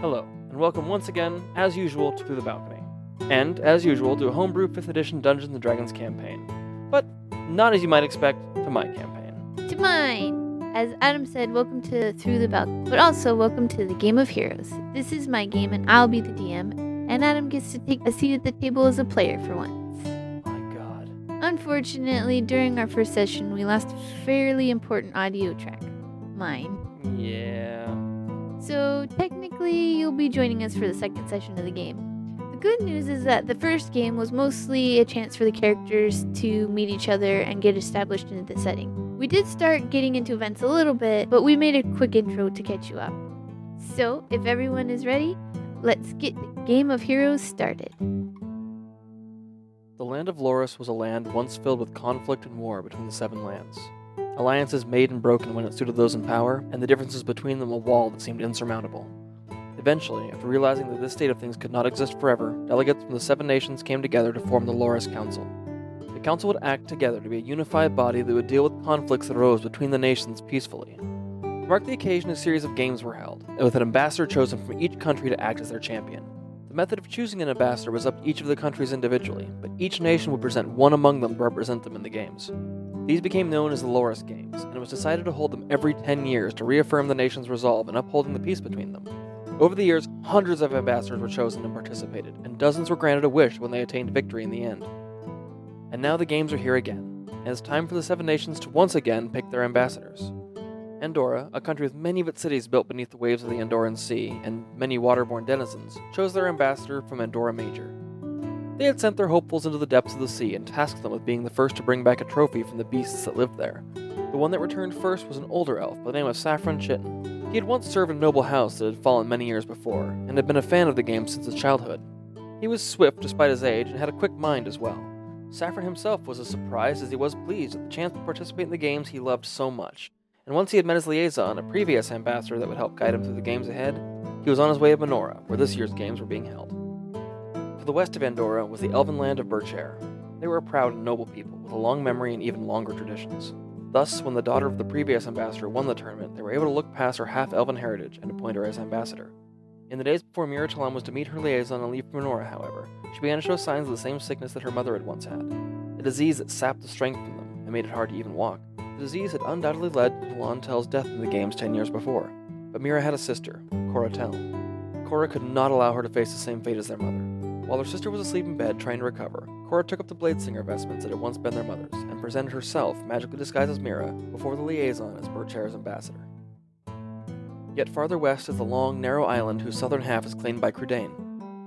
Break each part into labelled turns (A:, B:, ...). A: Hello, and welcome once again, as usual, to Through the Balcony. And, as usual, to a homebrew 5th edition Dungeons and Dragons campaign. But not as you might expect to my campaign.
B: to mine. As Adam said, welcome to Through the Balcony, but also welcome to the Game of Heroes. This is my game, and I'll be the DM, and Adam gets to take a seat at the table as a player for once.
A: My god.
B: Unfortunately, during our first session, we lost a fairly important audio track, mine.
A: Yeah.
B: So, technically, you'll be joining us for the second session of the game. The good news is that the first game was mostly a chance for the characters to meet each other and get established into the setting. We did start getting into events a little bit, but we made a quick intro to catch you up. So, if everyone is ready, let's get the Game of Heroes started.
A: The land of Loris was a land once filled with conflict and war between the Seven Lands. Alliances made and broken when it suited those in power, and the differences between them a wall that seemed insurmountable. Eventually, after realizing that this state of things could not exist forever, delegates from the Seven Nations came together to form the Loris Council. The council would act together to be a unified body that would deal with conflicts that arose between the nations peacefully. To mark the occasion, a series of games were held, and with an ambassador chosen from each country to act as their champion. The method of choosing an ambassador was up to each of the countries individually, but each nation would present one among them to represent them in the games. These became known as the Loris Games, and it was decided to hold them every 10 years to reaffirm the nation's resolve in upholding the peace between them. Over the years, hundreds of ambassadors were chosen and participated, and dozens were granted a wish when they attained victory in the end. And now the games are here again, and it's time for the Seven Nations to once again pick their ambassadors. Andorra, a country with many of its cities built beneath the waves of the Andorran Sea and many waterborne denizens, chose their ambassador from Andorra Major. They had sent their hopefuls into the depths of the sea and tasked them with being the first to bring back a trophy from the beasts that lived there. The one that returned first was an older elf by the name of Saffron Chitten. He had once served a noble house that had fallen many years before, and had been a fan of the game since his childhood. He was swift despite his age and had a quick mind as well. Saffron himself was as surprised as he was pleased at the chance to participate in the games he loved so much, and once he had met his liaison, a previous ambassador that would help guide him through the games ahead, he was on his way to Menorah, where this year's games were being held. To the west of Andorra was the elven land of Birchair. They were a proud and noble people, with a long memory and even longer traditions. Thus, when the daughter of the previous ambassador won the tournament, they were able to look past her half elven heritage and appoint her as ambassador. In the days before Miratalan was to meet her liaison and leave for Menorah, however, she began to show signs of the same sickness that her mother had once had a disease that sapped the strength from them and made it hard to even walk. The disease had undoubtedly led to Lontel's death in the games ten years before, but Mira had a sister, Cora Tell. Cora could not allow her to face the same fate as their mother. While her sister was asleep in bed trying to recover, Cora took up the Bladesinger vestments that had once been their mother's and presented herself, magically disguised as Mira, before the liaison as Berchair's ambassador. Yet farther west is the long, narrow island whose southern half is claimed by Crudane.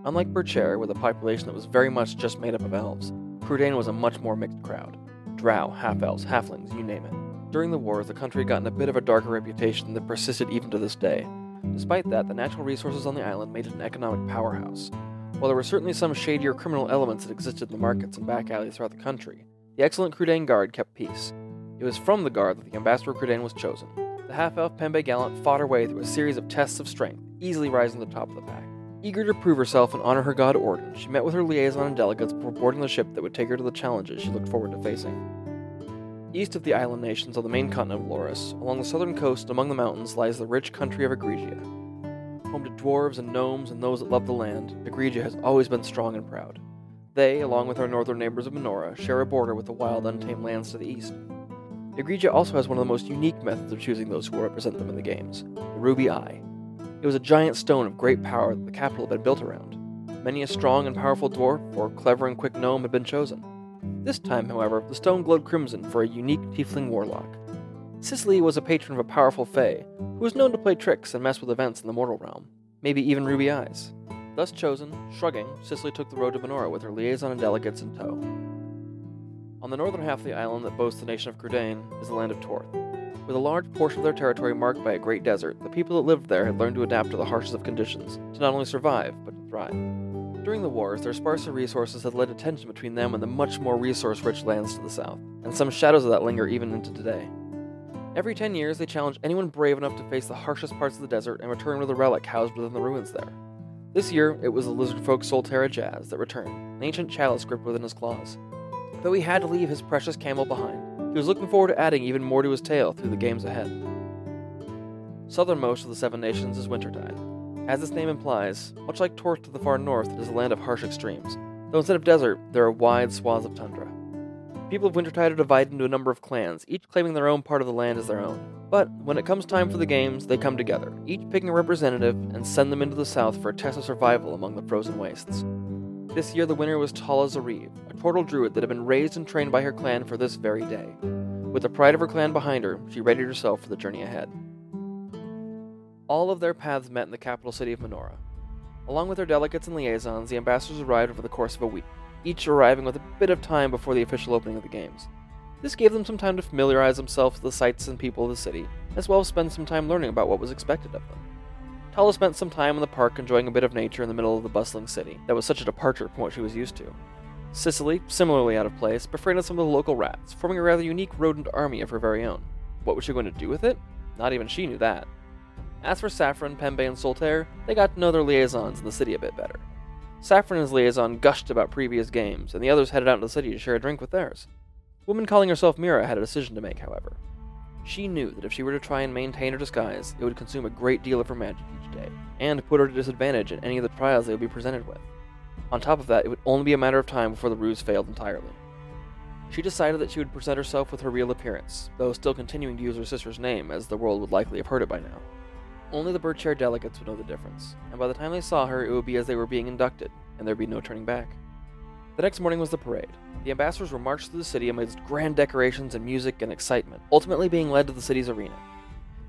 A: Unlike Berchair, with a population that was very much just made up of elves, Crudane was a much more mixed crowd. Drow, half elves, halflings, you name it. During the wars, the country had gotten a bit of a darker reputation that persisted even to this day. Despite that, the natural resources on the island made it an economic powerhouse. While there were certainly some shadier criminal elements that existed in the markets and back alleys throughout the country, the excellent Crudane Guard kept peace. It was from the Guard that the Ambassador Crudane was chosen. The half elf Pembe Gallant fought her way through a series of tests of strength, easily rising to the top of the pack. Eager to prove herself and honor her God Orden, she met with her liaison and delegates before boarding the ship that would take her to the challenges she looked forward to facing. East of the island nations on the main continent of Loris, along the southern coast among the mountains, lies the rich country of Egregia. Home to dwarves and gnomes and those that love the land, Egregia has always been strong and proud. They, along with our northern neighbors of Menorah, share a border with the wild, untamed lands to the east. Egregia also has one of the most unique methods of choosing those who will represent them in the games the Ruby Eye. It was a giant stone of great power that the capital had been built around. Many a strong and powerful dwarf or clever and quick gnome had been chosen. This time, however, the stone glowed crimson for a unique tiefling warlock. Cicely was a patron of a powerful fey, who was known to play tricks and mess with events in the mortal realm, maybe even ruby eyes. Thus chosen, shrugging, Cicely took the road to Menorah with her liaison and delegates in tow. On the northern half of the island that boasts the nation of Crudane is the land of Torth. With a large portion of their territory marked by a great desert, the people that lived there had learned to adapt to the harshest of conditions, to not only survive, but to thrive. During the wars, their sparser resources had led to tension between them and the much more resource rich lands to the south, and some shadows of that linger even into today. Every 10 years, they challenged anyone brave enough to face the harshest parts of the desert and return with a relic housed within the ruins there. This year, it was the lizardfolk Solterra Jazz that returned, an ancient chalice gripped within his claws. Though he had to leave his precious camel behind, he was looking forward to adding even more to his tale through the games ahead. Southernmost of the Seven Nations is Wintertide. As its name implies, much like Torch to the far north, it is a land of harsh extremes, though instead of desert, there are wide swaths of tundra. The people of Wintertide are divided into a number of clans, each claiming their own part of the land as their own. But when it comes time for the games, they come together, each picking a representative, and send them into the south for a test of survival among the frozen wastes. This year, the winner was Tala Zareve, a turtle druid that had been raised and trained by her clan for this very day. With the pride of her clan behind her, she readied herself for the journey ahead. All of their paths met in the capital city of Menorah. Along with their delegates and liaisons, the ambassadors arrived over the course of a week, each arriving with a bit of time before the official opening of the games. This gave them some time to familiarize themselves with the sights and people of the city, as well as spend some time learning about what was expected of them. Tala spent some time in the park enjoying a bit of nature in the middle of the bustling city that was such a departure from what she was used to. Sicily, similarly out of place, befriended some of the local rats, forming a rather unique rodent army of her very own. What was she going to do with it? Not even she knew that. As for Saffron, Pembe, and Soltaire, they got to know their liaisons in the city a bit better. Saffron and his liaison gushed about previous games, and the others headed out into the city to share a drink with theirs. The woman calling herself Mira had a decision to make, however. She knew that if she were to try and maintain her disguise, it would consume a great deal of her magic each day, and put her to disadvantage in any of the trials they would be presented with. On top of that, it would only be a matter of time before the ruse failed entirely. She decided that she would present herself with her real appearance, though still continuing to use her sister's name, as the world would likely have heard it by now. Only the bird chair delegates would know the difference, and by the time they saw her, it would be as they were being inducted, and there'd be no turning back. The next morning was the parade. The ambassadors were marched through the city amidst grand decorations and music and excitement, ultimately being led to the city's arena.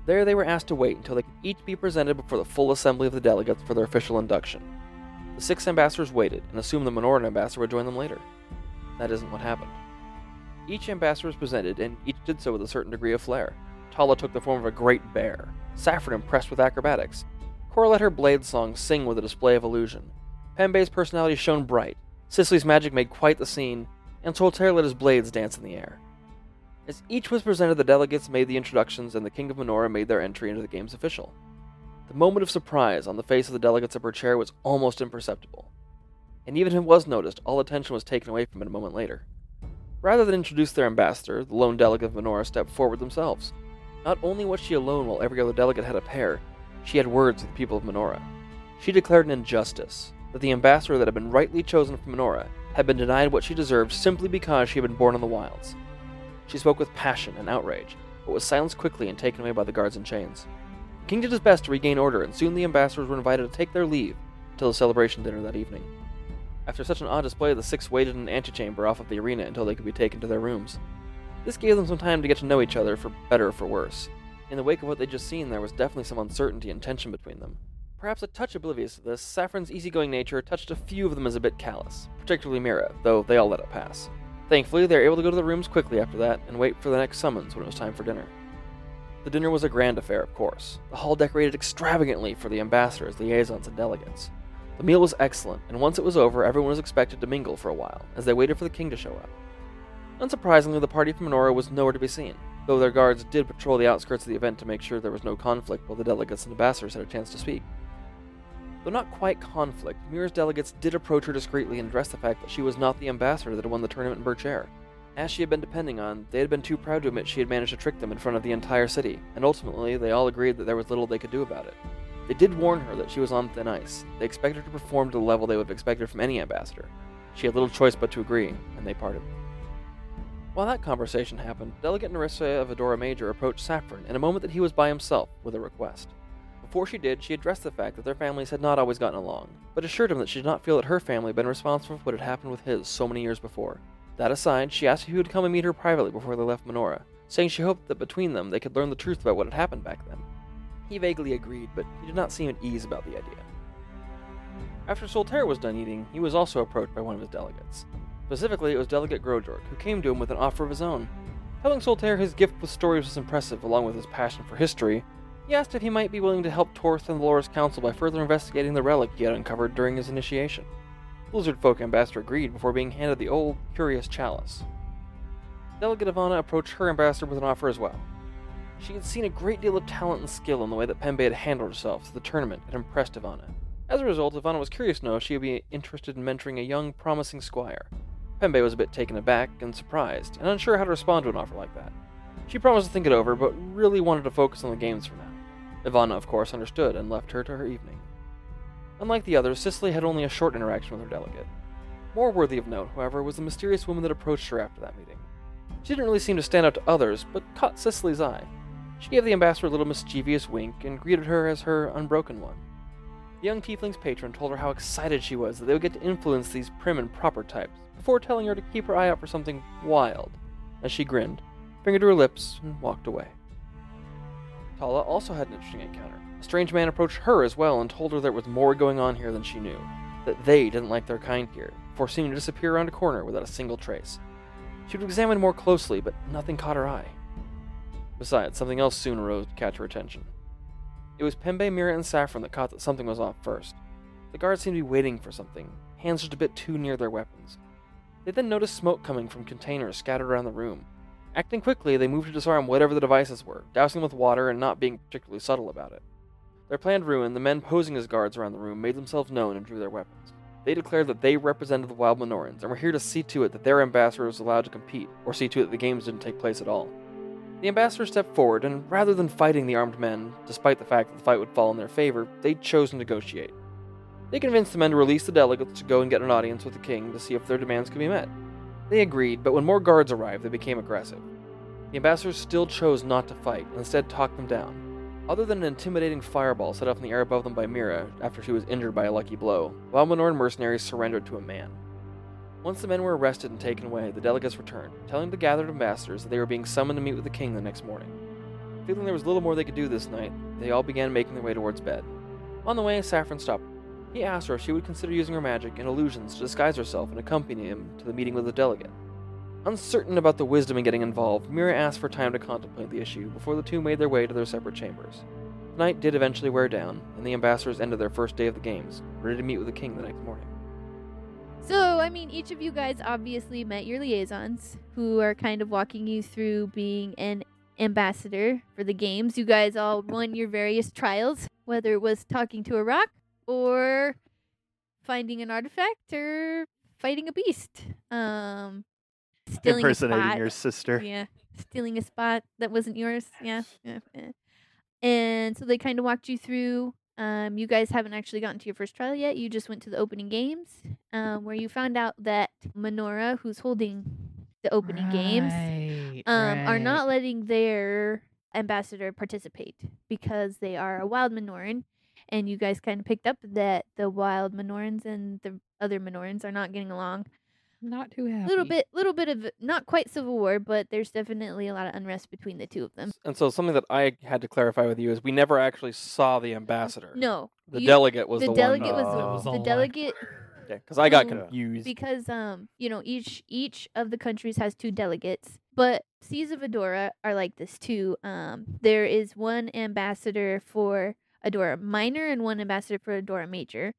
A: There they were asked to wait until they could each be presented before the full assembly of the delegates for their official induction. The six ambassadors waited and assumed the Minoran ambassador would join them later. That isn't what happened. Each ambassador was presented, and each did so with a certain degree of flair. Tala took the form of a great bear, Saffron impressed with acrobatics. Cora let her blade song sing with a display of illusion. Pembe's personality shone bright. Sicily's magic made quite the scene, and Soltaire let his blades dance in the air. As each was presented, the delegates made the introductions, and the King of Menorah made their entry into the game's official. The moment of surprise on the face of the delegates of her chair was almost imperceptible. And even if it was noticed, all attention was taken away from it a moment later. Rather than introduce their ambassador, the lone delegate of Menorah stepped forward themselves. Not only was she alone while every other delegate had a pair, she had words with the people of Menorah. She declared an injustice that the ambassador that had been rightly chosen from Menorah had been denied what she deserved simply because she had been born in the wilds. She spoke with passion and outrage, but was silenced quickly and taken away by the guards in chains. The king did his best to regain order, and soon the ambassadors were invited to take their leave until the celebration dinner that evening. After such an odd display, the six waited in an antechamber off of the arena until they could be taken to their rooms. This gave them some time to get to know each other, for better or for worse. In the wake of what they'd just seen, there was definitely some uncertainty and tension between them. Perhaps a touch oblivious to this, Saffron's easygoing nature touched a few of them as a bit callous, particularly Mira, though they all let it pass. Thankfully, they were able to go to their rooms quickly after that and wait for the next summons when it was time for dinner. The dinner was a grand affair, of course, the hall decorated extravagantly for the ambassadors, liaisons, and delegates. The meal was excellent, and once it was over, everyone was expected to mingle for a while, as they waited for the king to show up. Unsurprisingly, the party from Menorah was nowhere to be seen, though their guards did patrol the outskirts of the event to make sure there was no conflict while the delegates and ambassadors had a chance to speak. Though not quite conflict, Mira's delegates did approach her discreetly and address the fact that she was not the ambassador that had won the tournament in Berchair. As she had been depending on, they had been too proud to admit she had managed to trick them in front of the entire city, and ultimately they all agreed that there was little they could do about it. They did warn her that she was on thin ice. They expected her to perform to the level they would have expected from any ambassador. She had little choice but to agree, and they parted. While that conversation happened, Delegate Narissa of Adora Major approached Saffron in a moment that he was by himself with a request. Before she did, she addressed the fact that their families had not always gotten along, but assured him that she did not feel that her family had been responsible for what had happened with his so many years before. That aside, she asked if he would come and meet her privately before they left Menorah, saying she hoped that between them they could learn the truth about what had happened back then. He vaguely agreed, but he did not seem at ease about the idea. After Soltaire was done eating, he was also approached by one of his delegates. Specifically, it was Delegate Grodork, who came to him with an offer of his own. Telling Soltaire his gift with stories was impressive, along with his passion for history, he asked if he might be willing to help Torth and the Loras Council by further investigating the relic he had uncovered during his initiation. Blizzard Folk Ambassador agreed before being handed the old, curious chalice. Delegate Ivana approached her ambassador with an offer as well. She had seen a great deal of talent and skill in the way that Pembe had handled herself through the tournament and impressed Ivana. As a result, Ivana was curious to know if she would be interested in mentoring a young, promising squire, Pembe was a bit taken aback and surprised, and unsure how to respond to an offer like that. She promised to think it over, but really wanted to focus on the games for now. Ivana, of course, understood and left her to her evening. Unlike the others, Cicely had only a short interaction with her delegate. More worthy of note, however, was the mysterious woman that approached her after that meeting. She didn't really seem to stand out to others, but caught Cicely's eye. She gave the ambassador a little mischievous wink and greeted her as her unbroken one. The young tiefling's patron told her how excited she was that they would get to influence these prim and proper types, before telling her to keep her eye out for something wild, as she grinned, finger to her lips, and walked away. Tala also had an interesting encounter. A strange man approached her as well and told her there was more going on here than she knew, that they didn't like their kind here, before seeming to disappear around a corner without a single trace. She would examine more closely, but nothing caught her eye. Besides, something else soon arose to catch her attention. It was Pembe, Mira, and Saffron that caught that something was off first. The guards seemed to be waiting for something, hands just a bit too near their weapons. They then noticed smoke coming from containers scattered around the room. Acting quickly, they moved to disarm whatever the devices were, dousing them with water and not being particularly subtle about it. Their plan ruined, the men posing as guards around the room made themselves known and drew their weapons. They declared that they represented the wild Minorans and were here to see to it that their ambassador was allowed to compete, or see to it that the games didn't take place at all. The ambassador stepped forward, and rather than fighting the armed men, despite the fact that the fight would fall in their favor, they chose to negotiate. They convinced the men to release the delegates to go and get an audience with the king to see if their demands could be met. They agreed, but when more guards arrived, they became aggressive. The ambassador still chose not to fight, and instead talked them down. Other than an intimidating fireball set up in the air above them by Mira after she was injured by a lucky blow, Valmanoran mercenaries surrendered to a man. Once the men were arrested and taken away, the delegates returned, telling the gathered ambassadors that they were being summoned to meet with the king the next morning. Feeling there was little more they could do this night, they all began making their way towards bed. On the way, Saffron stopped. He asked her if she would consider using her magic and illusions to disguise herself and accompany him to the meeting with the delegate. Uncertain about the wisdom in getting involved, Mira asked for time to contemplate the issue before the two made their way to their separate chambers. The night did eventually wear down, and the ambassadors ended their first day of the games, ready to meet with the king the next morning.
B: So, I mean, each of you guys obviously met your liaisons who are kind of walking you through being an ambassador for the games. You guys all won your various trials, whether it was talking to a rock or finding an artifact or fighting a beast. Um, stealing a
C: impersonating
B: spot.
C: your sister.
B: Yeah, stealing a spot that wasn't yours. Yeah, yeah. eh. And so they kind of walked you through. Um, you guys haven't actually gotten to your first trial yet. You just went to the opening games, um, where you found out that Minora, who's holding the opening games,
D: Right,
B: um, are
D: right.
B: not letting their ambassador participate because they are a wild Minoran. And you guys kind of picked up that the wild Minorans and the other Minorans are not getting along
D: not too happy.
B: little bit little bit of not quite civil war but there's definitely a lot of unrest between the two of them
A: And so, something that I had to clarify with you is we never actually saw the ambassador.
B: no
A: The
B: you-
A: delegate was
B: the,
A: the,
B: delegate
A: one. uh,
B: was
C: Oh. That was
B: the,
D: all
B: the
D: I-
B: delegate
A: Because I got
B: Mm.
A: confused.
B: because um you know each each of the countries has two delegates but seas of adora are like this too um there is one ambassador for adora minor and one ambassador for adora major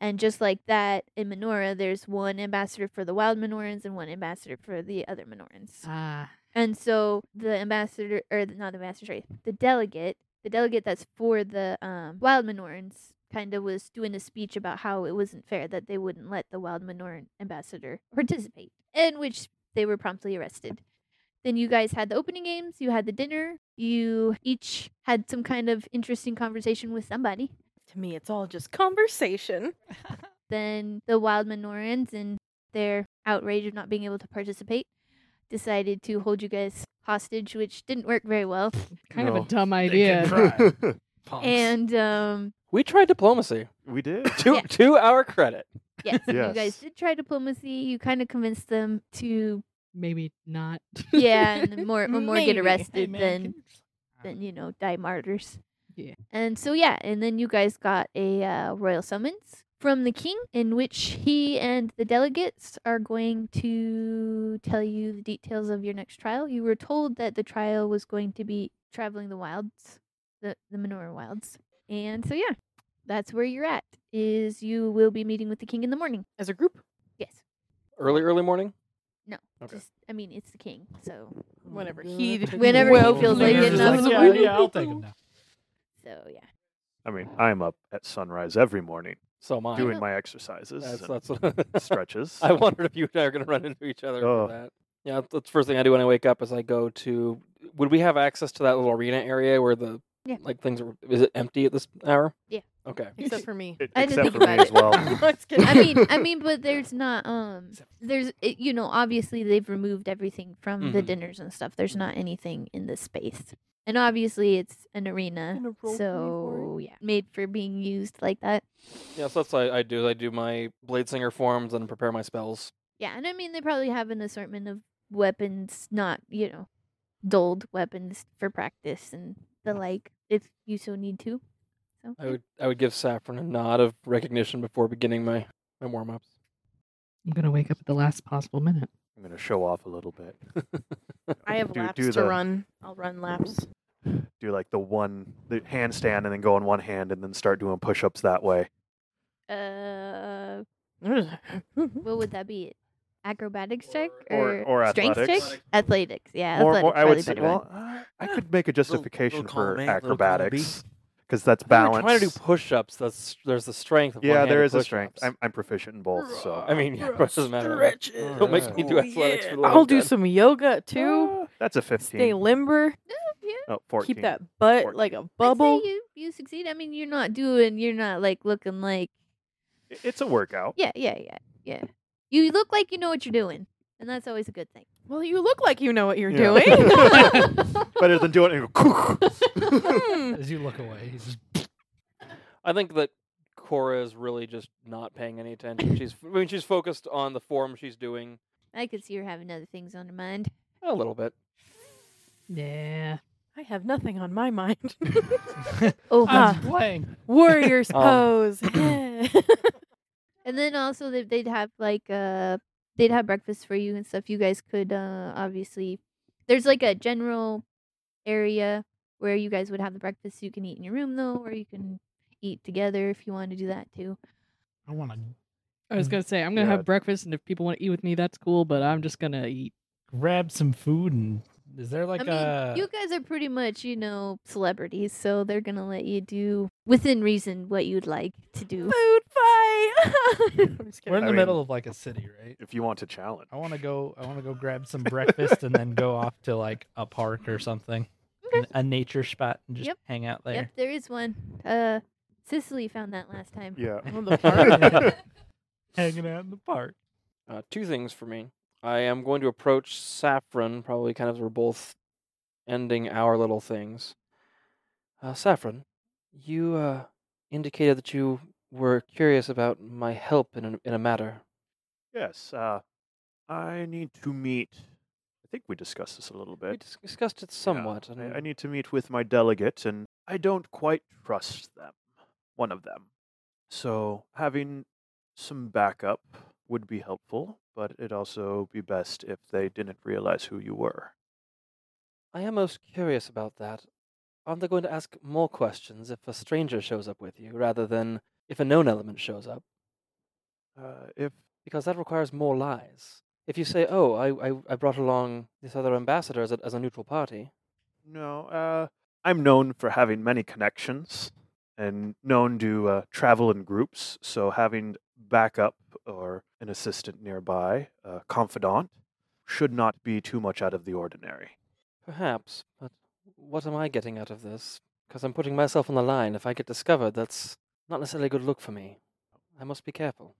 B: and just like that in Minora, there's one ambassador for the wild Minorans and one ambassador for the other Minorans.
D: Ah,
B: And so the ambassador, or the- not the ambassador, sorry, the delegate, the delegate that's for the um, wild Minorans, kind of was doing a speech about how it wasn't fair that they wouldn't let the wild Minoran ambassador participate, in which they were promptly arrested. Then you guys had the opening games, you had the dinner, you each had some kind of interesting conversation with somebody.
E: To me, it's all just conversation.
B: Then the wild Minorans and their outrage of not being able to participate decided to hold you guys hostage, which didn't work very well.
D: kind of
A: No.
D: a dumb
C: Yeah.
D: idea.
B: And um
A: we tried diplomacy.
C: we did.
A: To,
B: Yeah.
A: to our credit.
B: yes, you guys
C: Yes.
B: did try diplomacy. You kind of convinced them to
D: Maybe not.
B: yeah, and then more or more get
E: Maybe.
D: Hey,
B: arrested
D: man,
B: than
D: can you just-
B: than you know die martyrs.
D: Yeah.
B: And so yeah, and then you guys got a uh, royal summons from the king in which he and the delegates are going to tell you the details of your next trial. You were told that the trial was going to be traveling the wilds, the the Minoran wilds. And so yeah, that's where you're at. Is you will be meeting with the king in the morning.
E: As a group,
B: Yes.
A: Early, early morning?
B: No,
A: Okay.
B: Just, I mean, it's the king, so
E: whenever he
B: Whenever he
E: well,
B: feels like
E: please.
B: it,
F: Just
B: not-
F: yeah, yeah, I'll take him now.
B: so yeah.
C: I mean, I'm up at sunrise every morning
A: So am I.
C: doing my exercises
A: That's,
C: and
A: that's what
C: stretches.
A: I wondered if you and I are going to run into each other
C: Oh.
A: for that. Yeah, that's- that's the first thing I do when I wake up is I go to. Would we have access to that little arena area where the
B: Yeah.
A: like things are? Is it empty at this hour?
B: Yeah.
A: Okay.
E: Except for me.
C: It-
B: I didn't
C: E-, except
B: think
C: for me
B: about
C: as
B: it.
C: well.
E: Let's get-
B: I mean, I mean, but there's not um, there's it, you know, obviously they've removed everything from the
C: Mm-hmm.
A: Mhm.
B: dinners and stuff. There's not anything in this space, and obviously it's an arena,
E: An appropriate
B: so
E: word.
B: yeah, made for being used like that.
A: Yeah, so that's what I, I do. I do my blade singer forms and prepare my spells.
B: Yeah, and I mean they probably have an assortment of weapons, not you know, dulled weapons for practice and the
C: Mm-hmm.
B: like, if you so need to. So
A: I
B: yeah.
A: would I would give Saffron a nod of recognition before beginning my, my warm ups.
D: I'm gonna wake up at the last possible minute.
C: I'm gonna show off a little bit.
E: I have
C: do-
E: laps
C: do
E: to
C: the-
E: run. I'll run laps.
C: Do like the one the handstand and then go on one hand and then start doing push-ups that way.
B: Uh,
E: More,
B: what would that be? Acrobatics check
C: Or-
B: or,
C: or
B: strength
C: athletics.
B: check? Athletics, yeah. athletics
C: more I
B: probably
C: would say,
B: better one.
C: well, uh, I could make a justification
A: little column
C: for
A: A, little column B.
C: acrobatics because that's balance.
A: Trying to do push ups. That's there's the strength. Of
C: yeah, there
A: one-handed
C: is a strength.
A: push-ups.
C: I'm, I'm proficient in both, so
A: I mean, yeah, it doesn't matter. right? Don't make me do athletics for the love
E: I'll
A: of
E: do
A: God.
E: some yoga too.
C: Uh, that's a 15.
E: Stay limber.
B: Oh, yeah.
C: Oh, 14.
E: Keep that butt
C: 14.
E: like a
B: I'd say
E: bubble.
B: you you succeed. I mean, you're not doing. You're not like looking like.
C: I- It's a workout.
B: Yeah, yeah, yeah, yeah. You look like you know what you're doing, and that's always a good thing.
E: Well, you look like you know what you're
C: Yeah.
E: doing.
C: Better than doing it and go,
E: Hmm.
F: As you look away, he's just
A: I think that Cora is really just not paying any attention. She's I mean she's focused on the form she's doing
B: I could see her having other things on her mind.
A: a little bit.
D: Yeah.
E: I have nothing on my mind.
B: Oh,
E: Ah.
F: I'm playing.
E: Warrior's
A: Um,
E: pose.
B: and then also they, they'd have like uh they'd have breakfast for you and stuff. You guys could uh obviously there's like a general area where you guys would have the breakfast. You can eat in your room though, or you can eat together if you want to do that too.
F: I want to
D: I was
F: Mm.
D: gonna say I'm gonna
C: Yeah.
D: have breakfast, and if people want to eat with me, that's cool. But I'm just gonna eat.
F: grab some food and is there like
B: I mean, uh,
F: a
B: you guys are pretty much, you know, celebrities, so they're gonna let you do within reason what you'd like to do.
E: Food fight. I'm just
F: We're in
E: kidding.
F: the
C: I mean-
F: middle of like a city, right?
C: if you want to challenge.
F: I want to go. I want to go grab some breakfast and then go off to like a park or something,
B: Okay.
F: a nature spot, and just
B: Yep.
F: hang out
B: Yep,
F: there.
B: there is one. Uh, Sicily found that last time.
C: Yeah.
E: Well, the park.
F: Hanging out in the park.
A: Uh, two things for me. I am going to approach Saffron, probably kind of as we're both ending our little things. Uh, Saffron, you uh, indicated that you were curious about my help in a, in a matter.
C: Yes. Uh, I need to meet. I think we discussed this a little
A: We
C: bit.
A: dis- discussed it
C: Yeah,
A: somewhat.
C: I-
A: and
C: I, need to meet with my delegate, and I don't quite trust them, one of them. So having some backup would be helpful, but it'd also be best if they didn't realize who you were.
A: I am most curious about that. Aren't they going to ask more questions if a stranger shows up with you rather than if a known element shows up?
C: Uh, if
A: because that requires more lies. If you say, "Oh, I, I, I brought along this other ambassador as a, as a neutral party,"
C: no, uh, I'm known for having many connections and known to uh, travel in groups, so having backup or an assistant nearby, a confidant, should not be too much out of the ordinary.
A: perhaps. But what am I getting out of this? Because I'm putting myself on the line. If I get discovered, that's not necessarily a good look for me. I must be careful.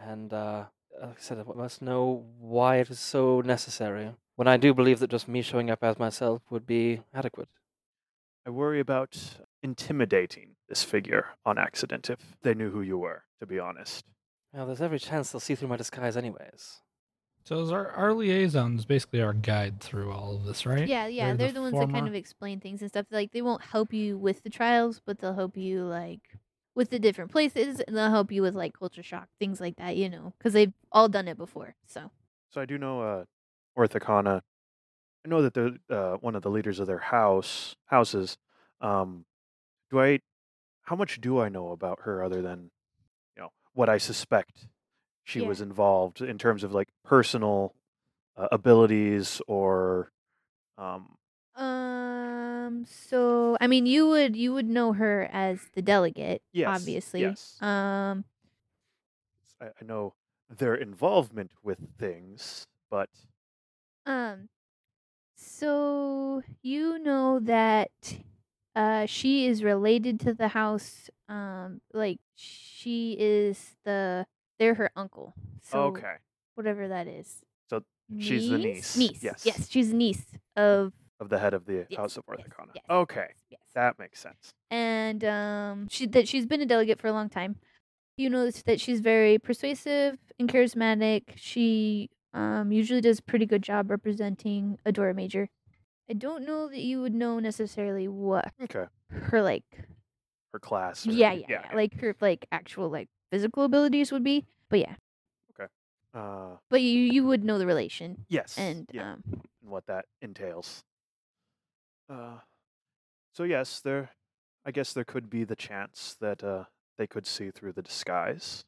A: And uh, like I said, I must know why it is so necessary. When I do believe that just me showing up as myself would be adequate.
C: I worry about intimidating this figure on accident if they knew who you were, to be honest.
A: Now, there's every chance they'll see through my disguise, anyways.
F: So is our our liaison is basically our guide through all of this, right?
B: Yeah, yeah,
F: They're
B: they're,
F: the
B: the, ones that kind
F: former-
B: of explain things and stuff. Like they won't help you with the trials, but they'll help you like with the different places, and they'll help you with like culture shock, things like that. You know, because they've all done it before. So
C: So I do know uh, Orthicana. I know that they're uh, one of the leaders of their house houses. Um, do I? How much do I know about her other than, you know, what I suspect she
B: Yeah.
C: was involved in terms of like personal uh, abilities or, um,
B: Um. So I mean, you would you would know her as the delegate,
C: yes,
B: obviously.
C: yes.
B: Um.
C: I, I know their involvement with things, but
B: Um. So you know that Uh, she is related to the house. Um, like she is the they're her uncle. So
C: okay.
B: whatever that is.
C: So she's the niece.
B: Niece.
C: Yes.
B: Yes, she's the niece of
C: Of the head of the
B: yes,
C: House of
B: yes,
C: Orthicona.
B: yes,
C: Okay.
B: yes, yes.
C: That makes sense.
B: and um, she that she's been a delegate for a long time. You notice that she's very persuasive and charismatic. She um, usually does a pretty good job representing Adora Major. I don't know that you would know necessarily what
C: Okay.
B: her like
C: Her class. or-
B: yeah, yeah, yeah, like her like actual like physical abilities would be. But yeah,
C: Uh,
B: but you you would know the relation
C: yes.
B: and
C: yeah.
B: um
C: and what that entails. Uh, so yes, there. I guess there could be the chance that uh, they could see through the disguise.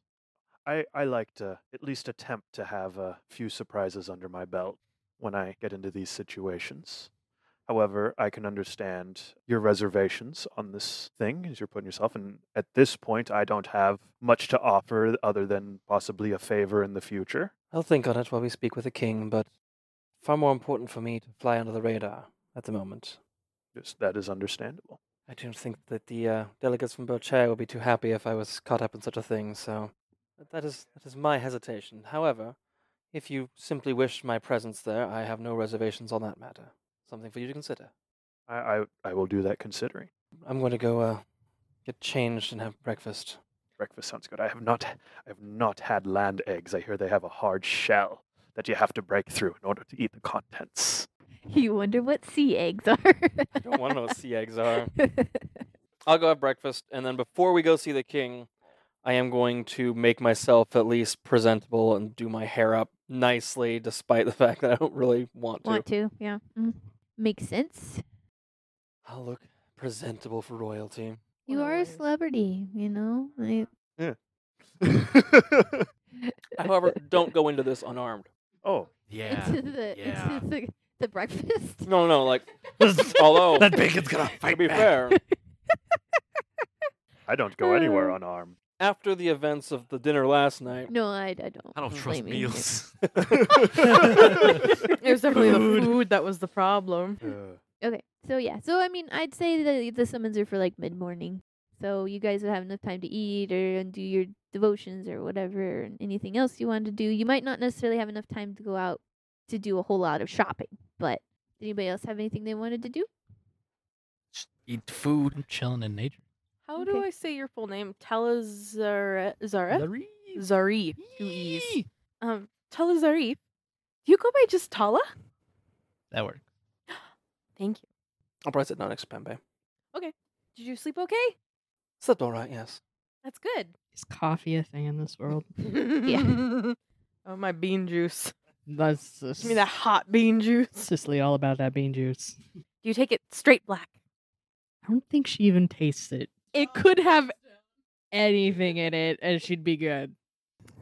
C: I I like to at least attempt to have a few surprises under my belt when I get into these situations. However, I can understand your reservations on this thing as you're putting yourself in. At this point, I don't have much to offer other than possibly a favor in the future.
A: I'll think on it while we speak with the king, but far more important for me to fly under the radar at the moment.
C: Just, that is understandable.
A: I don't think that the uh, delegates from Berkshire would be too happy if I was caught up in such a thing, so th- that is that is my hesitation. However, if you simply wish my presence there, I have no reservations on that matter. Something for you to consider.
C: I, I, I will do that considering.
A: I'm going to go uh, get changed and have breakfast.
C: Breakfast sounds good. I have not I have not had land eggs. I hear they have a hard shell that you have to break through in order to eat the contents.
B: you wonder what sea eggs are.
A: I don't want to know what sea eggs are. I'll go have breakfast, and then before we go see the king, I am going to make myself at least presentable and do my hair up nicely, despite the fact that I don't really want to.
B: Want to? Yeah, mm. makes sense.
A: I'll look presentable for royalty.
B: You
E: What a
B: are a
E: waste.
B: celebrity, you know. Like,
A: However, don't go into this unarmed.
C: oh,
B: into the
F: yeah.
B: into the, the breakfast.
A: No, no, no. Like, although
F: that bacon's gonna
A: to
F: fight
A: be
F: back.
A: fair,
C: I don't go anywhere unarmed.
A: after the events of the dinner last night,
B: No, I, I don't.
G: I don't trust
B: Mm. blame you.
G: meals.
E: It was definitely
F: Food.
E: the food that was the problem.
C: Uh,
B: Okay, so yeah, so I mean, I'd say the the summons are for like mid morning, so you guys would have enough time to eat or and do your devotions or whatever and anything else you wanted to do. You might not necessarily have enough time to go out to do a whole lot of shopping, but did anybody else have anything they wanted to do?
F: Just eat food, and chilling in nature.
E: How do
B: Okay.
E: I say your full name? Telazare Zare?
F: Larry.
E: Zarif. Two E's. Um, Telazarif. You go by just Tala?
F: That works.
E: Thank you.
A: I'll probably sit down next to Pembe.
E: Did you sleep okay?
A: Slept all right, yes.
E: That's good.
D: Is coffee a thing in this world?
E: yeah. Oh, my bean juice.
D: That's uh,
E: Give me that hot bean juice.
D: Cicely all about that bean juice.
E: Do you take it straight black?
D: I don't think she even tastes it. It could have anything in it, and she'd be good.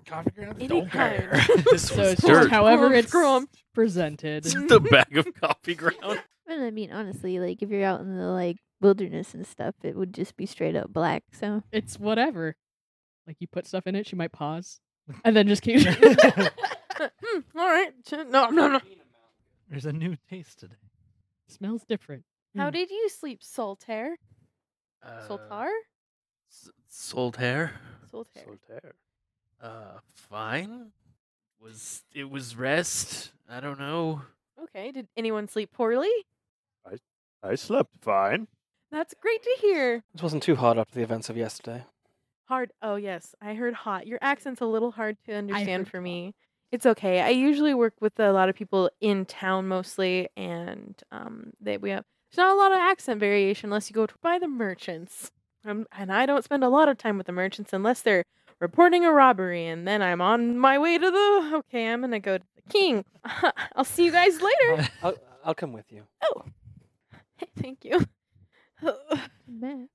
F: Coffee grounds
E: Any
F: don't
E: kind.
F: care.
G: this
D: So
G: was
D: it's
G: dirt.
D: just however
E: Scrum,
D: it's
E: scrum.
D: presented.
G: Just a bag of coffee ground.
B: And I mean, honestly, like if you're out in the like wilderness and stuff, it would just be straight up black. So
D: It's whatever. Like you put stuff in it, she might pause, and then just keep.
E: hmm, all right. Ch- No, no, no.
F: There's a new taste today.
D: Smells different.
E: How
D: Hmm.
E: did you sleep, Soltaire?
G: Uh,
E: Soltar?
G: S- Soltaire.
E: Soltaire.
C: Solitaire.
G: Uh, fine. Was it was rest? I don't know.
E: Okay. Did anyone sleep poorly?
C: I slept fine.
E: That's great to hear.
A: This wasn't too hot after the events of yesterday.
E: Hard. Oh, yes. I heard hot. Your accent's a little hard to understand
D: heard
E: for
D: hot.
E: me. It's okay. I usually work with a lot of people in town mostly, and um, they, we have there's not a lot of accent variation unless you go to by the merchants. Um, and I don't spend a lot of time with the merchants unless they're reporting a robbery, and then I'm on my way to the. Okay, I'm gonna go to the king. I'll see you guys later.
A: I'll, I'll, I'll come with you.
E: Oh, thank you.
B: meh.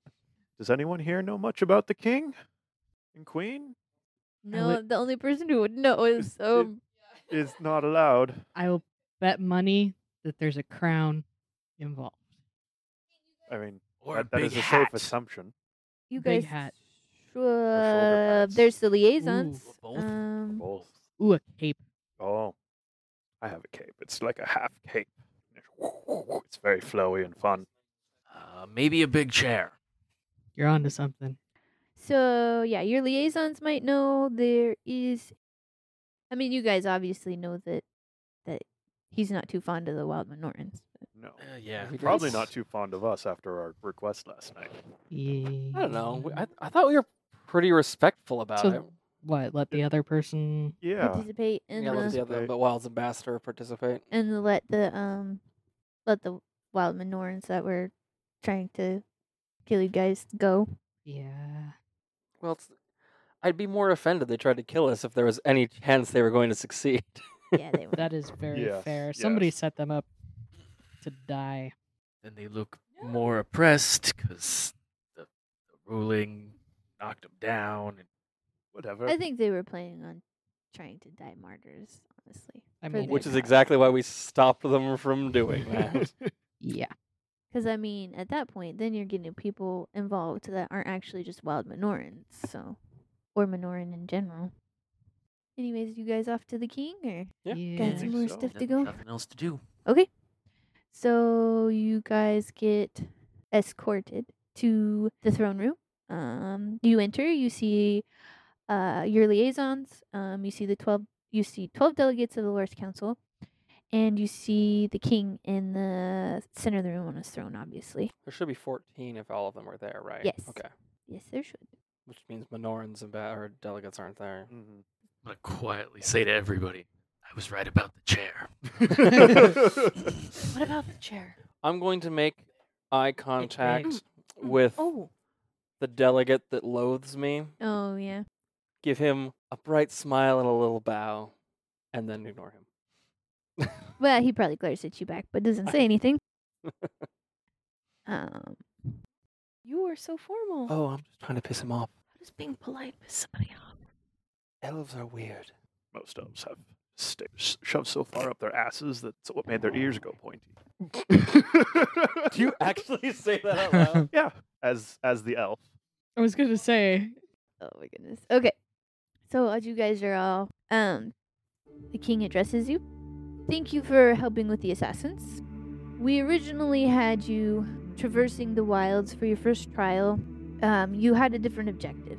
C: Does anyone here know much about the king and queen?
B: no,
D: would-
B: the only person who would know is
C: Is-
B: um
C: Is not allowed.
D: I will bet money that there's a crown involved.
C: I mean,
G: Or a
C: that, that
G: big
C: is a
G: hat.
C: safe assumption.
B: You
D: Big
B: guys,
D: hat.
B: Uh,
C: pads.
B: there's the liaisons.
G: Ooh, both?
B: Um,
C: Both.
D: Ooh, a cape.
C: Oh, I have a cape. It's like a half cape. It's very flowy and
G: Uh,
C: fun.
G: Uh, maybe a big chair.
D: You're onto something.
B: So yeah, your liaisons might know there is. I mean, you guys obviously know that that he's not too fond of the Wildman Nortons.
C: No.
G: Uh, yeah.
A: Maybe
C: Probably
A: that's-
C: not too fond of us after our request last night.
D: Yeah.
A: I don't know. We- I,
D: E,
F: Mm.
A: I thought we were pretty respectful about
D: So-
A: it.
D: what? Let the other person.
C: Yeah.
B: Participate in
A: Yeah, let
B: the
A: the other,
C: Right.
A: but Wild's ambassador participate.
B: and let the um let the Wildman Norns that were trying to kill you guys go.
D: Yeah.
A: Well, it's, I'd be more offended they tried to kill us if there was any chance they were going to succeed.
B: Yeah, they were.
D: That is very
C: Yes,
D: fair. Somebody
C: yes.
D: set them up to die.
G: Then they look more oppressed because the, the ruling knocked them down. And
C: Whatever.
B: I think they were planning on trying to die martyrs. Honestly,
D: I
B: for
D: mean,
B: their
A: Which is
B: cause.
A: exactly why we stopped them from doing that.
D: Yeah.
B: Because I mean, at that point, then you're getting people involved that aren't actually just wild Minorans, so or Minoran in general. Anyways, you guys off to the king, or
A: Yeah.
B: got some
C: think
B: more
C: so.
B: stuff to
G: nothing-
B: go?
G: Nothing else to do.
B: Okay, so you guys get escorted to the throne room. Um, you enter, you see, uh, your liaisons. Um, you see the twelve. You see twelve delegates of the Lord's Council, and you see the king in the center of the room on his throne, obviously.
A: there should be 14 if all of them were there, right?
B: Yes.
A: Okay.
B: Yes, there should.
A: Which means Minorans and ba- or delegates aren't there.
C: Mm-hmm.
G: I'm going to quietly say to everybody, I was right about the chair.
E: What about the chair?
A: I'm going to make eye contact
E: Mm.
A: with
E: Oh,
A: the delegate that loathes me,
B: Oh yeah.
A: give him a bright smile and a little bow, and then ignore him.
B: Well, he probably glares at you back, but doesn't say anything. um.
E: you are so formal.
A: Oh, I'm just trying to piss him off.
E: How does being polite piss somebody off?
A: Elves are weird.
C: Most elves have sta- sh- shoved so far up their asses that's what made their ears go pointy.
A: Do you actually say that out loud?
D: I
C: Yeah. As as the elf.
D: was gonna say.
B: Oh my goodness. Okay. So as you guys are all um, the king addresses you. Thank you for helping with the assassins. We originally had you traversing the wilds for your first trial. Um, you had a different objective.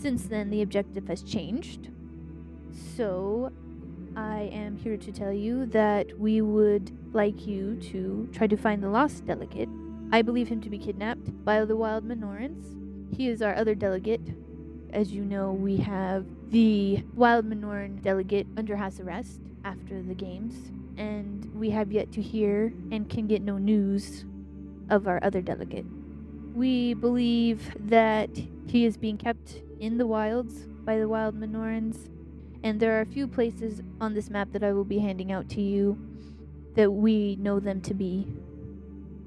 B: Since then, the objective has changed. So, I am here to tell you that we would like you to try to find the lost delegate. I believe him to be kidnapped by the wild Minorans. He is our other delegate. As you know, we have the wild Minoran delegate under house arrest after the games, and we have yet to hear and can get no news of our other delegate. We believe that he is being kept in the wilds by the wild Minorans, and there are a few places on this map that I will be handing out to you that we know them to be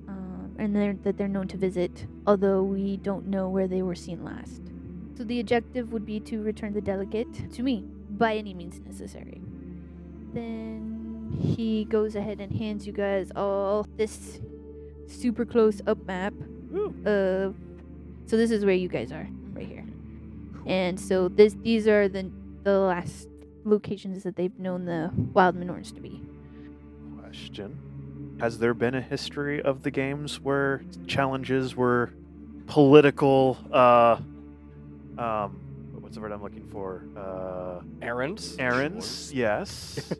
B: um, and they're, that they're known to visit, although we don't know where they were seen last. So the objective would be to return the delegate to me by any means necessary. Then he goes ahead and hands you guys all this super close up map of. So this is where you guys are, right here. And so this these are the the last locations that they've known the wild minorans to be.
C: Question. Has there been a history of the games where challenges were political uh um what's the word I'm looking for? Uh
A: Errands?
C: errands, yes,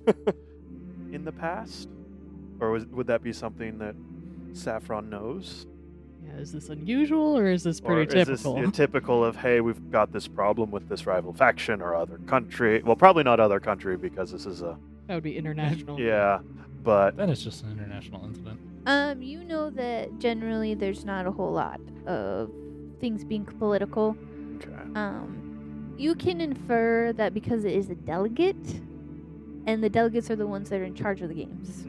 C: in the past? Or was, would that be something that Saffron knows?
D: Yeah, is this unusual or is this
C: Or
D: pretty
C: is
D: typical?
C: this uh, typical of, hey, we've got this problem with this rival faction or other country? Well, probably not other country because this is a.
D: that would be international.
C: Yeah, but.
F: Then it's just an international incident.
B: Um, you know that generally there's not a whole lot of things being political.
C: Okay.
B: Um, you can infer that because it is a delegate, and the delegates are the ones that are in charge of the games,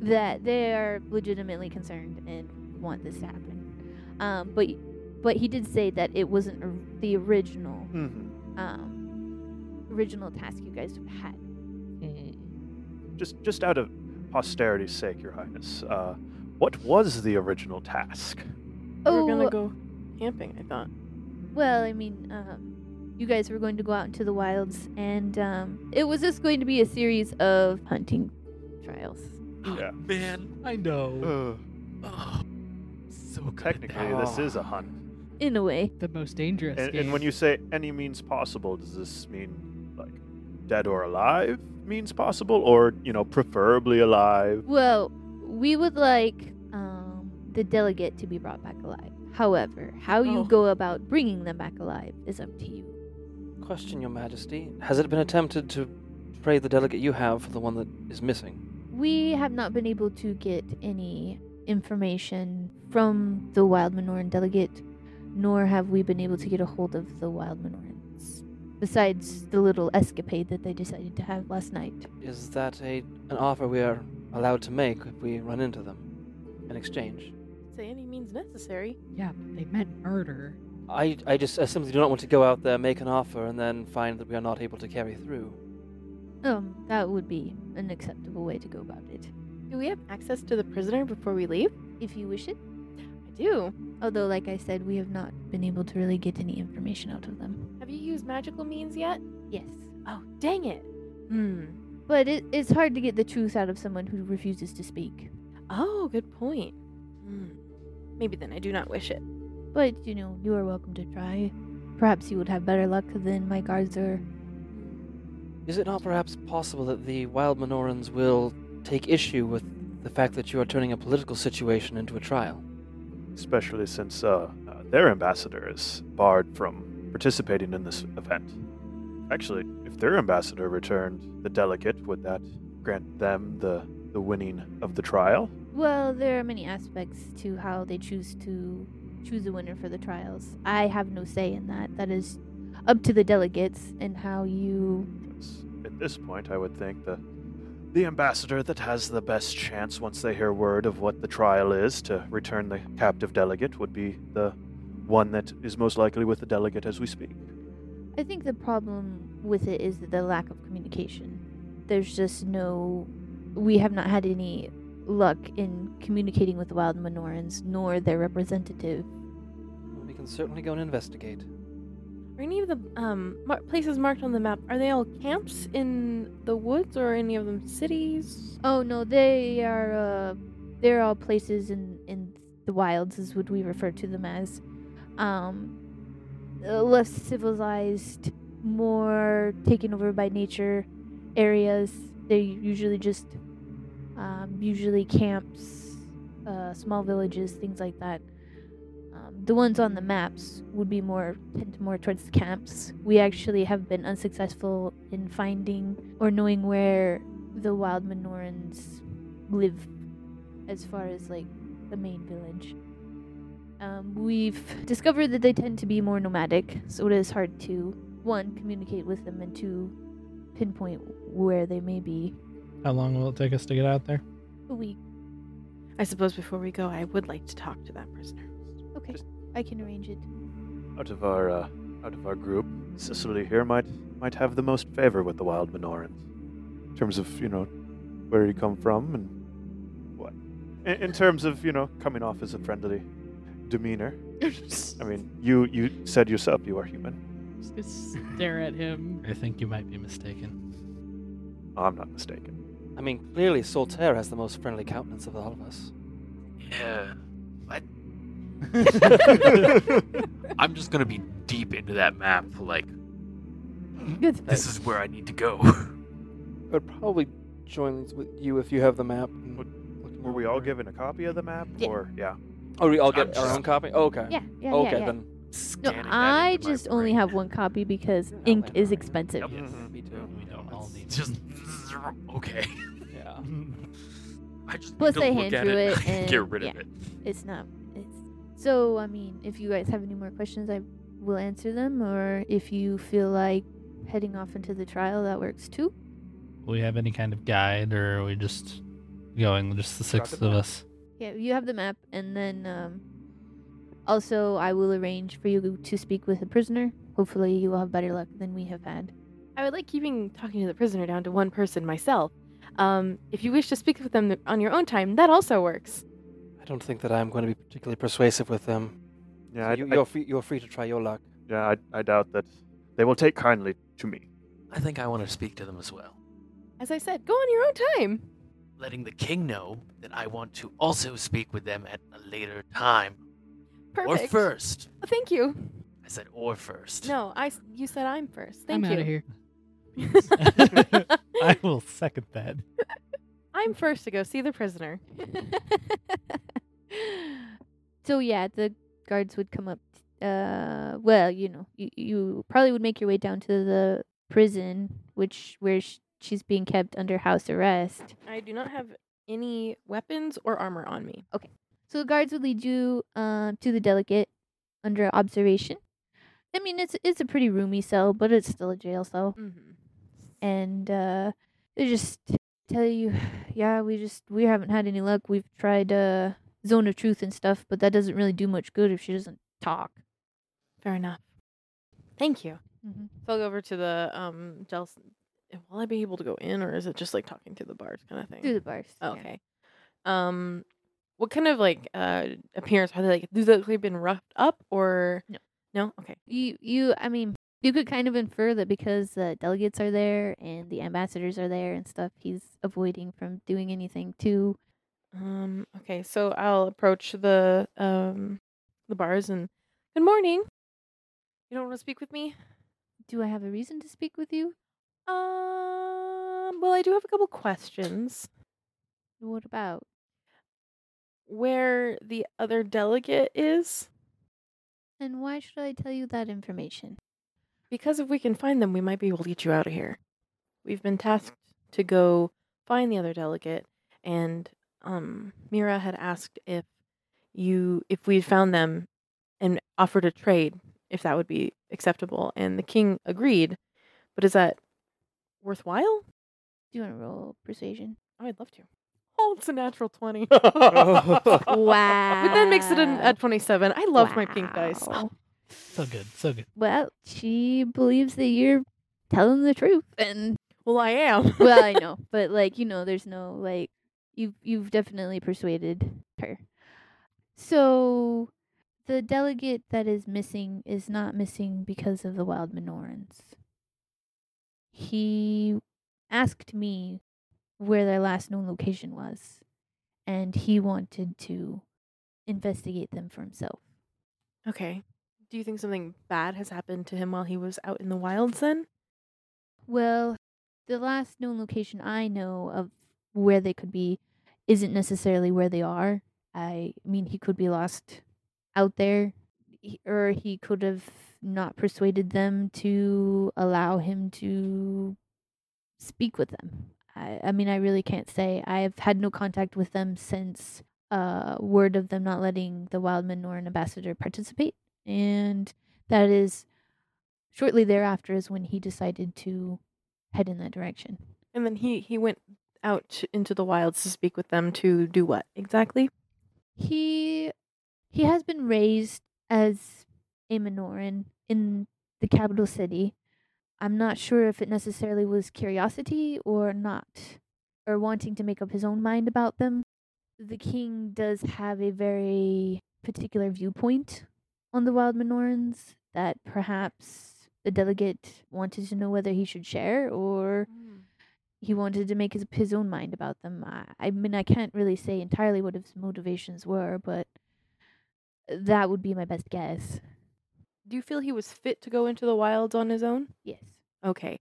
B: that they are legitimately concerned and want this to happen. Um, but but he did say that it wasn't or- the original
C: Mhm.
B: um original task you guys had.
D: Mm.
C: Just, just out of posterity's sake, Your Highness, uh, what was the original task?
E: We We're gonna go camping. I thought.
B: Well, I mean, um, you guys were going to go out into the wilds, and um, it was just going to be a series of hunting trials.
C: Yeah.
G: Man.
F: I know.
G: Oh, so good. at
C: Technically,
G: that.
A: Ah.
C: this is a hunt.
B: in a way.
D: The most dangerous.
C: And, and when
D: game.
C: you say any means possible, does this mean like dead or alive means possible, or you know, preferably alive?
B: Well, we would like um, the delegate to be brought back alive. However, how you
E: Oh.
B: go about bringing them back alive is up to you.
A: Question, Your Majesty. Has it been attempted to pray the delegate you have for the one that is missing?
B: We have not been able to get any information from the Wild Minoran delegate, nor have we been able to get a hold of the Wild Minorans. Besides the little escapade that they decided to have last night.
A: Is that a an offer we are allowed to make if we run into them? An exchange?
E: Say any means necessary.
D: yeah, but they meant murder.
A: I, I just I simply do not want to go out there, make an offer, and then find that we are not able to carry through.
B: Um, that would be an acceptable way to go about it.
E: Do we have access to the prisoner before we leave?
B: If you wish it.
E: I do.
B: Although, like I said, we have not been able to really get any information out of them.
E: Have you used magical means yet?
B: Yes.
E: Oh, dang it. Hmm.
B: But it, it's hard to get the truth out of someone who refuses to speak.
E: Oh, good point. Hmm. Maybe then I do not wish it.
B: But, you know, you are welcome to try. Perhaps you would have better luck than my guards are.
A: Is it not perhaps possible that the wild Minorans will take issue with the fact that you are turning a political situation into a trial?
C: Especially since uh, uh, their ambassador is barred from participating in this event. Actually, if their ambassador returned the delegate, would that grant them the the winning of the trial?
B: Well, there are many aspects to how they choose to choose a winner for the trials. I have no say in that. That is up to the delegates and how you.
C: Because at this point, I would think the the ambassador that has the best chance once they hear word of what the trial is to return the captive delegate would be the one that is most likely with the delegate as we speak.
B: I think the problem with it is the lack of communication. There's just no. We have not had any luck in communicating with the wild Minorans nor their representative.
A: We can certainly go and investigate.
E: Are any of the um mar- places marked on the map are they all camps in the woods or any of them cities?
B: Oh no, they are uh they're all places in in the wilds is what we refer to them as. Um uh, less civilized, more taken over by nature areas. They're usually just um usually camps, uh small villages, things like that. Um, the ones on the maps would be more tend more towards the camps. We actually have been unsuccessful in finding or knowing where the wild Minorans live as far as like the main village. Um, we've discovered that they tend to be more nomadic, so it is hard to one communicate with them and two pinpoint where they may be.
F: How long will it take us to get out there?
B: A week.
E: I suppose before we go, I would like to talk to that prisoner.
B: Okay,
C: Just-
B: I can arrange it.
C: Out of our uh, out of our group, Sicily here might might have the most favor with the wild Minorans in terms of you know where you come from and what in, in terms of you know coming off as a friendly demeanor. I mean, you you said yourself you are human.
D: Just gonna stare at him.
F: I think you might be mistaken.
C: I'm not mistaken.
A: I mean, clearly Solterra has the most friendly countenance of all of us.
G: Yeah. What? I'm just gonna be deep into that map. Like, this is where I need to go.
A: I'd probably join with you if you have the map. and
C: Would-
A: looking
C: Were we all
A: over.
C: given a copy of the map,
B: Yeah.
C: or yeah?
A: Oh, we all
G: I'm
A: get our
G: just-
A: own copy. Oh, okay.
B: Yeah, yeah,
A: okay
B: yeah, yeah.
A: then.
B: No,
G: Scanning that
B: I
G: into my
B: just only
G: brain.
B: have one copy because
A: You're not
B: ink
A: that
B: is
A: annoying.
B: expensive.
G: Yep.
A: Yes,
C: Mm-hmm.
A: me too.
F: We don't all
G: It's
F: need
G: Just okay.
A: Yeah.
G: I just need
B: Plus
G: to
B: I
G: look
B: hand
G: at
B: you
G: it,
B: it
G: and get
B: and-
G: rid
B: yeah.
G: of it.
B: It's not. It's so. I mean, if you guys have any more questions, I will answer them. Or if you feel like heading off into the trial, that works too.
F: Will we have any kind of guide, or are we just going just the six of
C: Crocodile.
F: us?
B: Yeah, you have the map, and then um, also I will arrange for you to speak with a prisoner. Hopefully, you will have better luck than we have had.
E: I would like keeping talking to the prisoner down to one person myself. Um, if you wish to speak with them th- on your own time, that also works.
A: I don't think that I'm going to be particularly persuasive with them.
C: Yeah,
A: So
C: I,
A: you,
C: I-
A: you're, free, you're free to try your luck.
C: yeah. I, I doubt that they will take kindly to me.
G: I think I want to speak to them as well,
E: As I said, go on your own time.
G: letting the king know that I want to also speak with them at a later time
E: Perfect.
G: Or first.
E: Oh, Thank you.
G: I said or first.
E: No, I. s- You said I'm first.
D: I'm
E: Thank
D: out of
E: you.
D: here.
F: Yes. I will second that.
E: I'm first to go see the prisoner.
B: so yeah, the guards would come up. t- uh, well, you know, you, you probably would make your way down to the prison, which where sh- she's being kept under house arrest.
E: I do not have any weapons or armor on me.
B: So the guards would lead you um to the delegate under observation. I mean, it's it's a pretty roomy cell, but it's still a jail cell,
E: Mm-hmm.
B: and uh, they just tell you, yeah, we just we haven't had any luck. We've tried uh, zone of truth and stuff, but that doesn't really do much good if she doesn't talk.
E: Fair enough. Thank you.
B: Mm-hmm.
E: So I'll go over to the um. Del- Will I be able to go in, or is it just like talking through the bars kind of thing?
B: Through the bars. yeah.
E: Okay. Um, what kind of like uh appearance are they like? Do they look like they've been roughed up or
B: No.
E: No. Okay.
B: You, you, I mean, you could kind of infer that because the delegates are there and the ambassadors are there and stuff, he's avoiding from doing anything too.
E: Um. Okay. So I'll approach the um the bars and good morning. You don't want to speak with me?
B: Do I have a reason to speak with you?
E: Um. Well, I do have a couple questions.
B: What about?
E: Where the other delegate is?
B: And why should I tell you that information?
E: Because if we can find them, we might be able to get you out of here. We've been tasked to go find the other delegate, and um, Mira had asked if you, if we had found them, and offered a trade, if that would be acceptable. And the king agreed. But is that worthwhile?
B: Do you want to roll persuasion?
E: Oh, I'd love to. Oh, it's a natural twenty.
B: Wow.
E: But that makes it an, a twenty-seven. I love my pink dice.
B: Wow.
F: So good, so good.
B: Well, she believes that you're telling the truth, and
E: Well, I am.
B: well, I know, but like you know, there's no like you you've definitely persuaded her. So the delegate that is missing is not missing because of the wild Minorans. He asked me where their last known location was, and he wanted to investigate them for himself.
E: okay. Do you think something bad has happened to him while he was out in the wilds? Then.
B: Well, the last known location I know of where they could be isn't necessarily where they are. I mean, he could be lost out there, he- or he could have not persuaded them to allow him to speak with them. I, I mean, I really can't say. I've had no contact with them since uh, word of them not letting the Wildman nor an ambassador participate. And that is shortly thereafter is when he decided to head in that direction.
E: And then he he went out t- into the wilds to speak with them to do what exactly?
B: He he has been raised as a Minoran in the capital city. I'm not sure if it necessarily was curiosity or not, or wanting to make up his own mind about them. The king does have a very particular viewpoint on the wild Minorans that perhaps the delegate wanted to know whether he should share or
E: Mm.
B: he wanted to make his, his own mind about them. I, I mean, I can't really say entirely what his motivations were, but that would be my best guess.
E: Do you feel he was fit to go into the wilds on his own?
B: Yes.
E: Okay.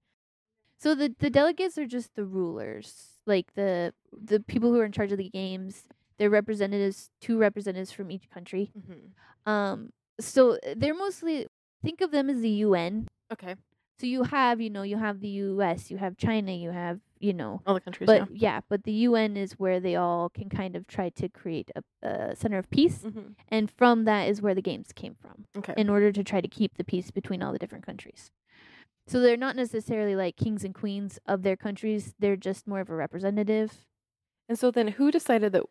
B: So the the delegates are just the rulers, like the the people who are in charge of the games. They're representatives, two representatives from each country.
E: Mm-hmm.
B: Um, so they're mostly think of them as the UN.
E: Okay.
B: So you have, you know, you have the U.S., you have China, you have, you know,
E: All the countries.
B: but yeah, but the UN is where they all can kind of try to create a, a center of peace,
E: Mm-hmm.
B: and from that is where the games came from,
E: Okay.
B: in order to try to keep the peace between all the different countries. So they're not necessarily like kings and queens of their countries; they're just more of a representative,
E: And so then, who decided that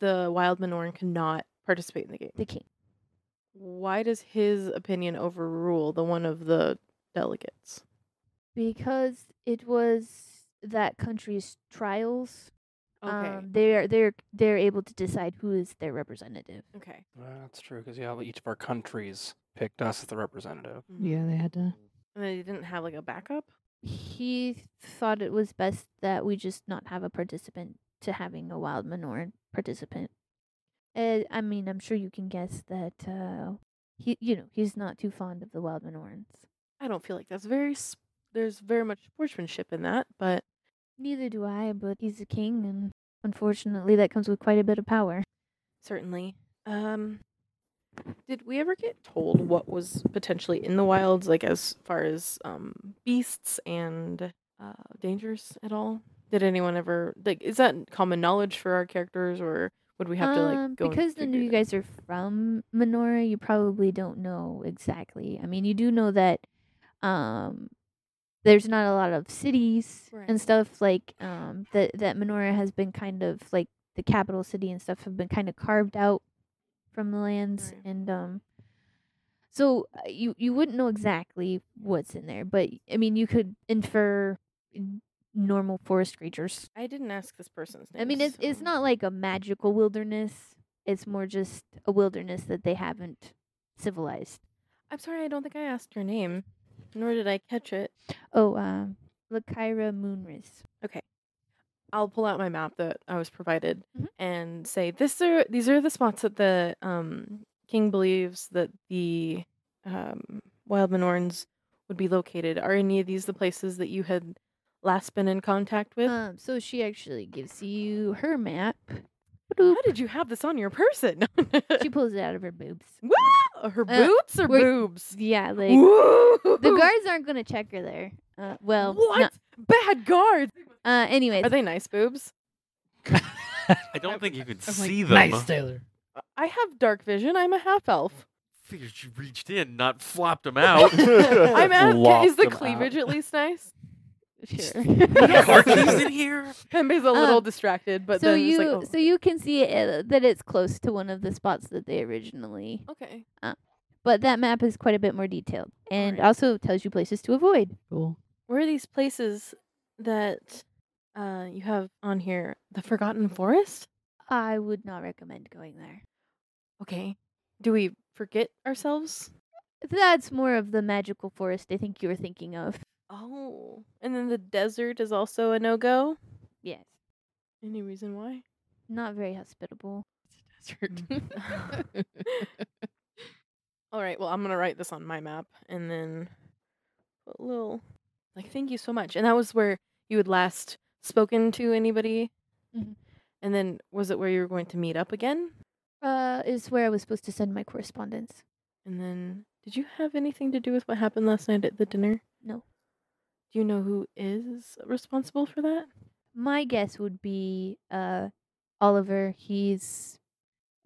E: the wild Minoran cannot participate in the game?
B: the king.
E: Why does his opinion overrule the one of the delegates?
B: Because it was that country's trials, um, they are they're they're able to decide who is their representative.
E: okay.
A: that's true, because yeah, each of our countries picked us as the representative.
E: Mm-hmm.
D: Yeah, they had to.
E: And they didn't have like a backup.
B: he thought it was best that we just not have a participant to having a wild Minoran participant. Uh, I mean, I'm sure you can guess that uh, he, you know, he's not too fond of the Wildman Orns.
E: I don't feel like that's very. s there's very much sportsmanship in that, but
B: Neither do I, but he's a king, and unfortunately, that comes with quite a bit of power.
E: certainly. Um, did we ever get told what was potentially in the wilds, like as far as um, beasts and uh, dangers at all? Did anyone ever like? Is that common knowledge for our characters, or would we have to
B: Um,
E: like go and
B: because the
E: figure
B: new
E: it out?
B: guys are from Minora, you probably don't know exactly. I mean, you do know that um, there's not a lot of cities
E: Right.
B: and stuff like um, that. That Minora has been kind of like the capital city and stuff have been kind of carved out from the lands,
E: Right.
B: and um, so uh, you you wouldn't know exactly what's in there, but I mean, you could infer n- normal forest creatures.
E: I didn't ask this person's name.
B: I mean, it's it's
E: so-
B: not like a magical wilderness. It's more just a wilderness that they haven't civilized.
E: I'm sorry, I don't think I asked your name, nor did I catch it.
B: Oh, um, Lakaira Moonris.
E: I'll pull out my map that I was provided
B: Mhm.
E: and say this are these are the spots that the um, king believes that the um, wild Minorans would be located. Are any of these the places that you had last been in contact with?
B: Um, so she actually gives you her map.
E: How did you have this on your person?
B: She pulls it out of her boobs.
E: Woo! Her
B: Uh,
E: boots or
B: wait,
E: boobs?
B: Yeah, like
E: Woo!
B: the guards aren't gonna check her there. Uh, well, no-
E: what bad guards?
B: uh, anyways,
E: Are they nice boobs?
H: I don't think you could
F: I'm like,
H: see them.
F: nice, Taylor.
E: I have dark vision. I'm a half elf.
H: Figured you reached in, not flopped them out.
E: I'm at,
A: Lock
E: is the
A: them out.
E: cleavage at least nice? Sure.
H: Car keys in here.
E: Pembe's a little
B: Um,
E: distracted, but
B: so
E: then it's
B: you
E: like, oh,
B: so you can see uh that it's close to one of the spots that they originally.
E: okay.
B: But that map is quite a bit more detailed and
E: Alright.
B: also tells you places to avoid.
D: Cool.
E: Where are these places that uh, you have on here? The Forgotten Forest?
B: I would not recommend going there.
E: Okay. Do we forget ourselves?
B: That's more of the magical forest I think you were thinking of.
E: Oh. And then the desert is also a no go?
B: Yes.
E: Any reason why?
B: Not very hospitable.
D: It's a
E: Mm.
D: desert.
E: All right, well, I'm going to write this on my map and then put a little, like, thank you so much. And that was where you had last spoken to anybody.
B: Mhm.
E: And then was it where you were going to meet up again?
B: Uh is where I was supposed to send my correspondence.
E: And then did you have anything to do with what happened last night at the dinner?
B: No.
E: Do you know who is responsible for that?
B: My guess would be uh Oliver, he's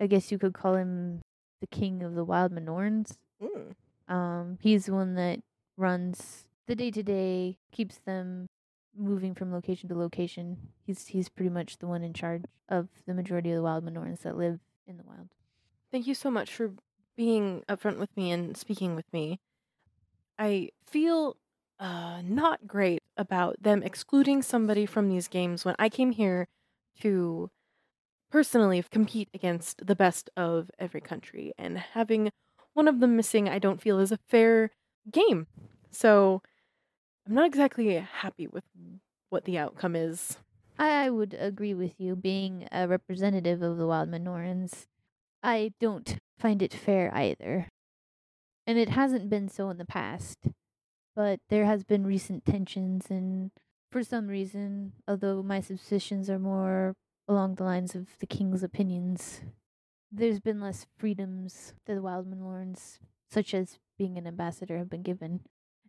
B: I guess you could call him the king of the wild Minorns. Um he's the one that runs the day to day, keeps them moving from location to location. He's he's pretty much the one in charge of the majority of the wild Minorns that live in the wild.
E: Thank you so much for being upfront with me and speaking with me. I feel uh, not great about them excluding somebody from these games when I came here to personally compete against the best of every country. And having one of them missing, I don't feel is a fair game. So I'm not exactly happy with what the outcome is.
B: I would agree with you. Being a representative of the wild Minorans, I don't find it fair either. And it hasn't been so in the past, but there has been recent tensions, and for some reason, although my suspicions are more along the lines of the king's opinions, there's been less freedoms that the wild Minorans, such as being an ambassador, have been given.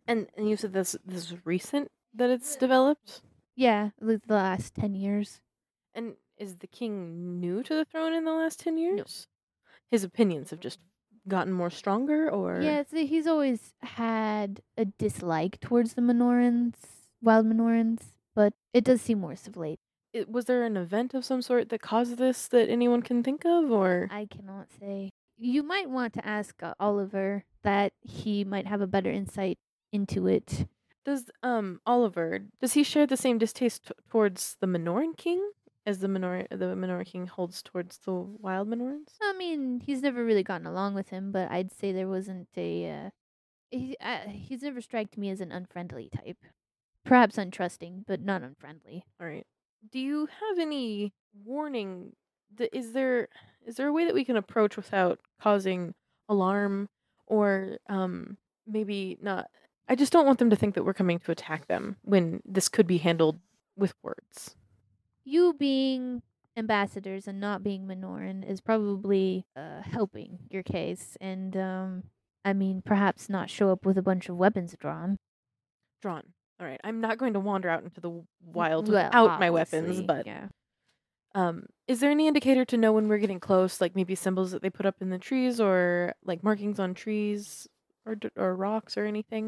E: And, and you said this this is recent that it's developed?
B: Yeah, like the last 10 years.
E: And is the king new to the throne in the last 10 years? His opinions have just gotten more stronger or
B: Yeah, so he's always had a dislike towards the Minorans, wild Minorans, but it does seem worse of late.
E: it, was there an event of some sort that caused this that anyone can think of or
B: I cannot say. You might want to ask uh, Oliver that he might have a better insight into it.
E: does um Oliver does he share the same distaste t- towards the Minoran king as the Minor the Minoran king holds towards the wild Minorans?
B: I mean, he's never really gotten along with him, but I'd say there wasn't a. Uh, he, uh, he's never striked me as an unfriendly type. Perhaps untrusting, but not unfriendly.
E: All right. Do you have any warning th- is there is there a way that we can approach without causing alarm or um maybe not I just don't want them to think that we're coming to attack them when this could be handled with words.
B: you being ambassadors and not being Minoran is probably uh, helping your case. And um, I mean, perhaps not show up with a bunch of weapons drawn.
E: Drawn. All right, I'm not going to wander out into the w- wild
B: Well,
E: without my weapons,
B: obviously,
E: but
B: yeah.
E: um is there any indicator to know when we're getting close, like maybe symbols that they put up in the trees or like markings on trees or d- or rocks or anything?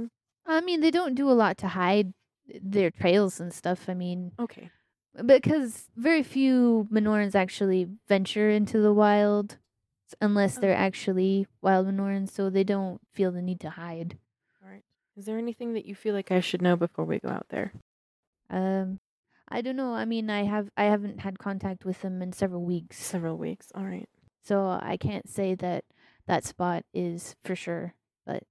B: I mean, they don't do a lot to hide their trails and stuff. I mean,
E: Okay.
B: because very few Minorans actually venture into the wild s- unless they're
E: Oh.
B: actually wild Minorans, so they don't feel the need to hide.
E: All right. Is there anything that you feel like I should know before we go out there?
B: Um, I don't know. I mean, I have I haven't had contact with them in several weeks,
E: Several weeks. All right.
B: so I can't say that that spot is for sure. But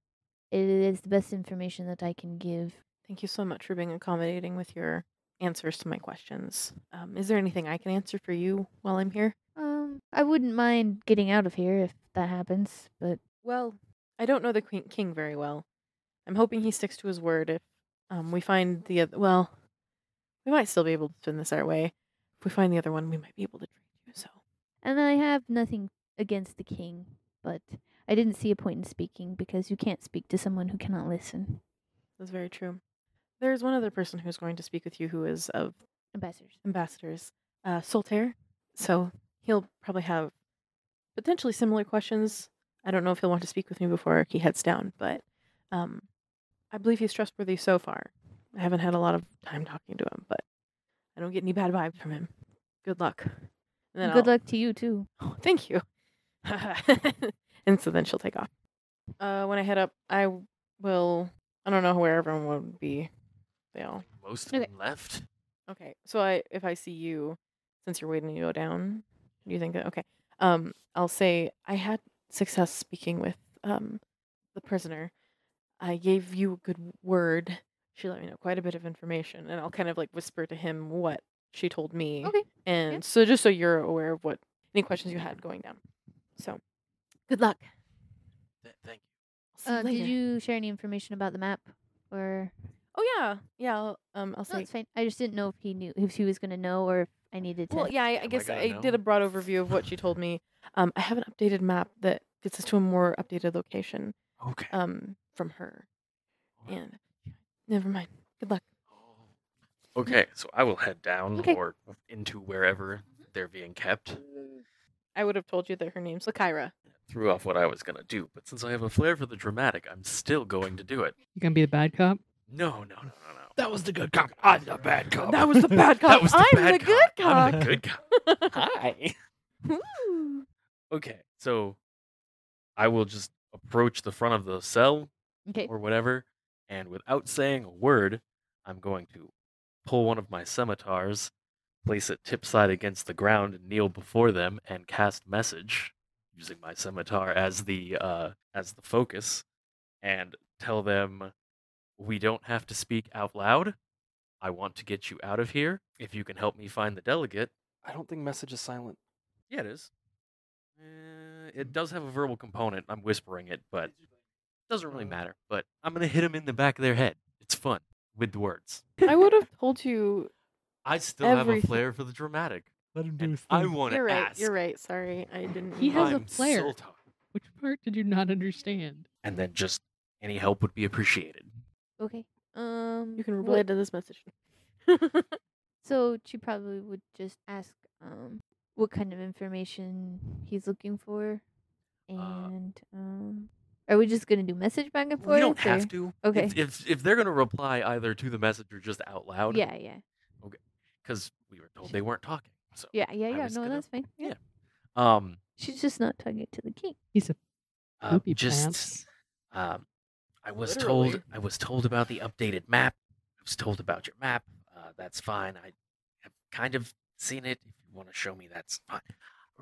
B: it is the best information that I can give.
E: Thank you so much for being accommodating with your answers to my questions. Um, is there anything I can answer for you while I'm here?
B: Um, I wouldn't mind getting out of here if that happens, but
E: Well, I don't know the queen- king very well. I'm hoping he sticks to his word. If um, we find the other, well, we might still be able to spin this our way. If we find the other one, we might be able to trade you. So
B: and I have nothing against the king, but I didn't see a point in speaking because you can't speak to someone who cannot listen.
E: that's very true. There's one other person who's going to speak with you who is of
B: Ambassadors.
E: ambassadors, uh, Soltaire. So he'll probably have potentially similar questions. I don't know if he'll want to speak with me before he heads down, but um, I believe he's trustworthy so far. I haven't had a lot of time talking to him, but I don't get any bad vibes from him. Good luck. And then
B: Good
E: I'll-
B: luck to you too.
E: Oh, thank you. and so then she'll take off. Uh, when I head up, I w- will. I don't know where everyone would be. They all
H: Most of
B: Okay.
H: them left.
E: Okay, so I if I see you, since you're waiting to go down, do you think that okay? Um, I'll say I had success speaking with um the prisoner. I gave you a good word. She let me know quite a bit of information, and I'll kind of like whisper to him what she told me.
B: Okay,
E: and so just so you're aware of what any questions you had going down. So, good luck.
H: Th- thank you.
E: I'll see
B: Uh, did
E: later.
B: you share any information about the map or?
E: Oh yeah, yeah. I'll, um, I'll
B: No,
E: say.
B: it's fine. I just didn't know if he knew if he was gonna know or if I needed to.
E: Well, yeah, I, I
H: I
E: guess
H: gonna
E: I did
H: know?
E: a broad overview of what she told me. Um, I have an updated map that gets us to a more updated location
G: Okay.
E: um, from her. And never mind. Good luck.
H: Okay, so I will head down
B: Okay.
H: or into wherever they're being kept.
E: I would have told you that her name's Lakaira.
H: Threw off what I was gonna do, but since I have a flair for the dramatic, I'm still going to do it.
D: You gonna be the bad cop?
H: No, no, no, no, no.
G: That was the good cop. I'm the bad cop.
E: That was the bad cop.
H: That was the
E: I'm
H: bad
E: the good
H: cop.
E: cop.
H: I'm the good cop. Hi.
E: Ooh.
H: Okay, so I will just approach the front of the cell
B: okay.
H: or whatever, and without saying a word, I'm going to pull one of my scimitars, place it tip side against the ground, and kneel before them and cast message using my scimitar as the uh, as the focus, and tell them we don't have to speak out loud. I want to get you out of here. If you can help me find the delegate,
A: I don't think message is silent.
H: yeah, it is. Uh, it does have a verbal component. I'm whispering it, but doesn't really matter. But I'm gonna hit them in the back of their head. It's fun with the words.
E: I would have told you.
H: I still have a
E: Everything.
H: flair for the dramatic.
F: Let him do
H: and
F: his
H: I
F: thing.
H: want to
E: You're right.
H: ask.
E: You're right. Sorry, I didn't.
D: He has a
H: I'm
D: flair.
H: Sultan.
D: Which part did you not understand?
H: And then just any help would be appreciated.
B: Okay.
E: Um, you can
B: what-
E: relate to this message.
B: So she probably would just ask um what kind of information he's looking for,
H: Uh
B: and um, are we just gonna do message back and forth?
H: We don't
B: or-
H: have to.
B: Okay.
H: If, if if they're gonna reply either to the message or just out loud,
B: Yeah, yeah,
H: because we were told they weren't talking. So
B: yeah, yeah,
H: I
B: yeah.
H: was
B: No,
H: gonna-
B: that's fine.
H: yeah. um,
B: She's just not talking to the king.
D: He's a
H: uh,
D: poopy
H: just
D: pants.
H: Um, I was told
E: Literally.
H: I was told about the updated map. I was told about your map. Uh, that's fine. I have kind of seen it. If you want to show me, that's fine.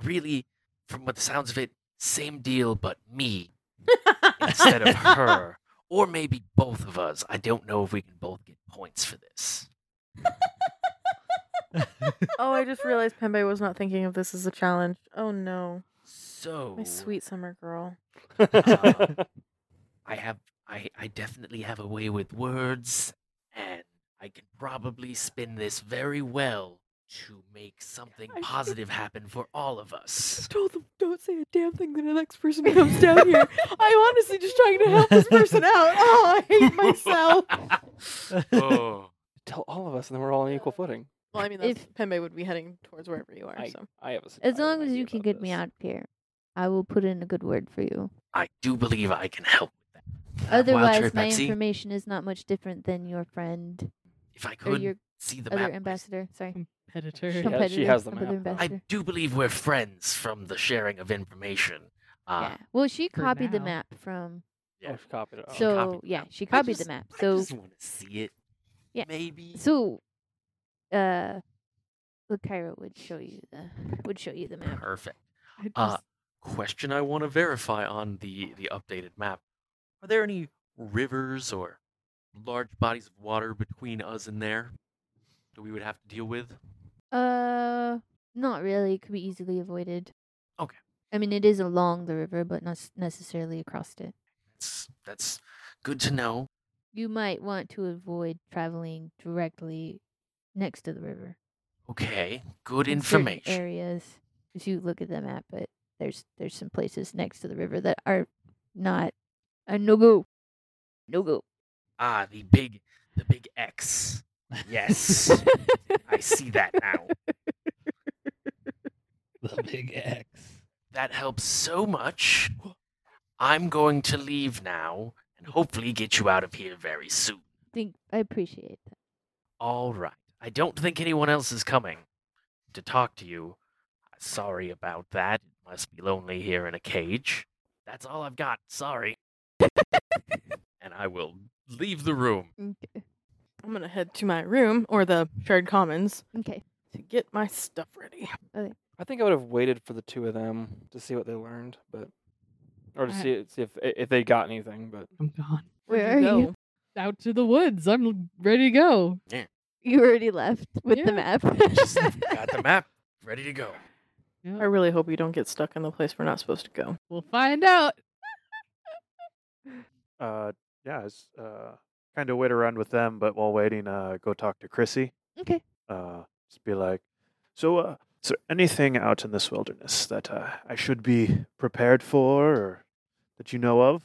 H: Really, from what the sounds of it, same deal, but me instead of her, or maybe both of us. I don't know if we can both get points for this.
E: Oh, I just realized Pembe was not thinking of this as a challenge. Oh no.
H: So
E: My sweet summer girl.
H: Uh, I have I I definitely have a way with words and I can probably spin this very well to make something
E: I should-
H: positive happen for all of us.
E: told them don't say a damn thing the next person comes down here. I'm honestly just trying to help this person out. Oh, I hate myself.
H: oh.
A: Tell all of us, and then we're all on equal footing.
E: Well, I mean, that's,
B: If-
E: Pembe would be heading towards wherever you are.
A: I,
E: so
A: I have a s- I
B: As
A: have an
B: long as
A: idea
B: you can
A: about
B: get me
A: this.
B: out of here, I will put in a good word for you.
H: I do believe I can help with that. Uh, Wild Cherry
B: Otherwise, my
H: Pepsi,
B: information is not much different than your friend
H: if I
B: or
H: could
B: your
H: see the
B: other
H: map, please.
B: ambassador. Sorry.
A: She,
D: Competitor.
A: has- she
B: Competitor,
A: has the
B: competitor
A: map.
H: I
B: ambassador.
H: do believe we're friends from the sharing of information. Uh,
B: yeah. Well, she
D: for
B: copied the
D: now.
B: map from.
A: Yeah. Oh, she copied it. Oh,
B: so
H: copied the
B: yeah,
H: map.
B: she
H: I
B: copied
H: just-
B: the map.
H: I
B: So
H: just want to see it.
B: Yeah.
H: Maybe.
B: so, uh, the Cairo would show you the would show you the map.
H: Perfect.
D: I
H: Uh,
D: just-
H: question I want to verify on the the updated map: Are there any rivers or large bodies of water between us and there that we would have to deal with?
B: Uh, not really. It could be easily avoided.
H: Okay.
B: I mean, it is along the river, but not s- necessarily across it.
H: That's that's good to know.
B: You might want to avoid traveling directly next to the river.
H: Okay, good
B: in certain
H: information.
B: areas. If you look at the map, but there's there's some places next to the river that are not a no go, no go.
H: Ah, the big the big X. Yes, I see that now.
F: the big X.
H: That helps so much. I'm going to leave now and hopefully get you out of here very soon.
B: Think I appreciate that.
H: All right. I don't think anyone else is coming to talk to you. Sorry about that. It must be lonely here in a cage. That's all I've got. Sorry. and I will leave the room.
B: Okay.
E: I'm gonna head to my room or the shared commons
B: Okay.
E: to get my stuff ready.
A: I think I would have waited for the two of them to see what they learned, but or to
D: I-
A: see see if if they got anything. But
D: I'm gone.
B: Where are you?
E: go?
D: Out to the woods. I'm l- ready to go.
B: You already left with
D: Yeah.
B: the map.
H: Just got the map. Ready to go.
E: I really hope we don't get stuck in the place we're not supposed to go.
D: We'll find out.
C: Uh, yeah, it's, uh, kind of wait around with them, but while waiting, uh, go talk to Chrissy.
B: Okay.
C: Uh, just be like, so, uh, is there anything out in this wilderness that uh, I should be prepared for or that you know of?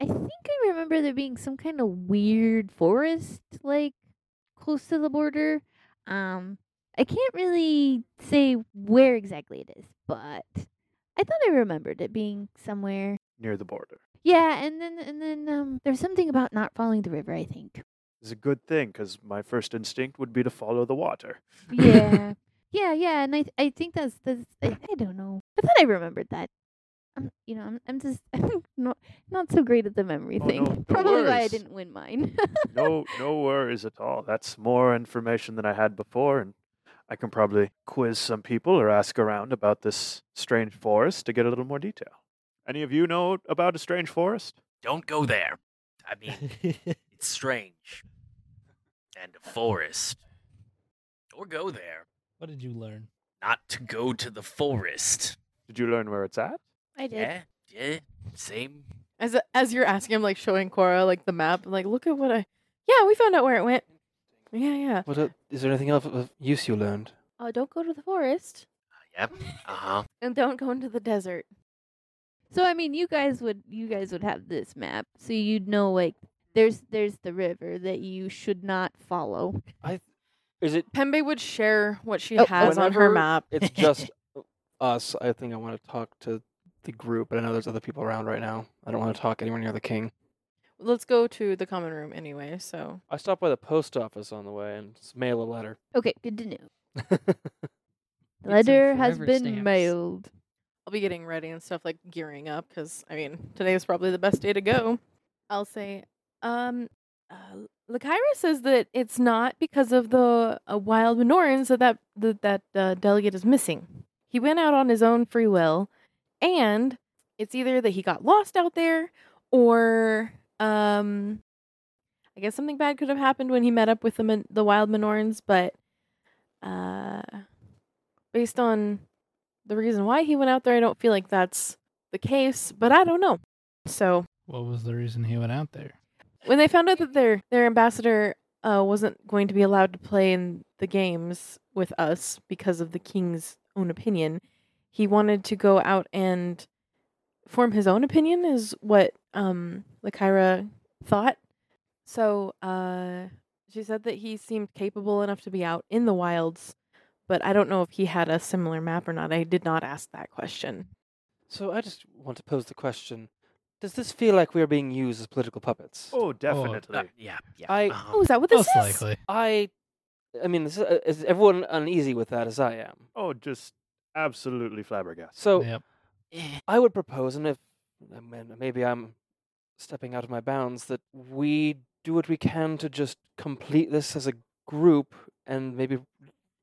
B: I think I remember there being some kind of weird forest like close to the border. Um I can't really say where exactly it is, but I thought I remembered it being somewhere.
C: near the border.
B: Yeah, and then and then um there's something about not following the river, I think.
C: It's a good thing because my first instinct would be to follow the water.
B: Yeah. yeah, yeah, and I th- I think that's that's I, I don't know. I thought I remembered that. I'm you know, I'm I'm just I'm not not so great at the memory
C: Oh,
B: thing.
C: no, no
B: Probably why I
C: worries.
B: didn't win mine.
C: No, no worries at all. That's more information than I had before, and I can probably quiz some people or ask around about this strange forest to get a little more detail. Any of you know about a strange forest?
H: Don't go there. I mean, it's strange. And a forest. Or go there.
F: What did you learn?
H: Not to go to the forest.
C: Did you learn where it's at?
B: I did.
H: Yeah, yeah, same.
E: As as you're asking, I'm like showing Cora like the map. like, look at what I. Yeah, we found out where it went. Yeah, yeah.
A: what el- is there anything else of use you learned?
E: Oh, don't go to the forest
H: Yep. Uh huh.
E: and don't go into the desert.
B: So I mean, you guys would you guys would have this map, so you'd know like there's there's the river that you should not follow.
A: Is it?
E: Pembe would share what she
B: Oh,
E: has on her
A: whenever
E: map.
A: It's just us. I think I want to talk to the group, but I know there's other people around right now. I don't want to talk anywhere near the king.
E: Let's go to the common room anyway. So
A: I stopped by the post office on the way and just mail a letter.
B: Okay, good to know. The
D: some
B: letter has
D: forever
B: been
D: stamps.
B: mailed.
E: I'll be getting ready and stuff, like gearing up, because I mean, today is probably the best day to go. I'll say, um, uh, Lakaira says that it's not because of the uh, wild Minorans that that that, that uh, delegate is missing. He went out on his own free will, and it's either that he got lost out there, or um, I guess something bad could have happened when he met up with the Min- the wild Minorans, but uh, based on the reason why he went out there, I don't feel like that's the case, but I don't know. So
F: What was the reason he went out there?
E: when they found out that their their ambassador uh, wasn't going to be allowed to play in the games with us because of the king's own opinion, he wanted to go out and form his own opinion. Is what um, Lycaira thought. So uh, she said that he seemed capable enough to be out in the wilds, but I don't know if he had a similar map or not. I did not ask that question.
A: So I just want to pose the question Does this feel like we are being used as political puppets?
C: Oh, definitely.
H: Uh, yeah, yeah.
A: I-
H: uh-huh.
E: Oh, is that what this
F: Most
E: is?
F: likely.
A: I. I mean, this is, uh, is everyone uneasy with that as I am?
C: oh, just absolutely flabbergasted.
A: So
F: Yep.
H: Eh.
A: I would propose, and if I mean, maybe I'm stepping out of my bounds, that we do what we can to just complete this as a group and maybe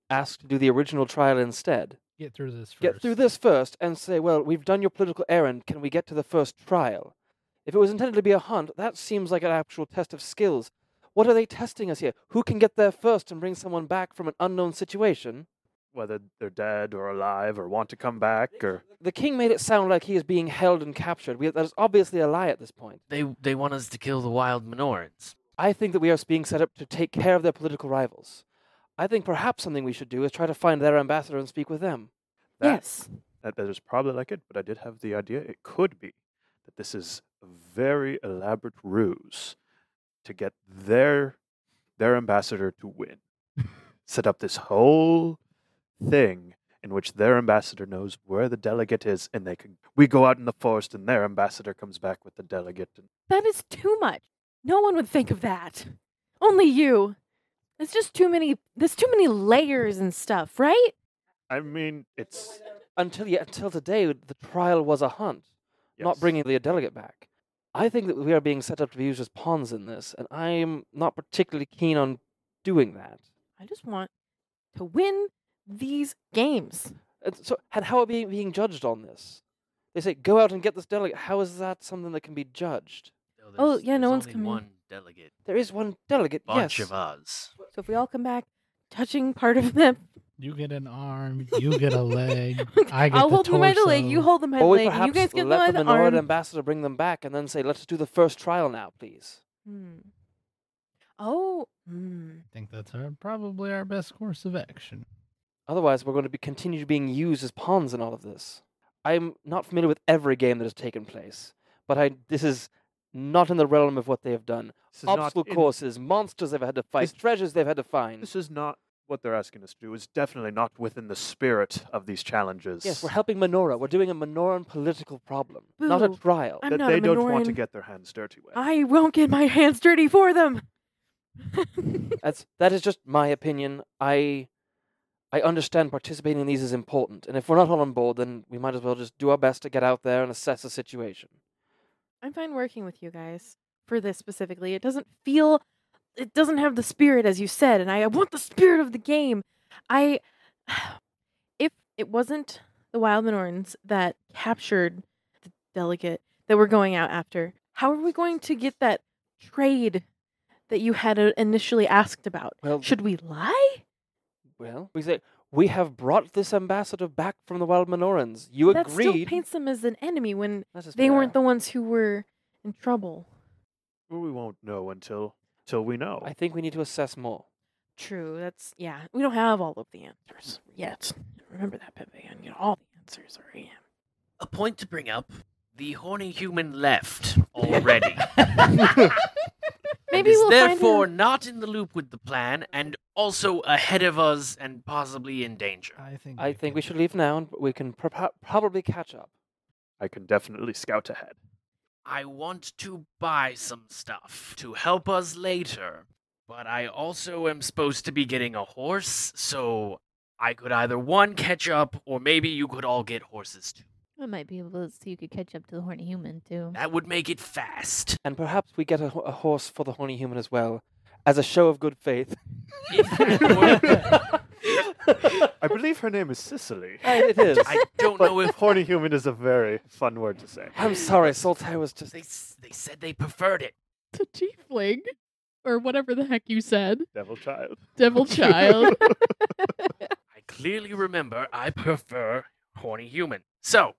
A: ask to do the original trial instead.
F: Get through this first.
A: Get through this first and say, well, we've done your political errand. Can we get to the first trial? If it was intended to be a hunt, that seems like an actual test of skills. What are they testing us here? Who can get there first and bring someone back from an unknown situation?
C: Whether they're dead or alive or want to come back or
A: The king made it sound like he is being held and captured. We, that is obviously a lie at this point.
H: they they want us to kill the wild Minorans.
A: I think that we are being set up to take care of their political rivals. I think perhaps something we should do is try to find their ambassador and speak with them.
C: that.
E: Yes.
C: That, that is probably like it, but I did have the idea it could be that this is a very elaborate ruse to get their their ambassador to win. Set up this whole thing in which their ambassador knows where the delegate is and they can we go out in the forest and their ambassador comes back with the delegate and
E: That is too much. No one would think of that. Only you. It's just too many. There's too many layers and stuff, right?
C: I mean it's
A: Until yet, until today, the trial was a hunt, not
C: yes.
A: bringing the delegate back. I think that we are being set up to be used as pawns in this, and I am not particularly keen on doing that.
E: I just want to win these games.
A: And so, and how are we being judged on this? They say go out and get this delegate. How is that something that can be judged?
H: No,
E: Oh,
H: there's-
E: yeah, no
H: there's
E: one's
H: only
E: coming.
H: One delegate,
A: There is one delegate.
H: bunch
A: yes.
H: of us.
E: So if we all come back, touching part of them,
F: You get an arm. You get a leg. I get
E: I'll
F: the
E: hold them by the leg. You
F: torso.
E: hold them by the
A: Or we
E: leg.
A: perhaps
E: You guys get them by
A: let
E: the
A: the Minoran
E: arm.
A: ambassador bring them back and then say, let's do the first trial now, please.
E: Hmm. Oh. Hmm.
F: I think that's our, probably our best course of action.
A: Otherwise, we're going to be continue being used as pawns in all of this. I'm not familiar with every game that has taken place, but I this is not in the realm of what they have done.
C: this is not
A: Obstacle
C: in-
A: courses, monsters they've had to fight,
C: This-
A: treasures they've had to find.
C: this is not what they're asking us to do. It's definitely not within the spirit of these challenges.
A: yes, we're helping Minora. We're doing a Minoran political problem, not a
E: Boo.
A: trial.
E: I'm
C: that
E: not
C: they
E: a
C: don't want to
E: Minoran.
C: get their hands dirty with.
E: I won't get my hands dirty for them.
A: That's that is just my opinion. I I understand participating in these is important, and if we're not all on board, then we might as well just do our best to get out there and assess the situation.
E: I'm fine working with you guys for this specifically. It doesn't feel it doesn't have the spirit as you said and I want the spirit of the game. I if it wasn't the Wild Minorans that captured the delegate that we're going out after, how are we going to get that trade that you had uh, initially asked about?
A: Well,
E: Should we lie?
A: Well, we say we have brought this ambassador back from the Wild Minorans. You
E: That still
A: agreed.
E: paints them as an enemy when
A: That is
E: they weren't
A: fair.
E: the ones who were in trouble.
C: Well, we won't know until till we know.
A: I think we need to assess more.
E: True. That's yeah. We don't have all of the answers yet. Remember that, Pepe. I get all the answers already.
H: A point to bring up: the horny human left already.
E: Maybe
H: and is
E: we'll
H: therefore
E: find out.
H: not in the loop with the plan, and also ahead of us and possibly in danger.
F: I think.
A: I think we should leave now, and we can propo- probably catch up.
C: I can definitely scout ahead.
H: I want to buy some stuff to help us later, but I also am supposed to be getting a horse, so I could either one catch up, or maybe you could all get horses too.
B: I might be able to so you could catch up to the horny human too.
H: That would make it fast.
A: And perhaps we get a, ho- a horse for the horny human as well, as a show of good faith.
H: If it were-
C: I believe her name is Sicily.
A: Aye, it is.
H: I don't know
C: But
H: if
C: horny human is a very fun word to say.
A: I'm sorry, Soltaire was just.
H: they s- they said they preferred it.
D: The tiefling or whatever the heck you said,
C: Devil child.
D: devil child.
H: I clearly remember I prefer horny human. So,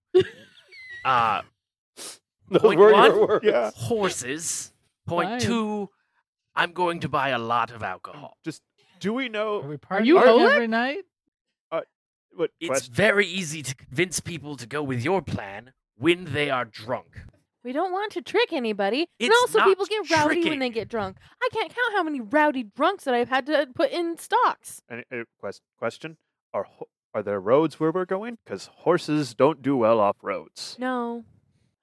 H: uh,
A: Those
H: Point
A: were
H: one?
A: your words.
C: yeah.
H: horses. Point
D: Fine.
H: two, I'm going to buy a lot of alcohol.
C: Just do we know
F: Are we
D: Are you
F: partying
D: Oleg?
F: every night?
C: what
H: It's
C: quest-
H: very easy to convince people to go with your plan when they are drunk.
E: We don't want to trick anybody. and
H: It's
E: also,
H: not
E: people get rowdy when they
H: tricking.
E: get drunk. I can't count how many rowdy drunks that I've had to put in stocks.
C: any, uh, quest- question? Are ho- are there roads where we're going? Because horses don't do well off roads.
E: No,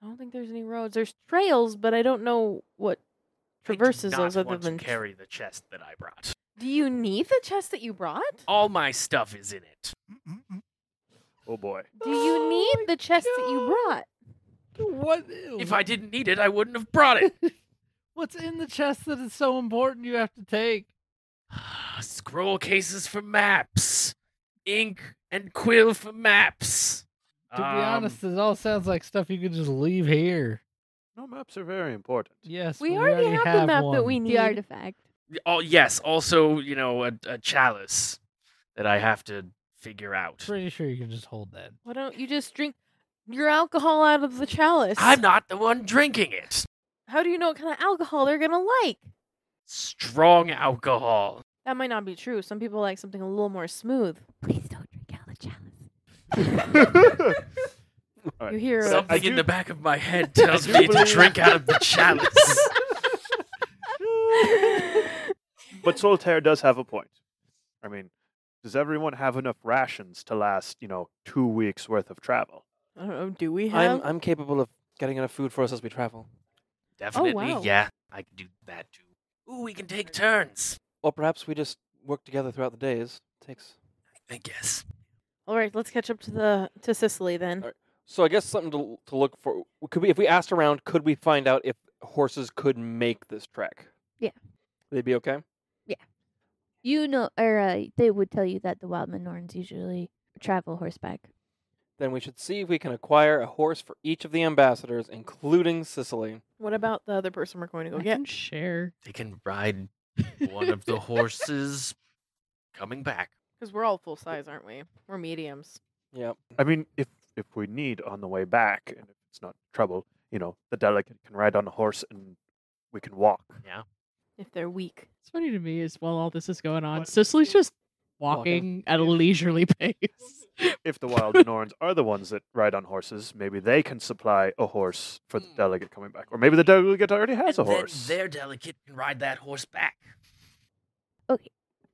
E: I don't think there's any roads. There's trails, but I don't know what traverses
H: I do not
E: those other
H: want to
E: than.
H: carry the chest that I brought.
E: Do you need the chest that you brought?
H: All my stuff is in it.
C: Oh boy.
E: Do you
D: Oh
E: need
D: my
E: the chest that you
D: God.
E: brought?
F: What?
H: If I didn't need it, I wouldn't have brought it.
F: What's in the chest that is so important you have to take?
H: Ah, Scroll cases for maps, ink and quill for maps.
F: To be
H: Um,
F: honest, it all sounds like stuff you could just leave here.
C: No maps are very important.
F: Yes,
E: We
F: we
E: already have the map that
F: one.
E: we need.
B: The artifact.
H: Oh yes, also you know a, a chalice that I have to figure out.
F: Pretty sure you can just hold that.
E: Why don't you just drink your alcohol out of the chalice?
H: I'm not the one drinking it.
E: How do you know what kind of alcohol they're gonna like?
H: Strong alcohol.
E: That might not be true. Some people like something a little more smooth.
B: Please don't drink out of the chalice.
C: Right.
E: You hear?
C: But
E: a-
C: I- I
H: Something in
C: do-
H: the back of my head tells
C: do
H: me to
C: believe-
H: drink out of the chalice.
E: Oh,
C: But Solitaire does have a point. I mean, does everyone have enough rations to last, you know, two weeks worth of travel?
E: I don't know. Do we have?
A: I'm I'm capable of getting enough food for us as we travel,
H: Definitely,
E: wow.
H: yeah. I can do that too. Ooh, we can take turns.
A: or perhaps we just work together throughout the days. Takes.
H: I guess.
E: All right, let's catch up to the to Sicily then.
A: Alright. So I guess something to to look for. Could we, if we asked around, could we find out if horses could make this trek?
B: Yeah.
A: They'd be okay.
B: You know, or uh, they would tell you that the wild Minorans usually travel horseback.
A: Then we should see if we can acquire a horse for each of the ambassadors, including Sicily.
E: What about the other person we're going to go
D: I
E: get?
D: can share.
H: They can ride one of the horses coming back.
E: Because we're all full size, aren't we? We're mediums.
A: Yeah.
C: I mean, if if we need on the way back, and if it's not trouble, you know, the delegate can ride on a horse and we can walk.
E: If they're weak.
D: It's funny to me is while all this is going on,
C: What?
D: Cicely's just walking,
A: Walking.
D: at a leisurely pace.
C: If the wild Norns are the ones that ride on horses, maybe they can supply a horse for the
E: Hmm.
H: Mm.
C: delegate coming back, or maybe the delegate already has
H: and
C: a horse.
H: Then their delegate can ride that horse back.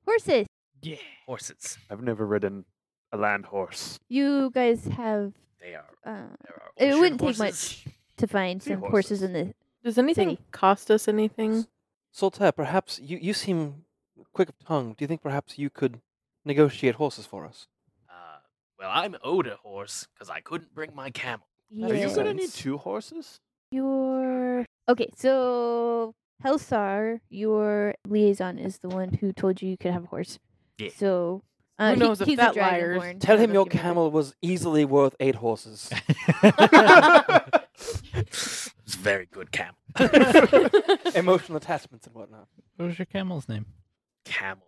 B: Horses.
D: yeah.
H: Horses.
C: I've never ridden a land horse.
B: You guys have
H: They are.
B: uh,
H: There are
B: It
H: ocean
B: wouldn't take
H: horses.
B: to find
C: Sea
B: some horses. in the.
E: Does anything
B: City.
E: cost us anything?
A: Soltaire, perhaps you, you seem quick of tongue. Do you think perhaps you could negotiate horses for us?
H: Uh, well, I'm owed a horse because I couldn't bring my camel.
C: Are you gonna need
A: Yes.
C: two horses?
B: Your okay, so Helsar, your liaison is the one who told you you could have a horse.
H: Yeah.
B: So uh,
E: Who knows if
B: he's
E: that
B: a
E: liars?
B: dragonborn,
A: Tell
B: so I
A: him your
B: don't think it matters.
A: camel was easily worth eight horses.
H: it's a very good camel.
A: Emotional attachments and whatnot.
F: What was your camel's name?
H: Camel.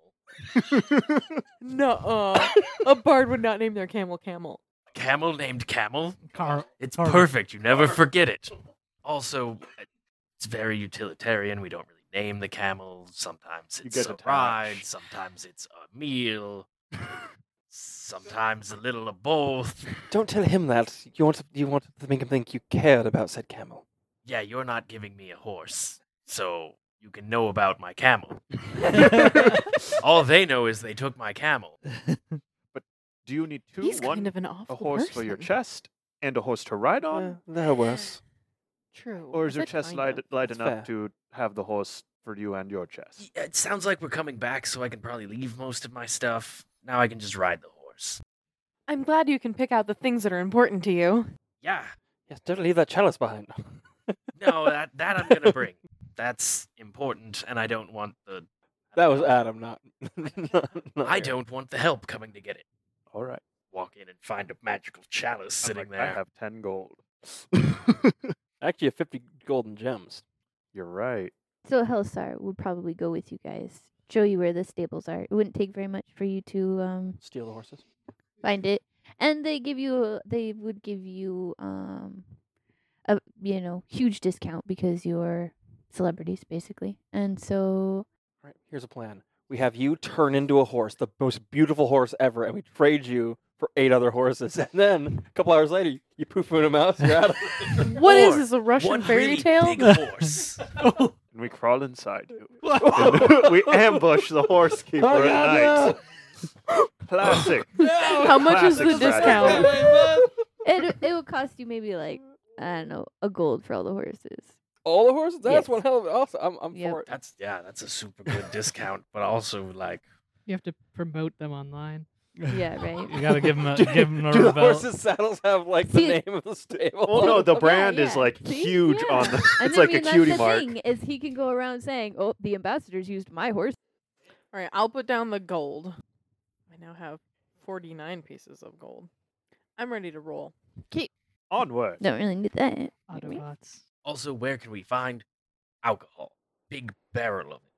E: No, uh, a bard would not name their camel camel.
H: A camel named Camel.
F: Car.
H: It's
F: Carmel.
H: perfect. You never forget it. Also, uh, it's very utilitarian. We don't really name the camel. Sometimes
C: You
H: it's
C: get
H: a
C: attached.
H: ride. Sometimes it's a meal. sometimes a little of both.
A: Don't tell him that. You want to, you want to make him think you cared about said camel.
H: Yeah, you're not giving me a horse, so you can know about my camel. All they know is they took my camel.
C: Do you need two?
E: He's
C: one,
E: kind of an awful
C: a horse for your
E: person.
C: chest and a horse to ride on,
A: Uh, they're worse.
E: True.
C: or is
E: I
C: your
E: said
C: chest
E: kind
C: light,
E: of.
C: light
A: That's
C: enough
A: fair.
C: to have the horse for you and your chest?
H: Yeah, uh, It sounds like we're coming back, so I can probably leave most of my stuff. Now I can just ride the horse.
E: I'm glad you can pick out the things that are important to you.
H: Yeah.
A: Yes, don't leave that chalice behind.
H: No, that that I'm gonna bring. That's important, and I don't want the.
A: that was Adam, not. not, not
H: I
A: Aaron.
H: don't want the help coming to get it.
C: All right.
H: Walk in and find a magical chalice
C: I'm
H: sitting
C: like,
H: there.
C: I have ten gold.
A: Actually, you have 50 golden gems.
C: You're right.
B: So Hellstar would probably go with you guys. Show you where the stables are. It wouldn't take very much for you to um
A: Steal the horses.
B: find it. And they give you a, they would give you um a you know, huge discount because you're celebrities basically. And so
A: All right, here's a plan. We have you turn into a horse, the most beautiful horse ever, and we trade you for eight other horses. And then a couple hours later, you, you poof in a mouse, you're out. of-
E: What is
H: Or
E: this? A Russian
H: One
E: fairy
H: really
E: tale?
H: big horse.
C: And we crawl inside. And we ambush the horse keeper
A: Oh,
C: at
A: God,
C: night. Classic.
E: How much is the
C: Classic
E: discount?
C: strategy.
B: it it would cost you maybe like I don't know, a gold for all the horses.
A: All the horses? That's
B: Yes.
A: one hell of awesome. I'm, I'm
B: Yep.
A: for it.
H: That's yeah, that's a super good discount, but also like
D: You have to promote them online.
B: Yeah, right.
F: You gotta give him a
A: Do-
F: give him a
A: Do the
F: rebel.
A: horses' saddles have like the
B: See-
A: name of the stable?
C: Well, Oh, no, the
B: Yeah,
C: brand is
B: yeah.
C: like
B: See?
C: huge
B: Yeah.
C: on the.
B: And
C: It's
B: I
C: like
B: mean,
C: a
B: that's
C: cutie
B: the
C: mark.
B: Thing, is he can go around saying, "Oh, the ambassadors used my horse."
E: All right, I'll put down the gold. I now have 49 pieces of gold. I'm ready to roll.
C: Onward.
B: Don't really need that.
D: Autobots.
H: also where can we find alcohol? Big barrel of it.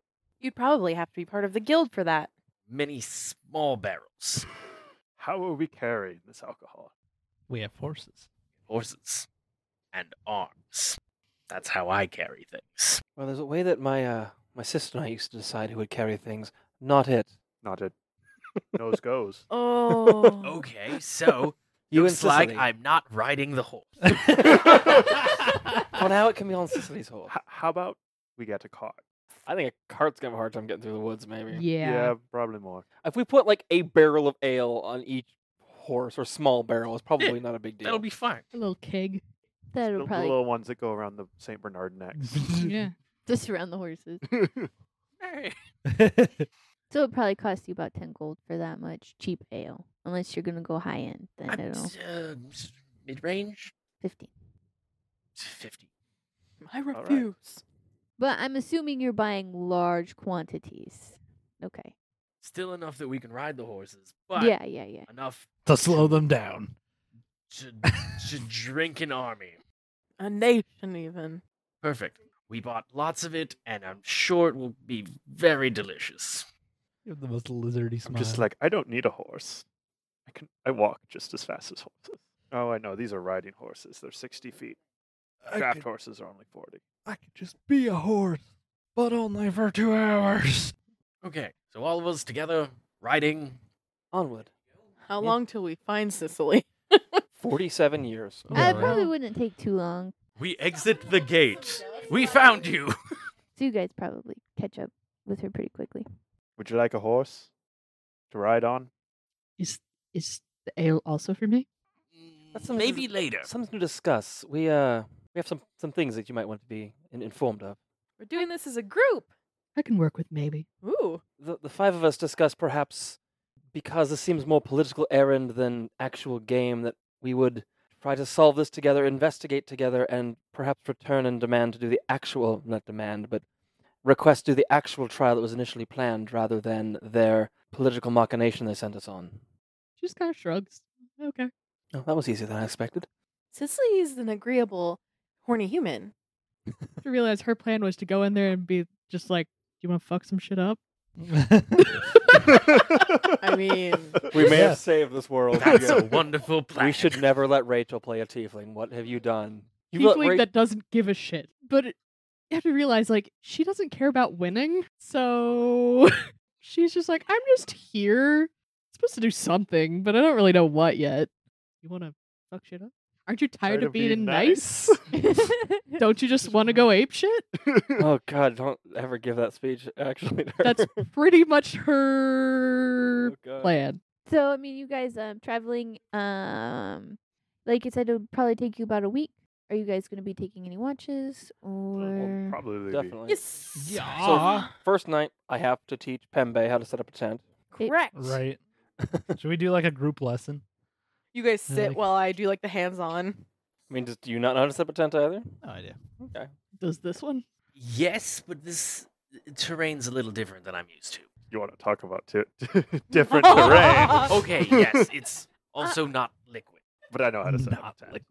E: You'd probably have to be part of the guild for that.
H: Many small barrels.
C: How are we carrying this alcohol?
F: We have horses.
H: Horses and arms. That's how I carry things.
A: Well, there's a way that my uh, my sister and I used to decide who would carry things. Not it.
C: Not it. Nose goes.
E: Oh.
H: Okay, so
A: You
H: looks
A: and
H: like
A: Sicily.
H: I'm not riding the horse.
A: For now, it can be on Sicily's horse.
C: H- how about we get a cart?
A: I think a cart's gonna have a hard time getting through the woods. Maybe.
D: Yeah.
C: probably more.
A: If we put like a barrel of ale on each horse or small barrel, it's probably not a big deal.
H: That'll be fine.
D: A little keg.
C: The,
B: That'll
C: the
B: probably
C: little ones that go around the Saint Bernard necks.
D: yeah.
B: just surround the horses.
H: Hey.
B: So it probably cost you about ten gold for that much cheap ale, unless you're gonna go high end. Then
H: I'm,
B: it'll
H: uh, s- mid-range
B: fifteen.
H: 50.
E: I
C: right.
E: refuse.
B: But I'm assuming you're buying large quantities. Okay.
H: Still enough that we can ride the horses, but
B: yeah, yeah, yeah.
H: enough
F: to slow them down.
H: to to drink an army.
E: A nation, even.
H: Perfect. We bought lots of it, and I'm sure it will be very delicious.
F: You have the most lizardy
C: I'm
F: smile.
C: just like, I don't need a horse. I can I walk just as fast as horses. Oh, I know. These are riding horses. They're 60 feet. Draft horses are only 40.
F: I could just be a horse, but only for two hours.
H: Okay, so all of us together riding.
A: onward.
E: How
A: Yeah.
E: long till we find Sicily?
A: Forty-seven years.
F: Oh,
B: Uh,
F: yeah,
B: it
F: right.
B: probably wouldn't take too long.
H: We exit the gate. We found you.
B: So you guys probably catch up with her pretty quickly.
C: Would you like a horse to ride on?
D: Is is the ale also for me?
A: That's something-
H: Maybe later.
A: Something to discuss. We uh we have some some things that you might want to be in- informed of.
E: We're doing this as a group.
D: I can work with maybe.
E: Ooh.
A: The the five of us discuss perhaps because this seems more political errand than actual game that we would try to solve this together, investigate together, and perhaps return and demand to do the actual not demand but request to do the actual trial that was initially planned rather than their political machination they sent us on.
D: She just kind of shrugs. Okay.
A: Oh, that was easier than I expected.
E: Sicily is an agreeable, horny human.
D: To realize her plan was to go in there and be just like, "Do you want to fuck some shit up?"
E: I mean,
A: We may
F: Yeah.
A: have saved this world.
H: That's a wonderful plan.
A: We should never let Rachel play a tiefling. What have you done? You let
D: Tiefling
A: Ra-
D: that doesn't give a shit. But it, you have to realize, like, she doesn't care about winning, so she's just like, "I'm just here, supposed to do something, but I don't really know what yet." You want to fuck shit up? Aren't you tired, of being, nice? don't you just want to go ape shit?
A: oh God! Don't ever give that speech. Actually, to
D: That's
A: her.
D: pretty much her
A: Oh, God.
D: plan.
B: So I mean, you guys um traveling um like you said it would probably take you about a week. Are you guys going to be taking any watches
H: Oh,
C: Well,
B: or
C: probably. be.
A: Definitely.
E: yes.
A: So first night, I have to teach Pembe how to set up a tent.
E: Correct.
F: right. Should we do like a group lesson?
E: You guys
F: Yeah,
E: sit
F: like-
E: while I do like the hands on.
A: I mean, does, do you not know how to set up a tent either?
F: No idea.
A: Okay.
D: Does this one?
H: Yes, but this terrain's a little different than I'm used to.
C: You want to talk about two different terrain,
H: Okay, yes, it's also not liquid.
C: but I know how to set up
F: Not
C: a tent.
F: like-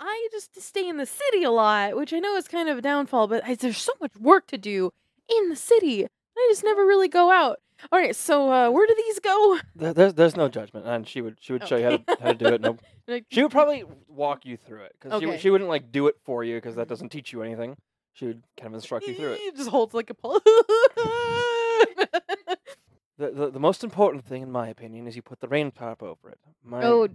E: I just stay in the city a lot, which I know is kind of a downfall, but I, there's so much work to do in the city. I just never really go out. All right, so uh, where do these go?
A: There- There's there's no judgment, and she would she would show you how to,
E: Okay.
A: how to do it. No,
E: Like,
A: she would probably walk you through it because
E: Okay.
A: she wouldn't like do it for you because that doesn't teach you anything. She would kind of instruct you through it.
E: Just holds like a pole.
A: The, the the most important thing, in my opinion, is you put the rain tarp over it. My,
B: Oh,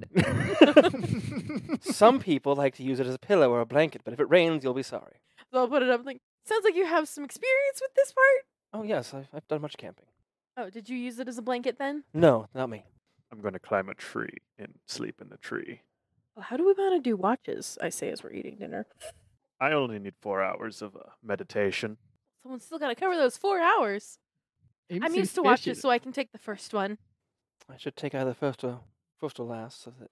A: some people like to use it as a pillow or a blanket, but if it rains, you'll be sorry.
E: so I'll put it up. Like, sounds like you have some experience with this
A: Oh yes, I've, I've done much camping.
E: part. Oh, did you use it as a blanket then?
A: No, not me.
C: I'm going to climb a tree and sleep in the tree.
E: Well, how do we want to do watches? I say as we're eating dinner.
C: I only need four hours of uh, meditation.
E: Someone's still got to cover those four hours.
D: Aim
E: I'm
D: seems
E: used to watches,
D: fishy.
E: so I can take the first one.
A: I should take either first or first or last. So that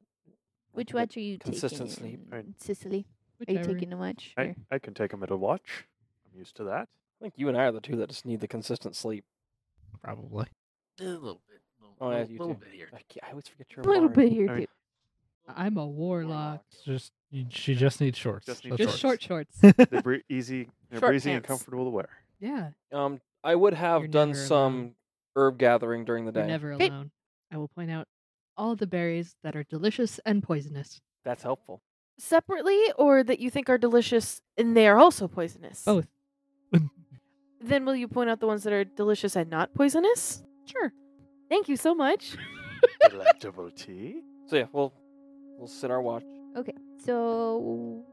B: which
A: that-
B: watch are you
A: consistent
B: taking?
A: sleep,
C: right.
B: Sicily. Are you
D: Whichever.
B: taking a watch?
C: I,
B: or-
C: I can take them at a watch. I'm used to that.
A: I think you and I are the two that just need the consistent sleep.
F: Probably.
G: A little bit. Little,
A: Oh, yeah,
G: little,
A: you
G: little
A: too.
G: bit here.
A: I, ca- I always forget
B: A
A: your
B: little bit here
C: Alright.
B: too.
D: I'm a warlock.
F: It's just you, she just needs shorts.
C: Just
F: That's
C: needs
D: Just
F: all.
D: short shorts.
C: They're bree- easy, they're
E: Short
C: breezy and
E: pants.
C: comfortable to wear.
D: yeah,
A: Um, I would have
D: You're
A: done
D: never alone.
A: some herb gathering during the
D: you're
A: day.
D: never
B: Okay.
D: alone. I will point out all the berries that are delicious and poisonous.
A: That's helpful.
E: Separately, or that you think are delicious and they are also poisonous?
D: Both.
E: Then will you point out the ones that are delicious and not poisonous?
D: Sure.
E: Thank you so much.
C: Delectable tea.
A: So yeah, we'll we'll sit our watch.
B: Okay, so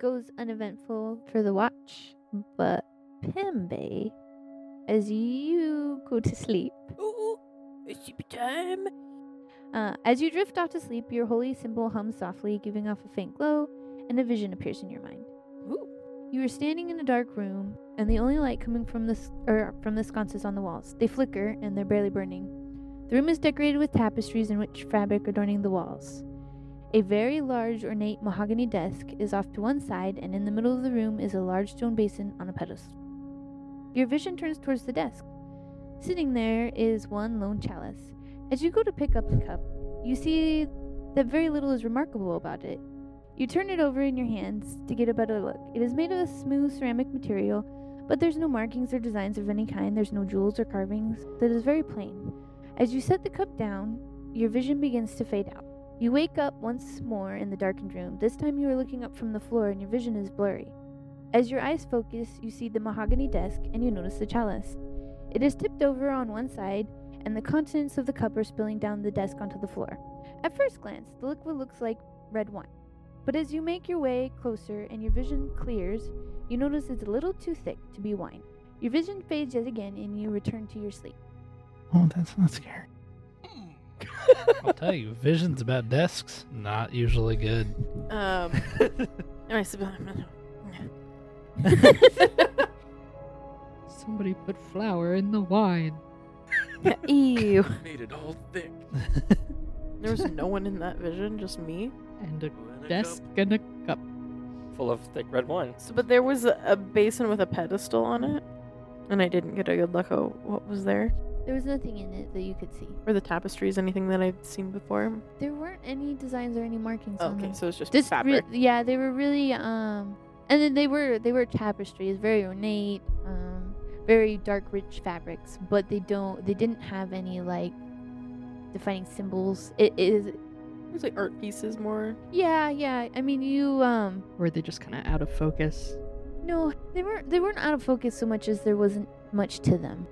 B: goes uneventful for the watch, but Pembe, as you go to sleep,
E: Ooh, it's sleepy time.
B: uh, as you drift off to sleep, your holy symbol hums softly, giving off a faint glow, and a vision appears in your mind. You are standing in a dark room, and the only light coming from the s- or from the sconces on the walls. They flicker, and they're barely burning. The room is decorated with tapestries and rich fabric adorning the walls. A very large, ornate mahogany desk is off to one side, and in the middle of the room is a large stone basin on a pedestal. Your vision turns towards the desk. Sitting there is one lone chalice. As you go to pick up the cup, you see that very little is remarkable about it. You turn it over in your hands to get a better look. It is made of a smooth ceramic material, but there's no markings or designs of any kind. There's no jewels or carvings. That is very plain. As you set the cup down, your vision begins to fade out. You wake up once more in the darkened room. This time you are looking up from the floor and your vision is blurry. As your eyes focus, you see the mahogany desk and you notice the chalice. It is tipped over on one side, and the contents of the cup are spilling down the desk onto the floor. At first glance, the liquid looks like red wine. But as you make your way closer and your vision clears, you notice it's a little too thick to be wine. Your vision fades yet again and you return to your sleep.
F: Oh, that's not scary. I'll tell you, visions about desks not usually good.
D: Uh,
E: Um, I said,
D: Somebody put flour in the wine.
E: ew.
G: Made it all thick.
E: There was no one in that vision, just me.
D: And a
G: Ooh, and a
D: desk
G: cup.
D: and a cup.
A: Full of thick red wine.
E: So, but there was a, a basin with a pedestal on it, and I didn't get a good look at what was there.
B: There was nothing in it that you could see.
E: Or the tapestries, anything that I've seen before.
B: There weren't any designs or any markings on
E: Oh, okay,
D: Mm.
B: them.
E: so it's just,
B: Just re-
E: fabric.
B: yeah, they were really um and then they were they were tapestries, very ornate, um very dark rich fabrics, but they don't they didn't have any like defining symbols. It is
E: It was like art pieces more.
B: yeah, yeah. I mean you um
D: Were they just kind of out of focus?
B: No, they weren't. They weren't out of focus so much as there wasn't much to them.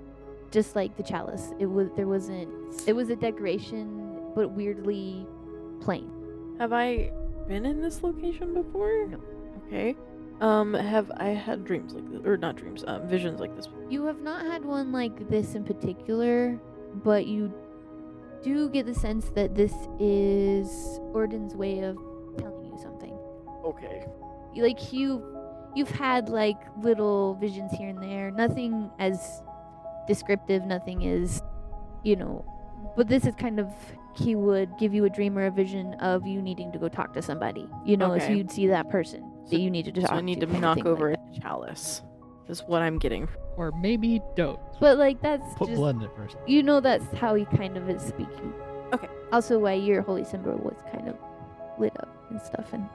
B: Just like the chalice, it was there wasn't. It was a decoration, but weirdly plain.
E: Have I been in this location before? No. Okay. Um, have I had dreams like this, or not dreams, uh, visions like this?
B: You have not had one like this in particular, but you do get the sense that this is Orden's way of telling you something.
E: Okay.
B: You- Like you, you've had like little visions here and there. Nothing as descriptive. Nothing is, you know. But this is kind of he would give you a dream or a vision of you needing to go talk to somebody. You know, so
E: Okay.
B: you'd see that person
E: So-
B: that you need to
E: So
B: talk.
E: I need
B: to
E: to
B: kind of
E: knock
B: thing like
E: over
B: that.
E: a chalice. Is what I'm getting.
D: Or maybe don't.
B: But like that's
F: Put
B: just
F: blood in it first.
B: you know that's how he kind of is speaking.
E: Okay.
B: Also, why your holy symbol was kind of lit up and stuff. And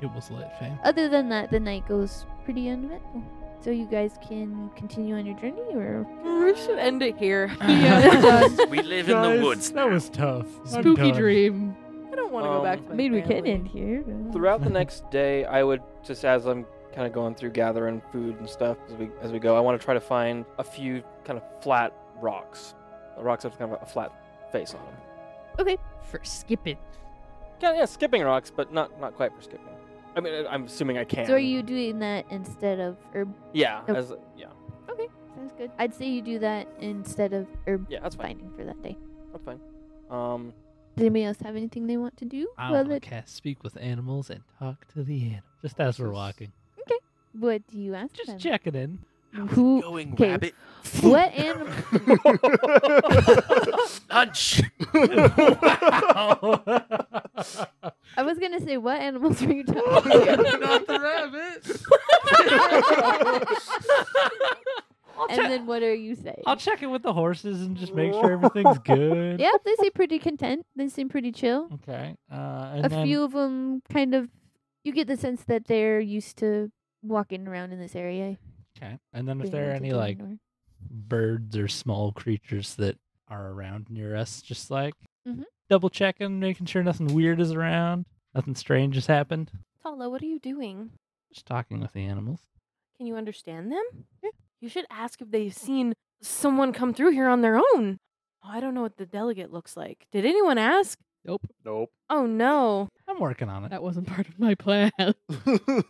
F: It was lit, fam.
B: other than that, the night goes pretty uneventful. So you guys can continue on your journey, or
E: We should end it here.
D: Yeah.
H: We live in the
F: Guys,
H: woods.
F: That
H: now.
F: was tough. I'm
D: Spooky
F: done.
D: dream.
E: I don't want to go back
A: Um,
E: to
B: I
E: my
B: mean, we can
E: family.
B: end here.
A: Throughout the next day, I would just as I'm kind of going through gathering food and stuff as we as we go, I want to try to find a few kind of flat rocks. The rocks have kind of a flat face on them.
D: For skipping.
A: Kind of, yeah, skipping rocks, but not not quite for skipping. I mean, I- I'm assuming I can.
B: So are you doing that instead of herb?
A: Yeah.
B: Oh.
A: As yeah,
B: Sounds good. I'd say you do that instead of herb
A: yeah. That's fine.
B: finding for that day.
A: That's fine. Um,
B: Does anybody else have anything they want to do?
F: I
B: well,
F: want to cast speak with animals and talk to the animals. Just as we're walking.
B: what do you ask them?
F: Just checking in.
B: Who?
H: Going
B: 'Kay.
H: rabbit
B: What animal?
H: lunch.
B: I was gonna say what animals were you talking about?
H: Not the rabbit.
B: and then what are you saying?
F: I'll check it with the horses and just make sure everything's good.
B: yeah, they seem pretty content. They seem pretty chill.
F: Okay. Uh, and
B: a
F: then
B: few of them kind of. You get the sense that they're used to walking around in this area.
F: okay. And then if
B: being
F: there are any
B: entertained
F: like
B: or-
F: birds or small creatures that are around near us, just like
B: Mhm.
F: double checking, making sure nothing weird is around, nothing strange has happened.
E: Tala, what are you doing?
F: Just talking with the animals.
E: Can you understand them? Yeah. You should ask if they've seen someone come through here on their own. Oh, I don't know what the delegate looks like. Did anyone ask?
D: Nope.
C: nope.
E: Oh no.
F: I'm working on it.
D: That wasn't part of my plan.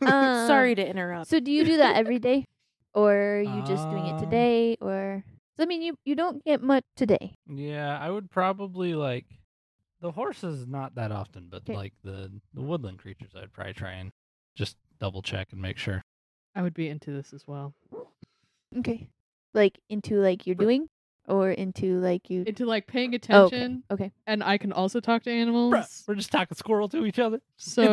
B: Um,
E: Sorry to interrupt.
B: So do you do that every day, or are you just doing it
F: Um,
B: today, or? I mean, you you don't get much today.
F: Yeah, I would probably like the horses not that often, but
B: 'Kay.
F: like the the woodland creatures, I'd probably try and just double check and make sure.
D: I would be into this as well.
B: Okay. Like into like you're doing, or into like you.
D: Into like paying
B: Oh,
D: attention,
B: okay.
D: and I can also talk to animals.
F: We're just talking squirrel to each other.
D: So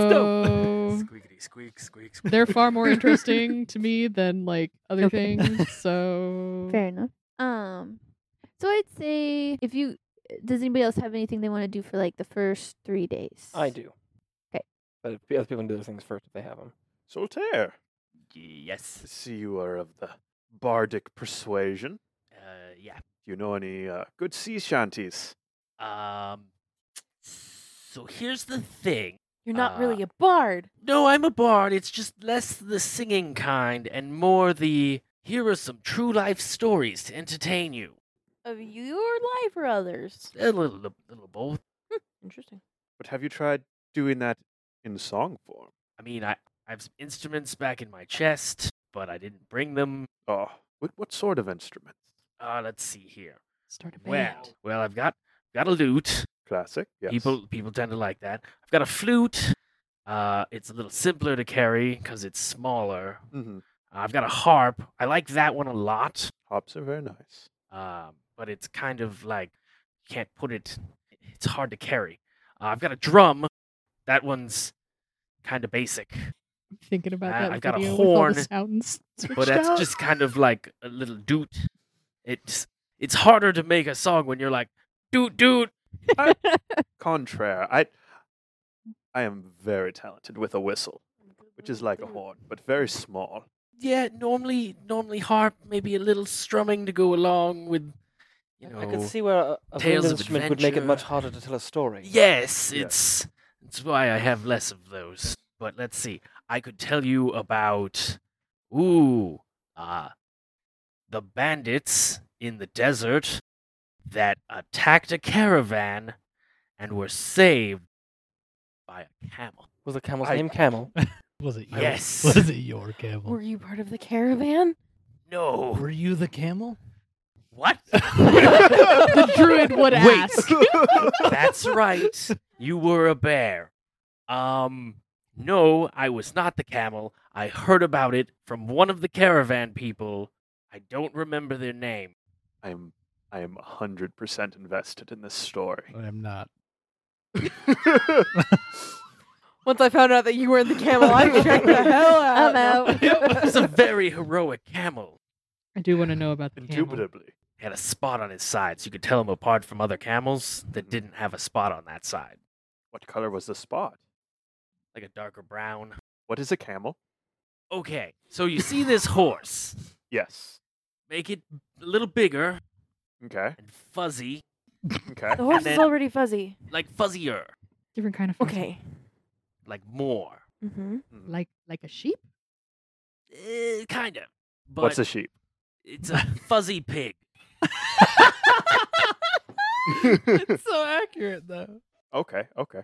H: Squeakity squeak squeak. squeak.
D: they're far more interesting to me than like other
B: Okay.
D: things. So
B: Fair enough. Um, so I'd say if you eh, does anybody else have anything they want to do for like the first three days?
A: I do.
B: 'Kay.
A: But if other people can do those things first if they have them.
C: Solitaire, I
H: Yes.
C: see you are of the bardic persuasion.
H: Uh, yeah.
C: Do you know any uh, good sea shanties?
H: Um. So here's the thing.
E: You're not really
H: uh,
E: a bard.
H: No, I'm a bard. It's just less the singing kind and more the here are some true life stories to entertain you.
E: Of your life or others?
H: A little, little, little of both.
E: Interesting.
C: But have you tried doing that in song form?
H: I mean, I, I have some instruments back in my chest, but I didn't bring them.
C: Oh, what, what sort of instruments?
H: Uh, let's see here.
D: start a band.
H: Well, well, I've got got a lute.
C: Classic, yes.
H: People people tend to like that. I've got a flute. Uh, it's a little simpler to carry because it's smaller.
C: hmm
H: I've got a harp. I like that one a lot.
C: Hops are very nice.
H: um, but it's kind of like you can't put it. It's hard to carry. Uh, I've got a drum. That one's kind of basic,
D: I'm thinking about
H: I-
D: that.
H: I've got a
D: video with all the
H: horn,
D: sounds
H: but
D: switched
H: that's
D: out.
H: just kind of like a little doot. It's it's harder to make a song when you're like doot doot.
C: Contraire, I, I am very talented with a whistle, which is like a
H: Mm.
C: horn, but very small.
H: Yeah, normally normally harp, maybe a little strumming to go along with, you know.
A: I could see where a, a wind
H: tales of
A: instrument would make it much
H: adventure.
A: harder to tell a story.
H: Yes,
C: Yeah.
H: it's it's why I have less of those. But let's see. I could tell you about ooh, uh the bandits in the desert that attacked a caravan and were saved by a camel.
A: Was the camel's
C: I-
A: name Camel?
F: Was it your,
H: Yes.
F: Was it your camel?
E: Were you part of the caravan?
H: No.
F: Were you the camel?
H: What?
D: the druid would
H: Wait.
D: ask.
H: That's right. You were a bear. Um, no, I was not the camel. I heard about it from one of the caravan people. I don't remember their name.
C: I am, I am hundred percent invested in this story.
F: I'm not.
E: Once I found out that you were the camel, I checked the hell
B: I'm
E: out.
B: out.
H: It was a very heroic camel.
D: I do want to know about the camel.
C: Indubitably,
H: He had a spot on his side, so you could tell him apart from other camels that didn't have a spot on that side,
C: what color was the spot?
H: like a darker brown.
C: What is a camel?
H: Okay, so you see this horse.
C: Yes.
H: Make it a little bigger
C: Okay.
H: and fuzzy,
C: Okay.
E: The horse
H: then-
E: is already fuzzy.
H: like fuzzier,
D: Different kind of fuzzy.
E: Okay.
H: like more.
E: Mm-hmm.
D: Like like a sheep?
H: Eh, kind of. But
C: What's a sheep?
H: it's a fuzzy pig.
D: it's so accurate though.
C: okay. Okay.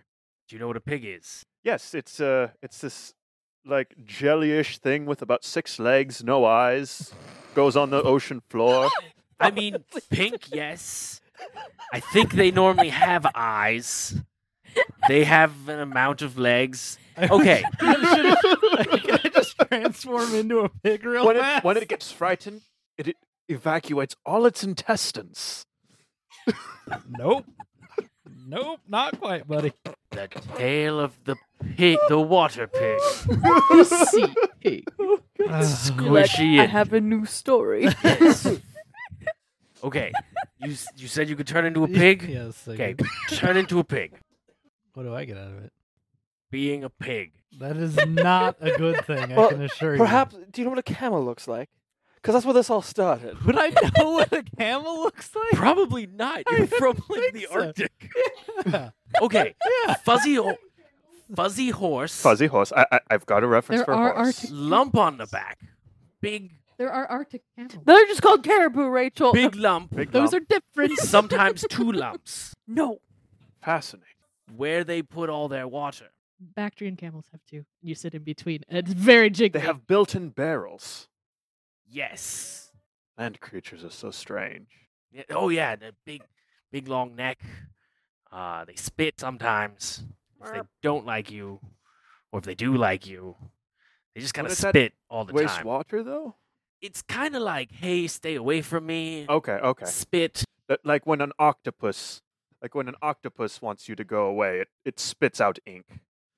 H: Do you know what a pig is?
C: Yes, it's uh, it's this like jellyish thing with about six legs, no eyes, goes on the ocean floor.
H: I mean, pink, yes. I think they normally have eyes. They have an amount of legs. Okay.
F: Can I just transform into a pig real
C: when it
F: fast?
C: when it gets frightened, it, it evacuates all its intestines.
F: Nope. Nope, not quite, buddy.
H: The tail of the pig, the water pig.
D: sea pig.
E: You're like,
H: Squishy
E: I
H: and
E: have a new story.
H: Okay. You s- you said you could turn into a pig?
F: Yes. I
H: Okay.
F: get-
H: Turn into a pig.
F: What do I get out of it?
H: Being a pig.
F: That is not a good thing, I
A: Well,
F: can assure you.
A: Perhaps, do you know what a camel looks like? Because that's where this all started.
F: Would I know what a camel looks like?
H: Probably not.
F: I
H: You're
F: don't
H: from like
F: think
H: the
F: so.
H: Arctic.
F: Yeah.
H: Okay. Fuzzy ho- fuzzy horse.
C: Fuzzy horse. I, I I've got a reference
D: There
C: for
D: are
C: horse.
D: Arctic-
H: Lump on the back. Big
D: There are Arctic camels.
E: They're just called caribou,
C: Oh,
E: Rachel. Um,
H: big lump.
C: Big
D: Those
C: lump.
D: are different.
H: Sometimes two lumps.
E: No.
C: fascinating.
H: Where they put all their water.
D: Bactrian camels have two. You sit in between. It's very jiggly.
C: They have built-in barrels.
H: Yes.
C: Land creatures are so strange.
H: Yeah, Oh yeah, the big big long neck. Uh they spit sometimes. If they don't like you, or if they do like you, they just kind of
C: does that
H: spit all the
C: Waste
H: time.
C: water though.
H: it's kind of like, hey, stay away from me.
C: Okay. Oh, Okay.
H: Spit.
C: That- like when an octopus, like when an octopus wants you to go away, it, it spits out ink.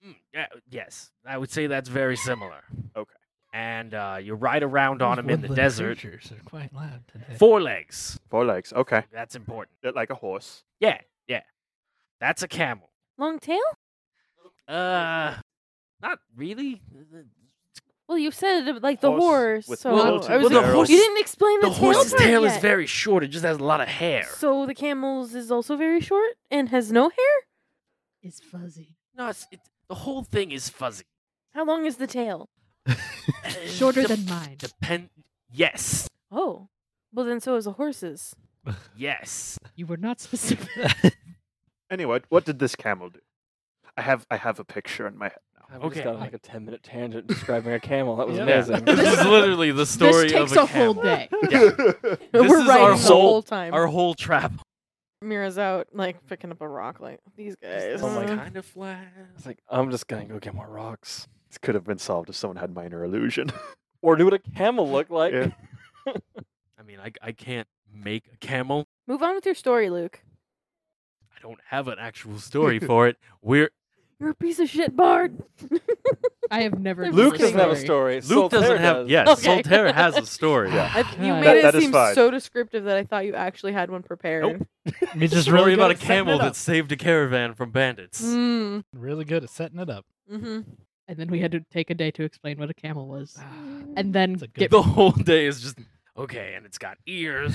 H: Mm, yeah, yes, I would say that's very similar.
C: Okay.
H: And uh, you ride around
F: Those
H: on them in the
F: woodland
H: desert.
F: Creatures are quite loud today.
H: Four legs.
C: Four legs. Okay.
H: That's important.
C: They're like a horse.
H: Yeah, yeah. That's a camel.
E: Long tail?
H: Uh, not really.
E: Well, you said it like the
C: Horse
E: horse.
C: with
E: so
H: Well,
E: I was
H: well, the
E: like,
H: horse-
E: you didn't explain the,
H: The horse's
E: tail, part
H: tail is
E: yet.
H: very short. It just has a lot of hair.
E: So the camel's is also very short and has no hair.
D: It's fuzzy.
H: no, it's, it, the whole thing is fuzzy.
E: How long is the tail?
H: Uh,
D: Shorter
H: dep-
D: than mine.
H: Depend. Yes.
E: Oh, well then so is the horse's.
H: Yes.
D: You were not specific.
C: Anyway, what did this camel do? I have I have a picture in my head now.
A: I've
H: Okay.
A: just got on, like a 10 minute tangent describing a camel. That was
F: Yeah.
A: amazing.
F: This is
I: literally the
D: this takes a, whole day.
I: This
E: We're
I: is
E: riding
I: our
E: the
I: whole-
E: whole time.
I: Our whole trap.
E: Mira's out, like picking up a rock, like these guys.
A: Oh my God.
H: Kind of flat.
A: It's like, I'm just going to go get more rocks.
C: This could have been solved if someone had minor illusion.
A: Or knew what a camel looked like.
C: Yeah.
I: I mean, I, I can't make a camel.
E: Move on with your story, Luke.
I: I don't have an actual story for it. We're
E: You're a piece of shit, Bard.
D: I have never.
E: Luke
A: Luke
D: heard
A: doesn't have a
D: story.
A: story.
I: Luke doesn't
A: Solitaire
I: have.
A: does.
I: Yes,
E: Okay.
I: Solterra has a story.
C: Yeah.
E: I, you
D: God.
E: made
C: That-
E: it
C: that is
E: seem
C: fine.
E: so descriptive that I thought you actually had one prepared.
I: Nope.
F: Me
I: It's
F: just
I: really
F: really
I: about a
F: good at setting
I: camel
F: it
I: that saved a caravan from bandits.
E: Mm.
F: up. Really good at setting it up.
E: Mm-hmm.
D: And then we had to take a day to explain what a camel was, and then
F: It's a
D: get,
F: good-
I: The whole day is just
H: Okay, and it's got ears.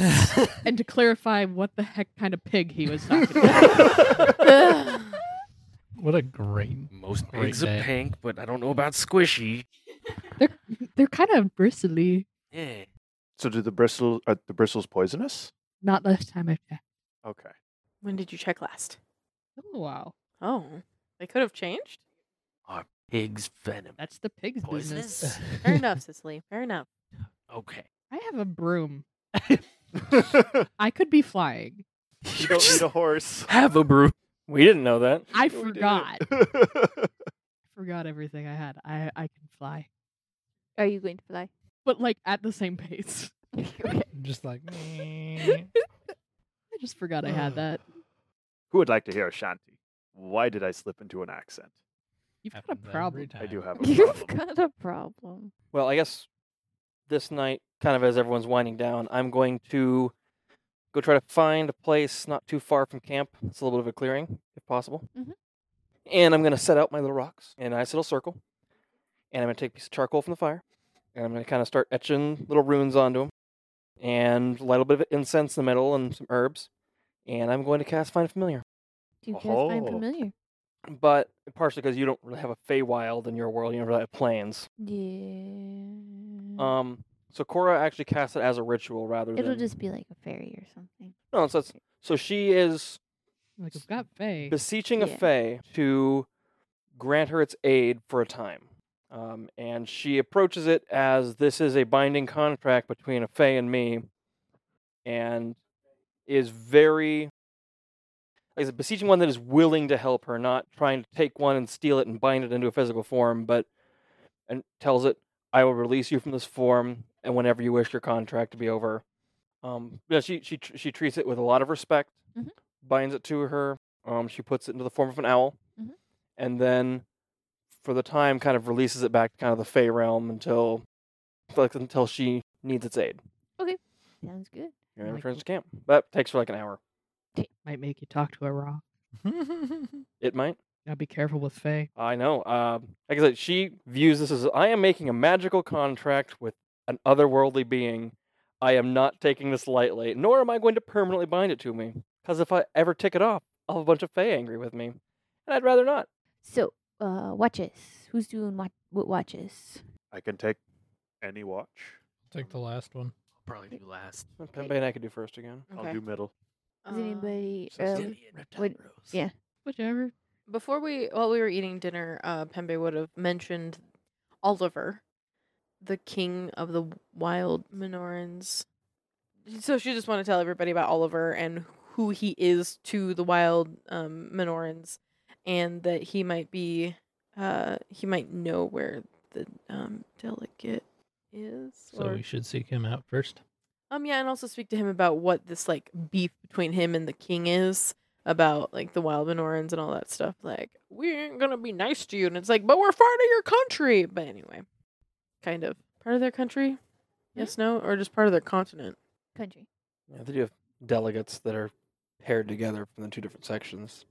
D: and to clarify what the heck kind of pig he was talking about.
F: What a great.
H: Most
F: Great
H: pigs are
F: day.
H: pink, but I don't know about squishy.
D: they're they're kind of bristly.
H: Yeah.
C: so do the bristles are the bristles poisonous?
D: Not last time I checked.
C: Okay.
E: When did you check last?
D: Oh wow,
E: Oh, they could have changed.
H: Pigs venom.
D: that's the pig's business.
H: Poisonous?
E: Fair enough, Cicely. Fair enough.
H: Okay.
D: I have a broom. I could be flying.
C: you don't need a horse.
H: Have a brew.
A: We didn't know that.
D: I
C: We did it.
D: forgot. forgot everything I had. I I can fly,
B: Are you going to fly?
D: but like at the same pace.
F: Just like.
D: I just forgot I had that.
C: Who would like to hear Ashanti? Why did I slip into an accent?
D: You've got a
F: Happens every
D: problem.
F: time.
C: I do have a
B: You've
C: problem.
B: got a problem.
A: Well, I guess this night, kind of as everyone's winding down, I'm going to go try to find a place not too far from camp. It's a little bit of a clearing, if possible.
B: Mhm.
A: And I'm going to set out my little rocks in a nice little circle. And I'm going to take a piece of charcoal from the fire. And I'm going to kind of start etching little runes onto them and light a little bit of incense in the middle and some herbs. And I'm going to cast Find Familiar.
B: Do you cast Find
C: Oh.
B: Familiar?
A: But partially because you don't really have a Feywild in your world, you don't really have planes.
B: Yeah.
A: Um, so Cora actually casts it as a ritual rather
B: It'll
A: than
B: just be like a fairy or something.
A: no. So, it's, so she is
D: Like I've got Faye.
A: beseeching a
B: Yeah.
A: fey to grant her its aid for a time. Um, and she approaches it as this is a binding contract between a fey and me, and is very like I said, beseeching one that is willing to help her, not trying to take one and steal it and bind it into a physical form, but and tells it, "I will release you from this form, and whenever you wish, your contract to be over." Um, yeah, she she tr- she treats it with a lot of respect,
B: Mhm.
A: binds it to her. Um, she puts it into the form of an owl,
B: Mhm.
A: and then for the time, kind of releases it back to kind of the Fey realm until like until she needs its aid.
B: Sounds good.
A: And
D: Like-
A: returns to camp, but takes her like an hour.
D: Might make you talk to a rock.
A: It might.
D: Now be careful with Faye.
A: I know. Uh, like I said, she views this as I am making a magical contract with an otherworldly being. I am not taking this lightly, nor am I going to permanently bind it to me. Because if I ever tick it off, I'll have a bunch of Fae angry with me. And I'd rather not.
B: So, uh, watches. Who's doing what? What watches?
C: I can take any watch.
F: Take the last one.
G: Probably do last.
A: Pembe and I could do first again.
C: I'll do middle.
E: Uh,
B: Is anybody?
G: So
B: early?
G: silly and reptile
B: Um, would-
G: rose.
B: yeah.
D: Whichever.
E: Before we, while we were eating dinner, uh, Pembe would have mentioned Oliver, the king of the wild Minorans. So she just want to tell everybody about Oliver and who he is to the wild um, Minorans, and that he might be, uh, he might know where the um, delegate is.
F: So we should seek him out first.
E: Um, yeah, and also speak to him about what this like beef between him and the king is about, like the wild Minorans and all that stuff. Like, we ain't gonna be nice to you, and it's like, but we're part of your country. But anyway, kind of part of their country. Yes, no, or just part of their continent.
B: Country.
A: Yeah, they do have delegates that are paired together from the two different sections.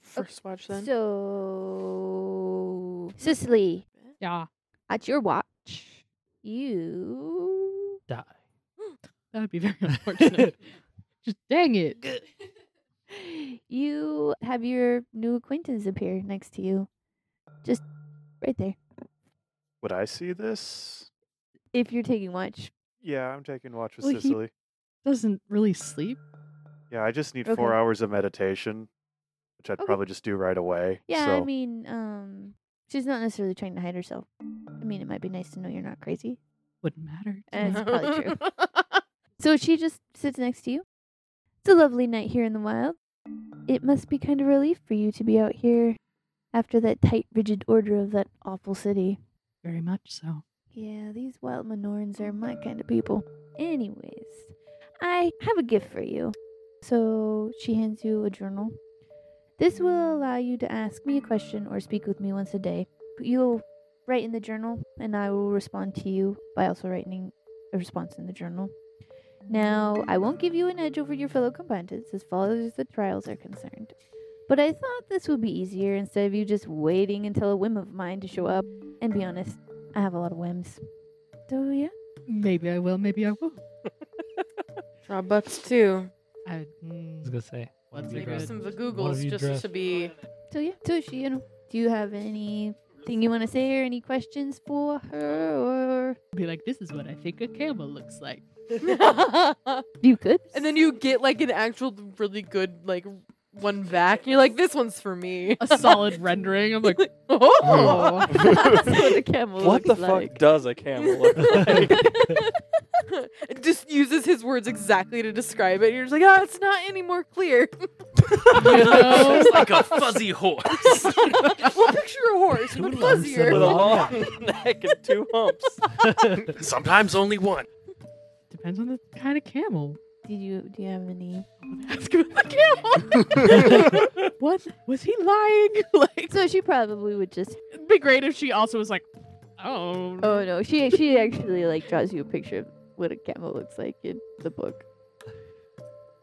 E: First watch then.
B: So, Cicely,
D: Yeah.
B: at your watch, you.
F: Die.
D: That would be very unfortunate. Just dang it.
B: You have your new acquaintance appear next to you, just right there.
C: Would I see this?
B: If you're taking watch,
C: Yeah, I'm taking watch with
D: Well, he-
C: Sicily.
D: Doesn't really sleep.
C: Yeah, I just need
B: Okay.
C: four hours of meditation, which I'd
B: Okay.
C: probably just do right away.
B: yeah.
C: so
B: I mean, um, she's not necessarily trying to hide herself. I mean, it might be nice to know you're not crazy.
D: Wouldn't matter.
B: Eh, it's probably true. So she just sits next to you. It's a lovely night here in the wild. It must be kind of a relief for you to be out here after that tight, rigid order of that awful city.
D: Very much so.
B: Yeah, these wild Minorans are my kind of people. Anyways, I have a gift for you. So she hands you a journal. This will allow you to ask me a question or speak with me once a day. You'll write in the journal, and I will respond to you by also writing a response in the journal. Now, I won't give you an edge over your fellow combatants as far as the trials are concerned, but I thought this would be easier instead of you just waiting until a whim of mine to show up. And be honest, I have a lot of whims. So yeah.
D: Maybe I will. Maybe I won't.
E: Draw bucks too.
D: I,
F: I
D: mm,
F: was gonna say. one
D: Let's
F: of you
D: make
E: Maybe
D: her
F: drive.
E: some
F: One of
E: Vagoogles
F: you
E: just
F: drive.
E: to be.
B: So yeah. So she, you know, do you have anything you want to say or any questions for her? Or
D: be like, this is what I think a camel looks like.
E: and
B: you could.
E: then you get like an actual really good like one back, and you're like, this one's for me.
D: A solid rendering. I'm like,
E: Oh.
D: oh.
E: That's what
B: the camel
A: What the fuck does a camel look like?
E: It just uses his words exactly to describe it. You're just like, ah, it's not any more clear.
D: know?
H: It's like a fuzzy horse.
E: well, picture a horse, but
F: Who loves
A: With a
E: fuzzier.
F: it?
A: long neck and two humps.
H: Sometimes only one.
D: Depends on the kind of camel.
B: Did you do you have any?
D: Ask about the camel. what was he lying? like,
B: So she probably would just.
D: it'd be great if she also was like, oh,
B: Oh no, she she actually like draws you a picture of what a camel looks like in the book.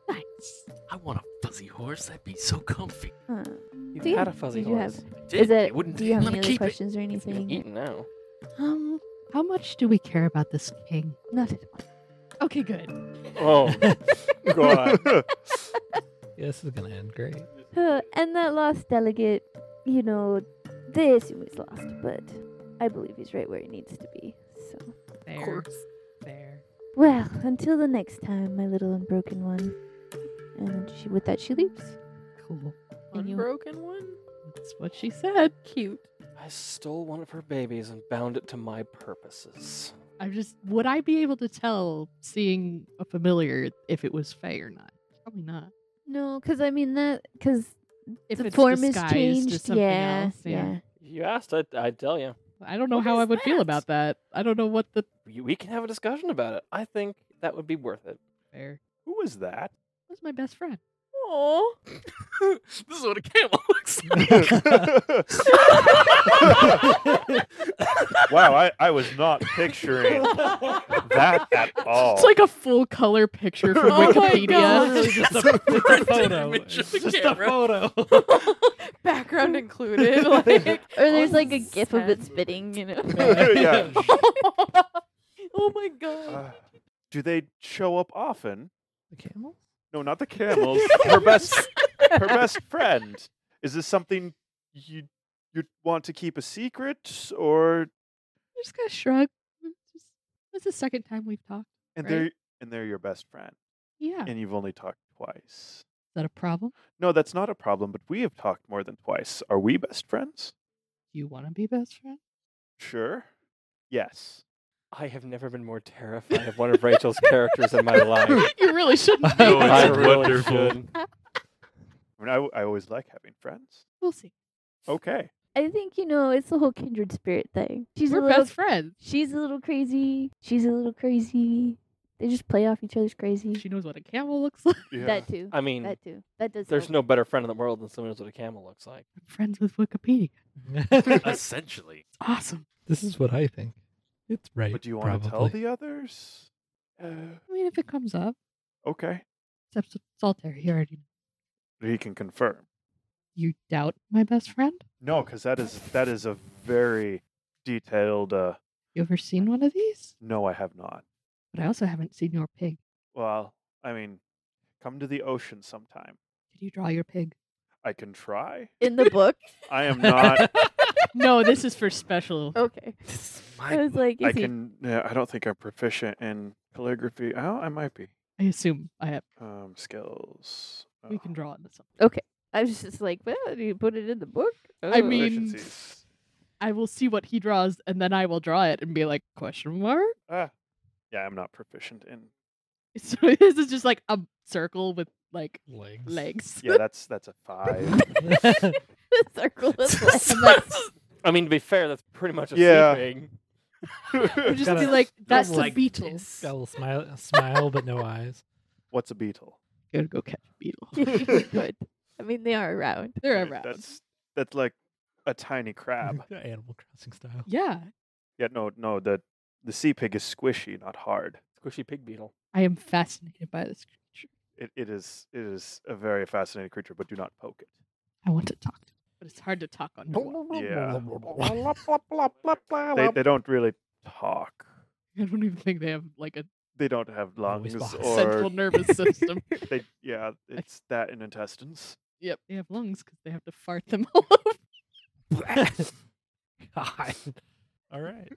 D: nice.
H: I want a fuzzy horse. That'd be so comfy.
B: Huh.
A: You've
B: So yeah,
A: had a fuzzy
B: did you
A: horse.
B: have-
H: I did.
B: Is
H: they
B: it?
H: wouldn't
B: Do you have
H: let
B: any
H: me
B: other
H: keep it.
B: questions or
A: It's been
B: anything?
A: eaten now.
D: Um, How much do we care about this king?
B: Not at all.
D: Okay, good.
C: Oh, God.
F: Yeah, this is gonna end great.
B: Huh, and that lost delegate, you know, they assume he's lost, but I believe he's right where he needs to be. So,
D: Fair. Fair.
B: well, until the next time, my little unbroken one. And then she, with that, she leaves.
D: Cool.
B: And you-
E: Unbroken one?
D: That's what she said.
E: Cute.
A: I stole one of her babies and bound it to my purposes.
D: I'm just would I be able to tell seeing a familiar if it was Faye or not? Probably not.
B: No, because I mean that because
D: If
B: the
D: it's
B: form is
D: disguised as
B: changed.
D: something
B: Yeah,
D: else,
B: yeah,
A: You asked, I'd, I'd tell you.
D: I don't know
E: What
D: how I
E: is
D: would feel
E: that?
D: about that. I don't know what the
A: You- We can have a discussion about it. I think that would be worth it.
D: fair.
C: Who is that?
D: That's my best friend.
E: Aww.
H: this is what a camel looks
C: wow, I, I was not picturing that at all.
D: It's like a full color picture from
E: Oh my
D: Wikipedia.
E: God.
F: Literally just a, it's a photo.
H: image of
F: It's
H: the
F: just a
H: camera.
F: photo.
E: Background included. Like,
B: Or there's like a
E: Oh,
B: gif of it
E: sad.
B: spitting, you know.
C: Yeah.
E: oh my god.
C: Uh, do they show up often?
F: The camel?
C: No, not the Uh, camels. her best her best friend. Is this something you you want to keep a secret or
D: I just kind of shrug. Just, that's the second time we've talked.
C: and
D: Right.
C: they're and they're your best friend
D: Yeah. Is
C: and you've only talked twice.
D: that a problem?
C: No, that's not a problem, but we have talked more than twice. Are we best friends?
D: Do you want to be best friend?
C: Sure. Yes.
A: I have never been more terrified of one of Rachel's characters in my life.
D: you really shouldn't.
H: Oh, it's
A: I really
H: wonderful.
A: should.
C: I mean, I, I always like having friends.
D: We'll see.
C: Okay.
B: I think you know it's the whole kindred spirit thing. She's a
D: We're
B: little,
D: best friends.
B: she's a little crazy. She's a little crazy. They just play off each other's crazy.
D: She knows what a camel looks like.
B: That too.
A: I mean,
B: that too. That does.
A: there's
B: help.
A: no better friend in the world than someone who knows what a camel looks like.
D: I'm friends with Wikipedia.
H: Essentially.
D: It's awesome.
F: this is what I think. It's right.
C: But do you want to tell
F: probably.
C: the others? Uh,
D: I mean, if it comes up,
C: okay.
D: except with Solitaire, he already.
C: He can confirm.
D: You doubt my best friend?
C: No, because that is that is a very detailed. Uh,
D: You ever seen one of these?
C: no, I have not.
D: But I also haven't seen your pig.
C: Well, I mean, come to the ocean sometime.
D: Did you draw your pig?
C: I can try.
B: in the book.
C: I am not.
D: No, this is for special.
B: Okay,
H: This is
B: I
H: my
B: was like,
C: I
B: is he-
C: can. Yeah, I don't think I'm proficient in calligraphy. Oh, I might be.
D: I assume I have.
C: Um, skills.
D: We
C: uh,
D: can draw into something.
B: I was just like, well, do you put it in the book?
D: I
B: Oh.
D: mean-
C: proficiencies.
D: I will see what he draws, and then I will draw it and be like, question mark.
C: Ah, yeah, I'm not proficient in.
D: So this is just like a circle with like
F: Legs.
D: legs.
C: Yeah, that's that's a five.
B: the circle of life.
A: I mean, to be fair, that's pretty much a
C: Yeah.
A: sea thing.
D: I'll just
F: Gotta-
D: be like, that's
F: gotta
D: the
F: like
D: beetle.
F: Got a little smile, a smile, but no eyes.
C: What's a beetle?
D: Gotta go catch a beetle.
B: Good. I mean, they are around.
D: They're
C: Right,
D: around.
C: That's that's like a tiny crab.
F: Animal Crossing style.
D: Yeah,
C: yeah, no, no. The the sea pig is squishy, not hard.
A: Squishy pig beetle.
D: I am fascinated by this creature.
C: It, it is it is a very fascinating creature, but do not poke it.
D: I want to talk to it, but it's hard to talk on.
C: Yeah. They, they don't really talk.
D: I don't even think they have like a
C: They don't have lungs
F: Voice box.
C: or
D: central nervous system.
C: they yeah, it's that in intestines.
D: Yep, they have lungs because they have to fart them all over.
F: God. All right.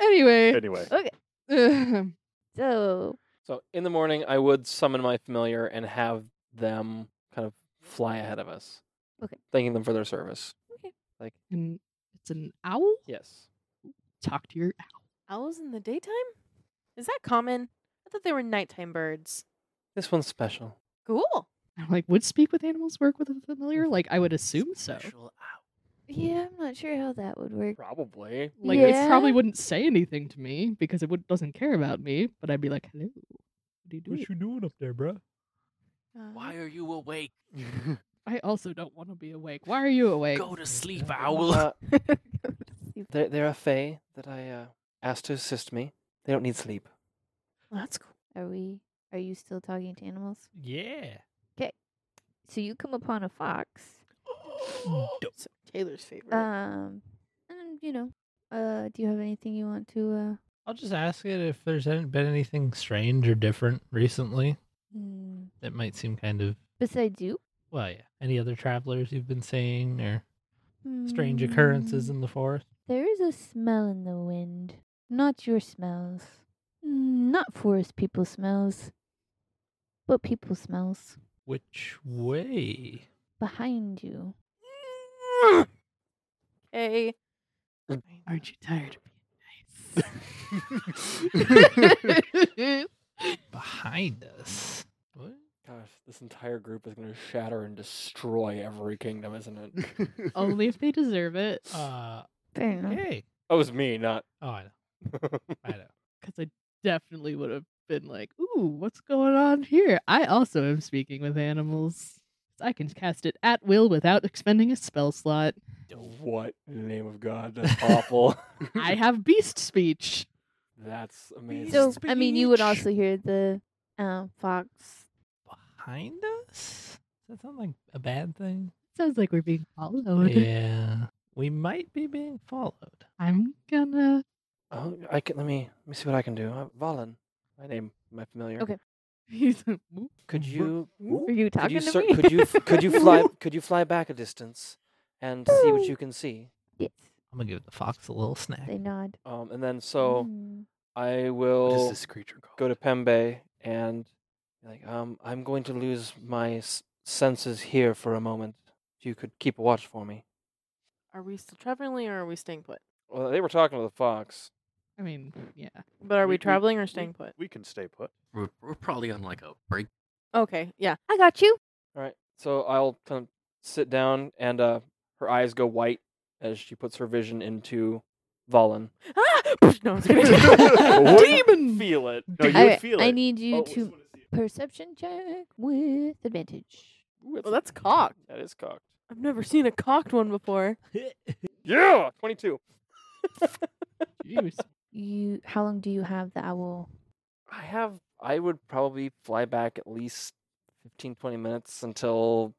D: anyway,
C: Anyway,
B: Uh
D: ugh,
B: So
A: So in the morning, I would summon my familiar and have them kind of fly ahead of us.
B: Okay.
A: Thanking them for their service.
D: and it's an owl.
A: Yes.
D: Talk to your owl.
E: Owls in the daytime? Is that common? I thought they were nighttime birds.
A: This one's special.
E: Cool.
D: I'm like, would speak with animals work with a familiar? Like, I would assume so.
H: Special owl.
B: yeah, I'm not sure how that would work.
A: Probably.
D: Like,
B: Yeah.
D: it probably wouldn't say anything to me because it would, doesn't care about me. But I'd be like, hello, what are you doing?
F: doing up there, bro?
E: Uh,
B: Um,
H: Why are you awake?
D: I also don't want to be awake. Why are you awake?
H: Go to sleep,
F: Yeah.
H: owl.
A: Uh, they're, they're a fae that I uh, asked to assist me. They don't need sleep.
E: That's cool.
B: Are we? Are you still talking to animals?
F: Yeah.
B: So you come upon a fox.
F: Hmm.
E: So Taylor's favorite.
B: Um, and you know, Uh, do you have anything you want to? uh,
F: I'll just ask it if there's any- been anything strange or different recently
B: Uh, mm,
F: that might seem kind of
B: besides you,
F: well, yeah. Any other travelers you've been seeing or strange occurrences
B: Mm,
F: in the forest?
B: There is a smell in the wind. Not your smells. Mm, Not forest people smells. But people smells
F: Which way?
B: behind you.
E: Okay.
D: Aren't you tired of
C: That's
D: being nice?
F: Behind us. What?
A: Gosh, this entire group is going to shatter and destroy every kingdom, isn't it?
D: Only if they deserve it.
F: Uh,
B: Fair enough.
F: hey.
A: That was me, not.
F: Oh, I know. I know.
D: Because I definitely would have been like, ooh, what's going on here? I also am speaking with animals. I can cast it at will without expending a spell slot.
A: What in the name of God? That's awful.
D: I have beast speech.
A: That's amazing.
B: So I mean, you would also hear the um, fox.
F: Behind us? Does that sound like a bad thing?
D: Sounds like we're being followed.
F: yeah. We might be being followed.
D: I'm gonna.
A: Oh, I can let me let me see what I can do. Uh, Valen, my name, my familiar.
B: Okay.
D: He's like, "Oop."
A: Could you?
B: Are you
A: Could
B: talking
A: you,
B: to
A: cer-
B: me?
A: could you f- could you fly could you fly back a distance and see what you can see?
B: yes.
F: I'm going to give the fox a little snack.
B: They nod.
A: Um, and then so
B: Mm.
A: I
H: What is
A: will
H: this creature called?
A: go to Pembe and be like um I'm going to lose my s- senses here for a moment. If you could keep a watch for me.
E: Are we still traveling or are we staying put?
A: Well, they were talking to the fox.
D: I mean, yeah.
E: But are
C: We-
E: we
C: we-
E: traveling or staying put?
C: we can stay put.
H: We're, we're probably on like a break.
E: Okay. Yeah. I got you.
A: All right. So I'll kind of sit down and uh her eyes go white as she puts her vision into Valen.
E: Ah! No, it's kidding.
A: Well, what-
D: Demon!
A: Feel it.
C: No, you
B: I,
C: would feel
B: I
C: it.
B: need you
A: Oh, it's
B: to perception check with advantage.
A: Well,
E: that's cocked.
A: That is cocked.
E: I've never seen a cocked one before.
A: Yeah, 22.
D: Jeez.
B: You, how long do you have the owl?
A: I have I would probably fly back at least 15 20 minutes until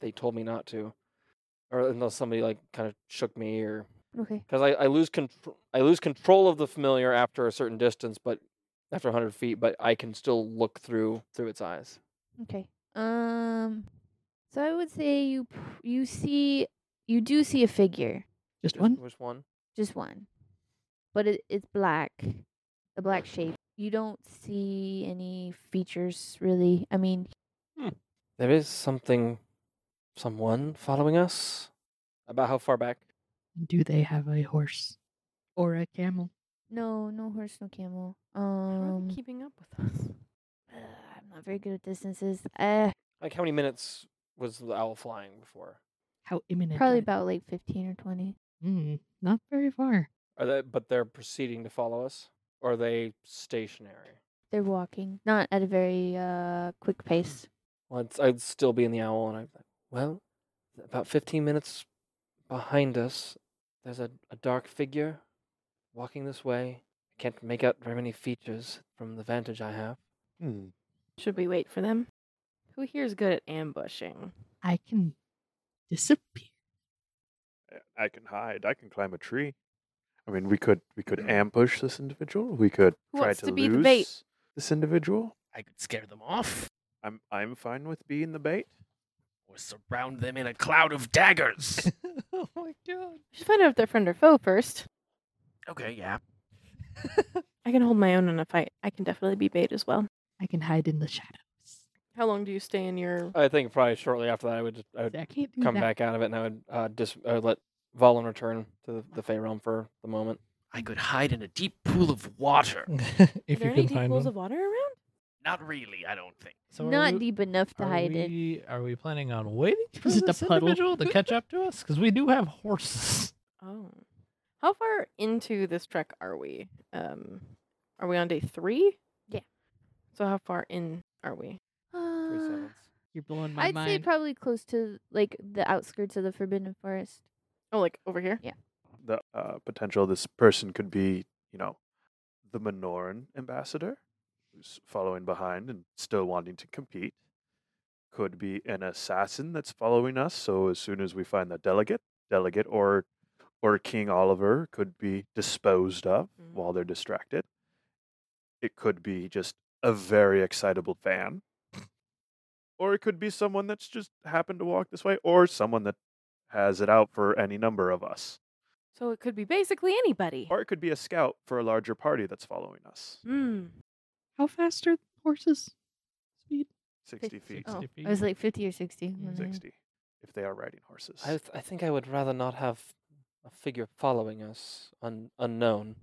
A: they told me not to or until somebody like kind of shook me or
B: Okay.
A: cuz I, I lose control I lose control of the familiar after a certain distance but after 100 feet but I can still look through through its eyes.
B: Okay. Um. So I would say you p- you see you do see a figure,
D: Just one?
A: Just one.
B: just one, but it, it's black, a black shape. You don't see any features really. I mean,
A: There is something someone following us. About how far back?
D: Do they have a horse or a camel?
B: no, no horse, no camel.
E: How are
B: Um,
E: they keeping up with us?
B: uh, I'm not very good at distances. Uh,
A: Like how many minutes was the owl flying before?
D: How imminent?
B: probably
D: are-
B: about like 15 or 20.
D: Mm, not very far.
A: Are they, but they're proceeding to follow us? Or are they stationary?
B: They're walking, not at a very uh quick pace.
A: Well, I'd, I'd still be in the owl, and I'd be like, well, about 15 minutes behind us, there's a, a dark figure walking this way. I can't make out very many features from the vantage I have.
C: Hmm.
E: Should we wait for them? Who here is good at ambushing?
D: I can disappear.
C: I- I can hide. I can climb a tree. I mean, we could we could ambush this individual. We could
E: Mm. Who
C: try
E: wants
C: to,
E: to be
C: lose
E: the bait?
C: this individual.
G: I could scare them off
C: I'm I'm fine with being the bait.
G: or surround them in a cloud of daggers.
F: oh my god.
E: We should find out if they're friend or foe first.
G: okay, yeah.
E: I can hold my own in a fight. I can definitely be bait as well.
D: I can hide in the shadows.
E: How long do you stay in your?
A: I think probably shortly after that, I would, just, I would
D: I can't do
A: come
D: that.
A: back out of it, and I would uh, dis- I would let Valen return to the, the Fey realm for the moment.
G: I could hide in a deep pool of
F: Hmm.
G: water.
E: Are
F: if
E: there
F: you
E: any
F: can
E: deep
F: find
E: pools
F: one.
E: of water around?
G: Not really, I don't think.
F: So are
B: not
F: we-
B: deep enough to
F: are
B: hide in.
F: we, Are we planning on waiting for
D: Is it the
F: this
D: puddle?
F: individual to catch up to us? Because we do have horses.
E: Oh, how far into this trek are we? Um, are we on day three?
B: Yeah.
E: So how far in are we?
A: Three
B: Uh,
A: seconds.
D: You're blowing my
B: I'd
D: mind.
B: say probably close to like the outskirts of the Forbidden Forest.
E: Oh, like over here.
C: The uh, potential of this person could be, you know, the Menoran ambassador, who's following behind and still wanting to compete. Could be an assassin that's following us. So as soon as we find the delegate, delegate or or King Oliver could be disposed of
E: Mm.
C: while they're distracted. It could be just a very excitable fan. Or it could be someone that's just happened to walk this way, or someone that has it out for any number of us.
E: So it could be basically anybody.
C: Or it could be a scout for a larger party that's following us.
E: Hmm.
D: How fast are the horses? Speed.
C: 60 feet.
B: Oh,
F: feet.
B: I was like 50 or 60.
D: Mm.
B: one of them.
C: 60. If they are riding horses.
A: I, th- I think I would rather not have a figure following us un- unknown.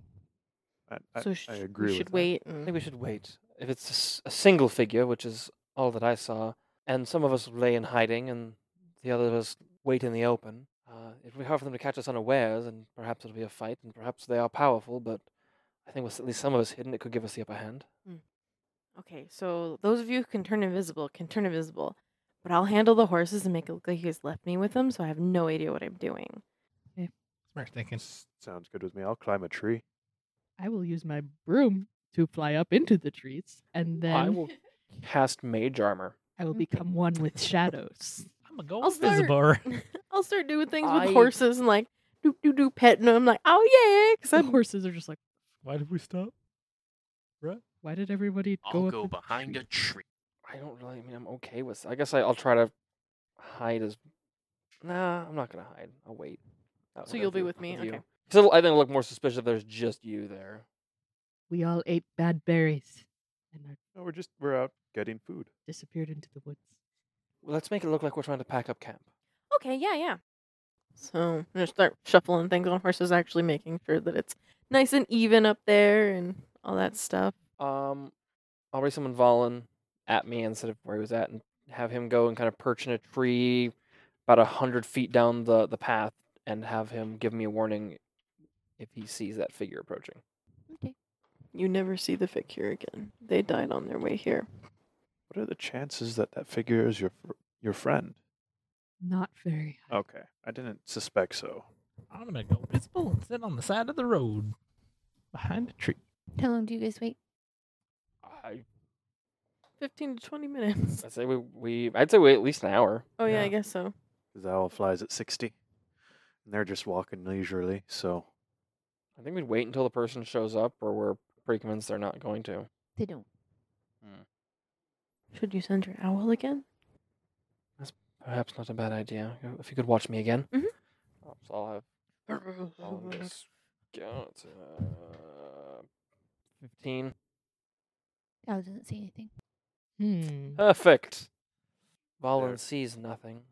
C: I, I,
E: so sh-
C: I agree
E: we
C: with
E: should
C: that.
E: wait.
A: I
E: and-
A: think we should wait. If it's a s- a, single figure, which is all that I saw, and some of us lay in hiding and the other of us wait in the open, uh, it'll be hard for them to catch us unawares, and perhaps it'll be a fight, and perhaps they are powerful, but I think with at least some of us hidden, it could give us the upper hand.
E: Okay, so those of you who can turn invisible can turn invisible, but I'll handle the horses and make it look like you guys left me with them, so I have no idea what I'm doing.
F: Smart thinking.
C: S- Sounds good with me. I'll climb a tree.
D: I will use my broom to fly up into the trees, and then
A: I will cast mage armor.
D: I will become one with shadows.
F: I'm a gold
E: I'll start-
F: visible.
E: I'll start doing things
A: I-
E: with horses and like do do do petting them, like oh yeah, because
D: the
E: I'm
D: horses are just like,
F: Why did we stop? Right?
D: why did everybody
G: I'll
D: go
G: go,
D: up in the
G: behind
D: tree?"
G: a tree.
A: I don't really. I mean, I'm okay with. I guess I, I'll try to hide as. Nah, I'm not gonna hide. I'll wait. Not
E: So you'll be
A: you-
E: with me?
A: you.
E: Okay.
A: 'Cause it'll- I think it'll look more suspicious if there's just you there.
D: We all ate bad berries and I
C: No, we're just, we're out getting food.
D: disappeared into the woods.
A: Well, let's make it look like we're trying to pack up camp.
E: okay, yeah, yeah. So I'm gonna start shuffling things on horses, actually making sure that it's nice and even up there and all that stuff.
A: Um, I'll raise someone Valen at me instead of where he was at, and have him go and kind of perch in a tree about a hundred feet down the the path, and have him give me a warning if he sees that figure approaching.
B: Okay.
E: You never see the figure again. They died on their way here.
C: What are the chances that that figure is your fr- your friend?
D: Not very high.
C: Okay, I didn't suspect so.
F: I'm gonna go visible and sit on the side of the road behind a tree.
B: How long do you guys wait?
A: I
E: Fifteen to twenty minutes.
A: I'd say we we I'd say wait at least an hour.
E: Oh yeah,
F: Yeah.
E: I guess so.
C: Because owl flies at sixty, and they're just walking leisurely. So
A: I think we'd wait until the person shows up, or we're pretty convinced they're not going to.
B: They don't.
E: Should you send your owl again?
A: Perhaps not a bad idea. Uh, If you could watch me again.
E: Mhm.
A: Perhaps I'll have
E: Oh,
A: all of this. Count, uh, 15.
B: Al doesn't say anything.
D: Hmm.
A: Perfect.
C: There.
A: Valen sees nothing.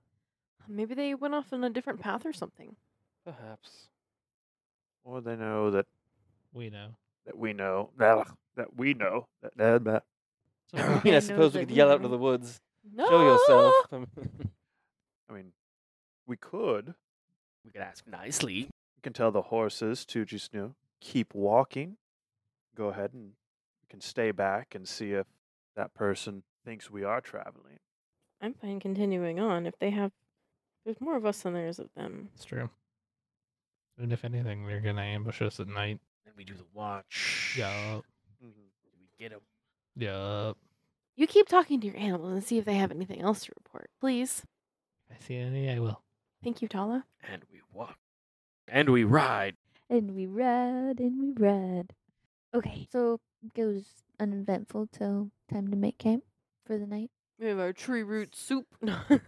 E: Maybe they went off on a different path or something.
A: Perhaps.
C: or they know that
F: We know.
C: that we know that that we know that that, that.
A: I
E: They
A: mean, I
E: know
A: suppose we
E: that
A: could yell
E: we
A: out into
E: know.
A: the woods.
E: No.
A: Show yourself.
C: I mean, we could. We
G: We could ask nicely.
C: can tell the horses to just you know keep walking. Go ahead and we can stay back and see if that person thinks we are traveling.
E: I'm fine continuing on. If they have, there's more of us than there is of them.
F: It's true. And if anything, they're gonna ambush us at night.
G: Then we do the watch. Mm-hmm.
F: Yup.
G: We get them.
F: Yup.
E: You keep talking to your animals and see if they have anything else to report, please.
F: If I see any, I will.
E: Thank you, Tala.
G: And we walk. And we ride.
B: And we read and we read. Okay, so it was uneventful till time to make camp for the night.
E: We have our tree root soup.
G: E-,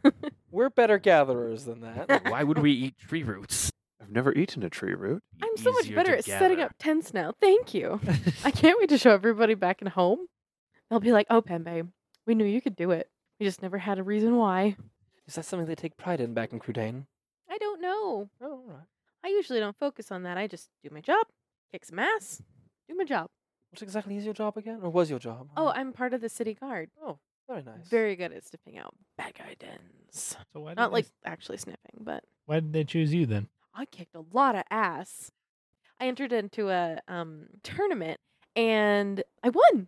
A: We're better gatherers than that.
G: Why would we eat tree roots?
C: I've never eaten a tree root.
G: Be
E: I'm so much
G: easier to
E: better at setting
G: gather.
E: up tents now. Thank you. I can't wait to show everybody back at home. They'll be like, "Oh, Pembe, we knew you could do it. We just never had a reason why."
A: Is that something they take pride in back in Crudane?
E: I don't know.
A: Oh, all right.
E: I usually don't focus on that. I just do my job, kick some ass, do my job.
A: What exactly is your job again? Or was your job?
E: Oh, I'm part of the city guard.
A: Oh, very nice.
E: Very good at sniffing out bad guy dens.
F: So why?
E: Not
F: did
E: like
F: They,
E: actually sniffing, but
F: why did they choose you then?
E: I kicked a lot of ass. I entered into a um, tournament and I won.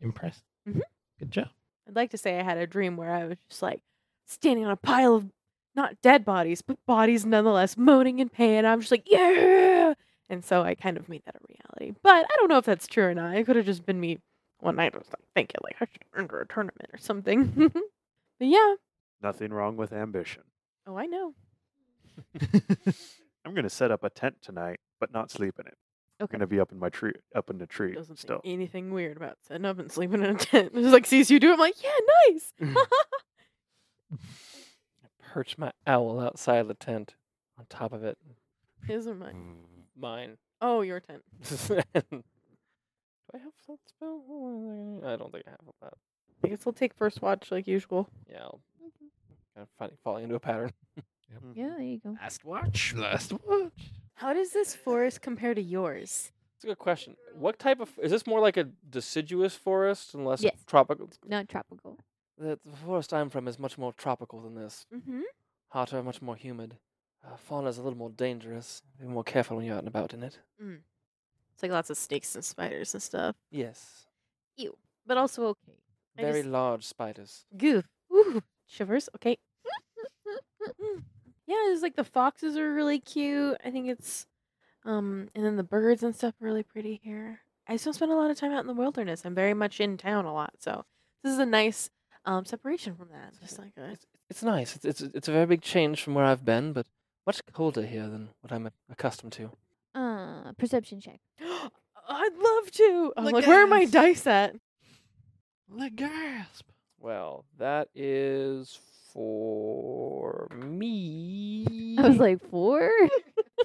F: Impressed.
E: Mhm.
F: Good job.
E: I'd like to say I had a dream where I was just like standing on a pile of not dead bodies, but bodies nonetheless, moaning in pain. I'm just like, yeah. And so I kind of made that a reality. But I don't know if that's true or not. It could have just been me one night. I was like, thinking, like, I should enter a tournament or something. but yeah.
C: Nothing wrong with ambition.
E: Oh, I know.
C: I'm going to set up a tent tonight, but not sleep in it. I'm
E: Okay.
C: going to be up in my tree, up in the tree
E: Doesn't
C: still.
E: think anything weird about setting up and sleeping in a tent. It's like sees you do. it, I'm like, yeah, nice.
A: Perch my owl outside of the tent, on top of it.
E: His or
H: Mm.
G: Hmm.
E: mine?
A: Mine.
E: Oh, your tent.
A: Do I have that spell? Hold on a second. I don't think I have that.
E: I guess we'll take first watch like usual.
A: Yeah. I'll... I'm finally falling into a pattern.
C: Mm-hmm.
B: Yeah, there you go.
G: Last watch.
F: Last watch.
E: How does this forest compare to yours?
A: It's a good question. What type of is this more like a deciduous forest and less
B: Yes.
A: tropical?
B: Not tropical.
A: The, the forest I'm from is much more tropical than this.
E: Mm-hmm.
A: Hotter, much more humid. Uh, fauna's a little more dangerous. Be more careful when you're out and about in it.
E: It's like lots of snakes and spiders and stuff,
A: Yes.
E: but also okay. I
A: Very
E: just-
A: large spiders.
E: Goof. Ooh, shivers. Okay. Mm. yeah, it's like the foxes are really cute. I think it's, um, and then the birds and stuff are really pretty here. I just don't spend a lot of time out in the wilderness. I'm very much in town a lot, so this is a nice um separation from that. Just like a,
A: It's, it's nice. It's, it's it's a very big change from where I've been, but much colder here than what I'm accustomed to.
B: Uh, perception check.
E: I'd love to. I'm
D: Look
E: like, where are my
D: at us.
E: dice at?
F: The gasp.
A: Well, that is for me.
B: I was like four.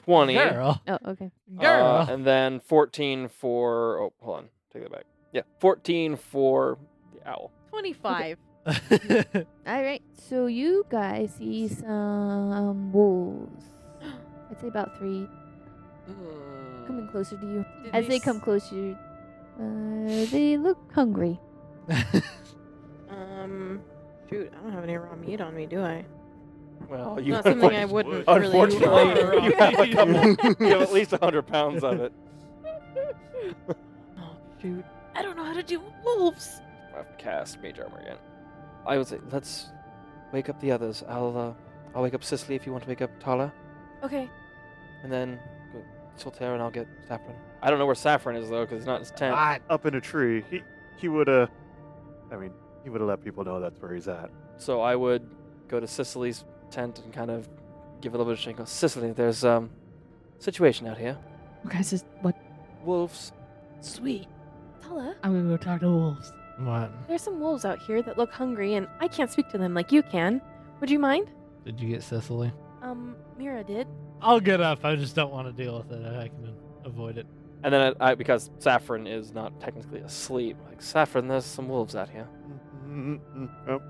A: twenty.
F: Girl.
B: Oh, okay.
A: Uh,
F: Girl.
A: and then 14 for. Oh, hold on. Take that back. Yeah, 14 for the owl.
E: Twenty-five.
B: All right. So you guys see some wolves. I'd say about three coming
A: Mm,
B: closer to you. As they come closer, uh, they look hungry.
E: Um, shoot, I don't have any raw meat on me, do I?
A: Well, you
E: Not something I
A: unfortunately-
E: wouldn't.
H: would.
E: Really
A: Unfortunately,
E: want.
A: you have a couple. You have at least 100 pounds of it.
E: Oh, shoot. I don't know how to deal with wolves.
A: I've cast Mage Armor again. I would say, let's wake up the others. I'll, uh, I'll wake up Cicely if you want to wake up Tala.
E: Okay.
A: And then go Solterra and I'll get Saffron. I don't know where Saffron is, though, because he's not in his tent.
F: I,
C: Up in a tree. He he would have. I mean, he would have let people know that's where he's at.
A: So I would go to Sicily's tent and kind of give a little bit of shake. Go, Sicily, there's um situation out here.
D: You Oh, guys just what?
A: Wolves.
E: Sweet. Tala,
D: I'm gonna go talk to the wolves.
F: what?
E: there's some wolves out here that look hungry, and I can't speak to them like you can. Would you mind?
F: Did you get Cecily?
E: Um, Mira did.
F: I'll get up. I just don't want to deal with it. I can avoid it.
A: And then I, I because Saffron is not technically asleep. Like Saffron, there's some wolves out here.
C: Mm, mm, mm. Oh,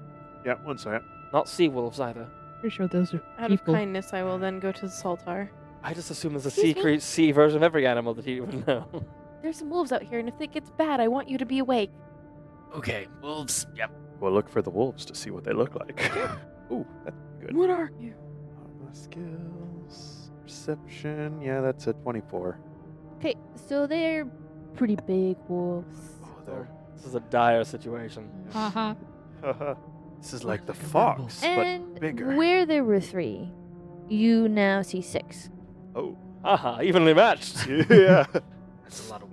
C: yeah, one second.
A: Not sea wolves either.
D: Pretty sure those are
E: Out
D: people.
E: of kindness, I will then go to the Saltar.
A: I just assume there's a sea
B: Excuse me?
A: cre- sea version of every animal that he would know.
E: There's some wolves out here, and if it gets bad, I want you to be awake.
G: Okay, wolves. Yep.
C: We'll look for the wolves to see what they look like. Ooh, that's good.
E: What are you?
C: Uh, Skills, perception. Yeah, that's a 24.
B: Okay, so they're pretty big wolves.
C: Oh, there.
A: this is a dire situation.
D: Haha.
C: this is
F: We're
C: like the
F: like a rebel.
C: fox,
B: Uh-huh. And
C: but bigger.
B: where there were three, you now see six.
C: Oh,
A: Haha, evenly matched.
C: yeah.
G: That's a lot of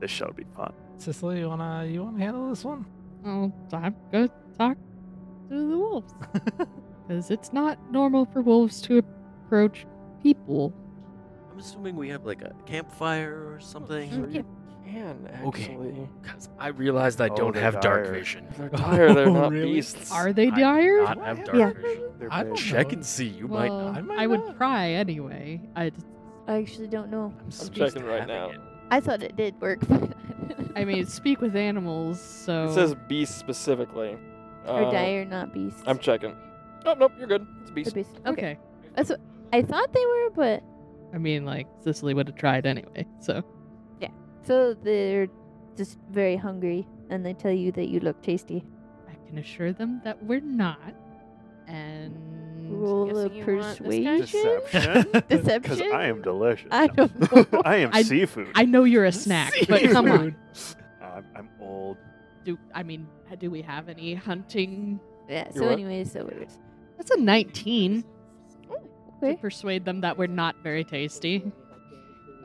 C: this shall be fun.
F: Cecily, you wanna you wanna handle this one?
D: Well, I'm gonna Oh, talk to the wolves because it's not normal for wolves to approach people.
H: I'm assuming we have like a campfire or something.
A: You can
G: Okay.
A: actually.
G: Because I realized I
C: Oh,
G: don't
C: they're
G: have dark
C: dire.
G: vision.
A: They're dire. They're
F: Oh,
A: not
F: really?
A: beasts.
D: Are they
G: I do
D: dire?
G: Not have dark
E: Yeah.
G: vision.
C: They're
F: I
C: big.
F: don't
H: Check
F: know.
H: and see. You
D: Well,
H: might. I might.
D: would
F: not.
D: try anyway. I, d-
B: I actually don't know.
H: I'm,
A: I'm
H: supposed to
A: checking right
H: having
A: now.
H: it.
B: I thought it did work.
D: I mean, speak with animals, so
A: It says beast specifically.
B: or
A: Uh,
B: dire, not beast.
A: I'm checking. Oh nope, you're good. It's a
B: Or
A: beast.
B: beast. Okay.
D: okay.
B: I thought they were, but
D: I mean, like Cicely would have tried anyway. So
B: so they're just very hungry, and they tell you that you look tasty.
D: I can assure them that we're not. And
B: Roll a
E: guessing you want this guy?
B: persuasion.
C: Deception? Because
B: Deception.
C: I am delicious.
B: I
C: No.
B: don't know.
C: I am
D: I-
C: seafood.
D: I know you're a snack, but come on.
C: I'm, I'm old.
D: Do I mean? Do we have any hunting?
B: Yeah. So,
A: what?
B: anyways, so it was.
D: That's a 19
B: Okay.
D: to persuade them that we're not very tasty.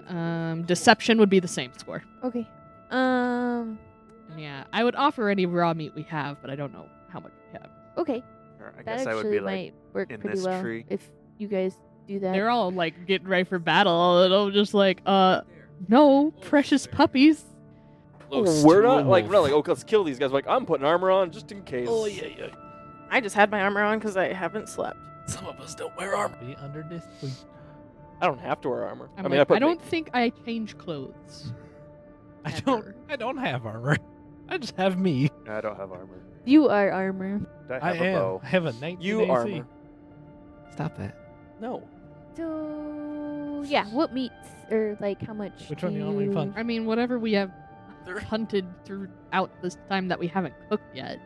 D: Um, deception would be the same score.
B: Okay. Um.
D: Yeah, I would offer any raw meat we have, but I don't know how much we have.
B: Okay.
C: Or I
B: That
C: guess I would
B: actually
C: be like,
B: might work
C: in
B: pretty
C: this
B: well
C: tree.
B: if you guys do that.
D: They're all like getting ready for battle, and I'm just like, uh, no, precious puppies.
A: Oh, we're not like we're not like oh let's kill these guys. Like I'm putting armor on just in case.
H: Oh yeah, yeah.
E: I just had my armor on because I haven't slept.
H: Some of us don't wear armor.
F: Be under this.
A: I don't have to wear armor.
D: I'm
A: I mean
D: like,
A: I put
D: I don't think I change clothes.
F: I don't.
D: Ever.
F: I don't have armor. I just have me.
C: I don't have armor.
B: You are armor.
C: I have
F: I
C: a
F: am.
C: bow.
F: I have a 19
A: you
F: AC.
A: armor.
F: Stop that.
A: No.
B: So yeah, what meats or like how much?
F: Which
B: do
F: one do you want me to punch?
D: I mean, whatever we have
H: There-
D: hunted throughout this time that we haven't cooked yet,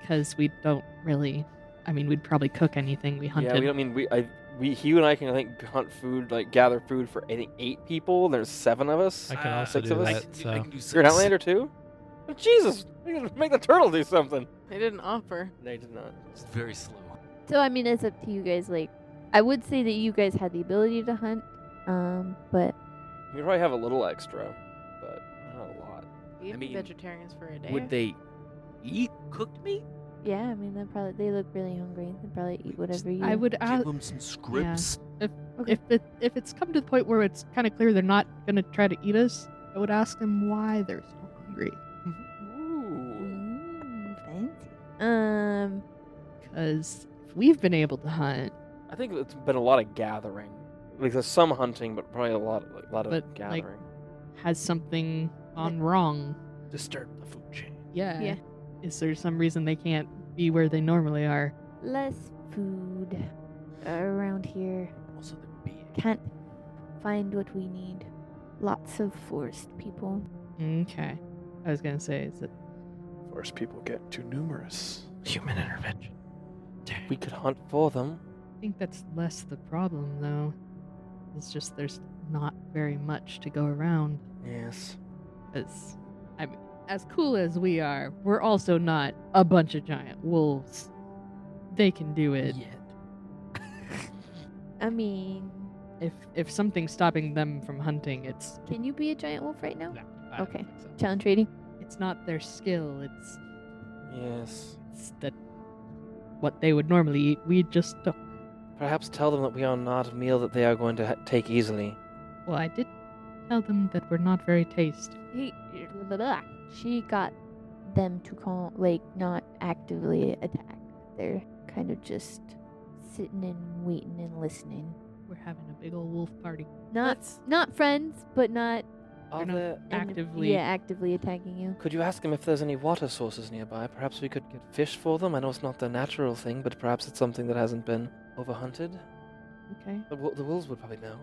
D: because we don't really. I mean, we'd probably cook anything we hunted.
A: Yeah, we don't mean we. I we he and I can I think hunt food like gather food for I think eight people. There's seven of us.
F: I can
H: Ah,
F: also
A: six
F: do
A: of us?
H: I
F: that.
H: can do- I
F: so
H: can do six.
A: You're an outlander too. Oh, Jesus, make the- make the turtle do something.
E: I didn't offer.
A: They did not.
H: It's very slow.
B: So I mean, it's up to you guys. Like, I would say that you guys had the ability to hunt, um, but
A: We probably have a little extra, but not a lot.
E: You
H: I
E: can
H: mean,
E: be vegetarians for a day.
H: Would they eat cooked meat?
B: yeah, I mean, they probably they look really hungry. They probably eat whatever you.
D: I would ask
H: them some
D: scripts. if it, if it's come to the point where it's kind of clear they're not gonna try to eat us. I would ask them why they're so hungry.
A: Mm-hmm. Ooh.
B: Mm, fancy. Um,
D: Because we've been able to hunt,
A: I think it's been a lot of gathering. Like there's some hunting, but probably a lot, like, lot of
D: But, like,
A: gathering.
D: has something gone wrong?
F: disturb the food chain.
D: Yeah.
B: Yeah.
D: Is there some reason they can't be where they normally are?
B: less food around here.
H: Also, the big.
B: Can't find what we need. Lots of forest people.
D: Okay. I was gonna say, is it
C: Forest people get too numerous.
F: Human intervention.
A: we could hunt for them.
D: I think that's less the problem, though. It's just there's not very much to go around.
A: Yes.
D: As, I mean, as cool as we are, we're also not a bunch of giant wolves. They can do it.
B: I mean,
D: If if something's stopping them from hunting, it's
B: can you be a giant wolf right now?
F: No, I don't
B: Okay.
F: think so.
B: Challenge rating.
D: it's not their skill. It's
A: Yes.
D: it's that what they would normally eat. We just took.
A: Perhaps tell them that we are not a meal that they are going to ha- take easily.
D: Well, I did tell them that we're not very tasty.
B: He, blah, blah. She got them to call, like, not actively attack. They're kind of just sitting and waiting and listening.
D: We're having a big old wolf party.
B: Not
E: Let's-
B: not friends, but not
A: Are
D: They're not-
A: there-
B: in-
D: Actively.
B: yeah, actively attacking you.
A: Could you ask them if there's any water sources nearby? Perhaps we could get fish for them. I know it's not their natural thing, but perhaps it's something that hasn't been overhunted.
D: Okay.
A: The, wo- the wolves would probably know.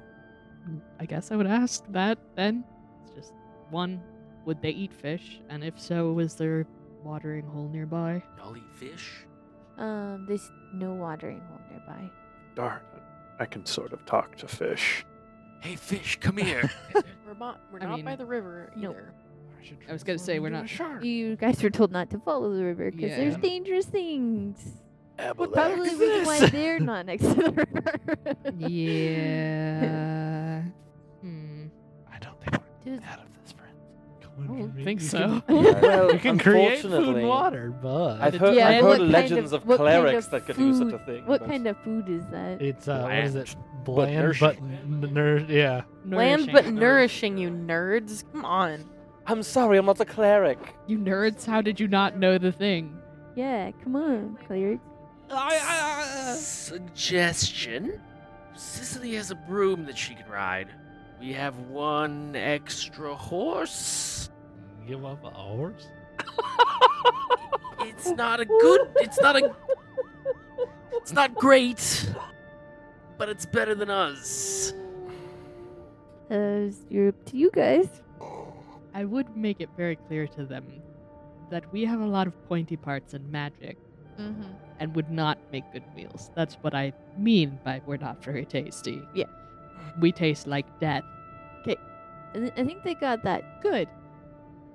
D: I guess I would ask that then. It's just one, would they eat fish? And if so, was there watering hole nearby?
H: Y'all eat fish?
B: Um, there's no watering hole nearby.
C: Darn. I can sort of talk to fish.
H: Hey, fish, come here.
E: We're not, we're
D: I
E: not by
D: mean,
E: the river
B: no.
E: either.
D: I was gonna say, we're not-
F: sure.
B: You guys were told not to follow the river because there's
D: Yeah.
B: dangerous things.
H: Abelard.
B: Probably the reason why they're not next to the river.
D: yeah. hmm.
F: I don't think
B: Dude,
F: we're out of this, friend.
B: Oh,
D: I don't
F: You
D: think
F: can-
D: so.
A: Well,
F: You can create food
A: unfortunately,
F: and water, but
A: I've heard,
B: Yeah,
A: I've
B: and what
A: heard
B: kind
A: legends
B: of-
A: of,
B: what kind of
A: clerics that could do such a
B: food-
A: thing.
B: what
A: but-
B: kind of food is that?
F: it's uh, what is it? Bland,
A: Bland.
F: but ner- yeah.
E: Land but nourishing, you nerds. Come on.
A: I'm sorry, I'm not a cleric.
D: You nerds, how did you not know the thing?
B: Yeah, come on, cleric.
H: Suggestion. Sicily has a broom that she can ride. We have one extra horse.
F: Give up a horse?
H: It's not a good. It's not a. It's not great, but it's better than us.
B: Uh, you're up to you guys.
D: I would make it very clear to them that we have a lot of pointy parts and magic
E: Mm-hmm.
D: and would not make good meals. That's what I mean by we're not very tasty.
B: Yeah.
D: We taste like death.
B: I thi- I think they got that.
D: Good.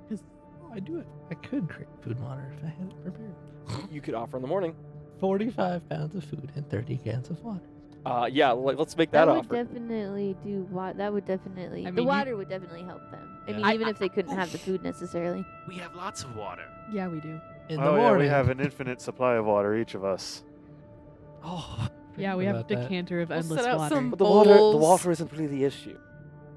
D: Because
F: Oh, I do it. I could create food and water if I had it prepared.
A: You could offer in the morning.
F: Forty-five pounds of food and thirty cans of water.
A: Uh, yeah, like, let's make
B: That,
A: that,
B: would
A: offer.
B: definitely do. Wa- that would definitely.
D: I
B: the
D: mean, you-
B: water would definitely help them. I
F: Yeah.
B: mean,
F: I-
B: even if they couldn't have the food necessarily.
H: We have lots of water.
D: Yeah, we do.
F: In
C: oh
F: the
C: yeah,
F: morning.
C: we have an infinite supply of water, each of us.
F: Oh,
D: Yeah, we have a
F: about that.
D: decanter of
E: We'll
D: endless
E: set out
D: water.
E: some-
A: But the water, the
E: Bowls.
A: water isn't really the issue.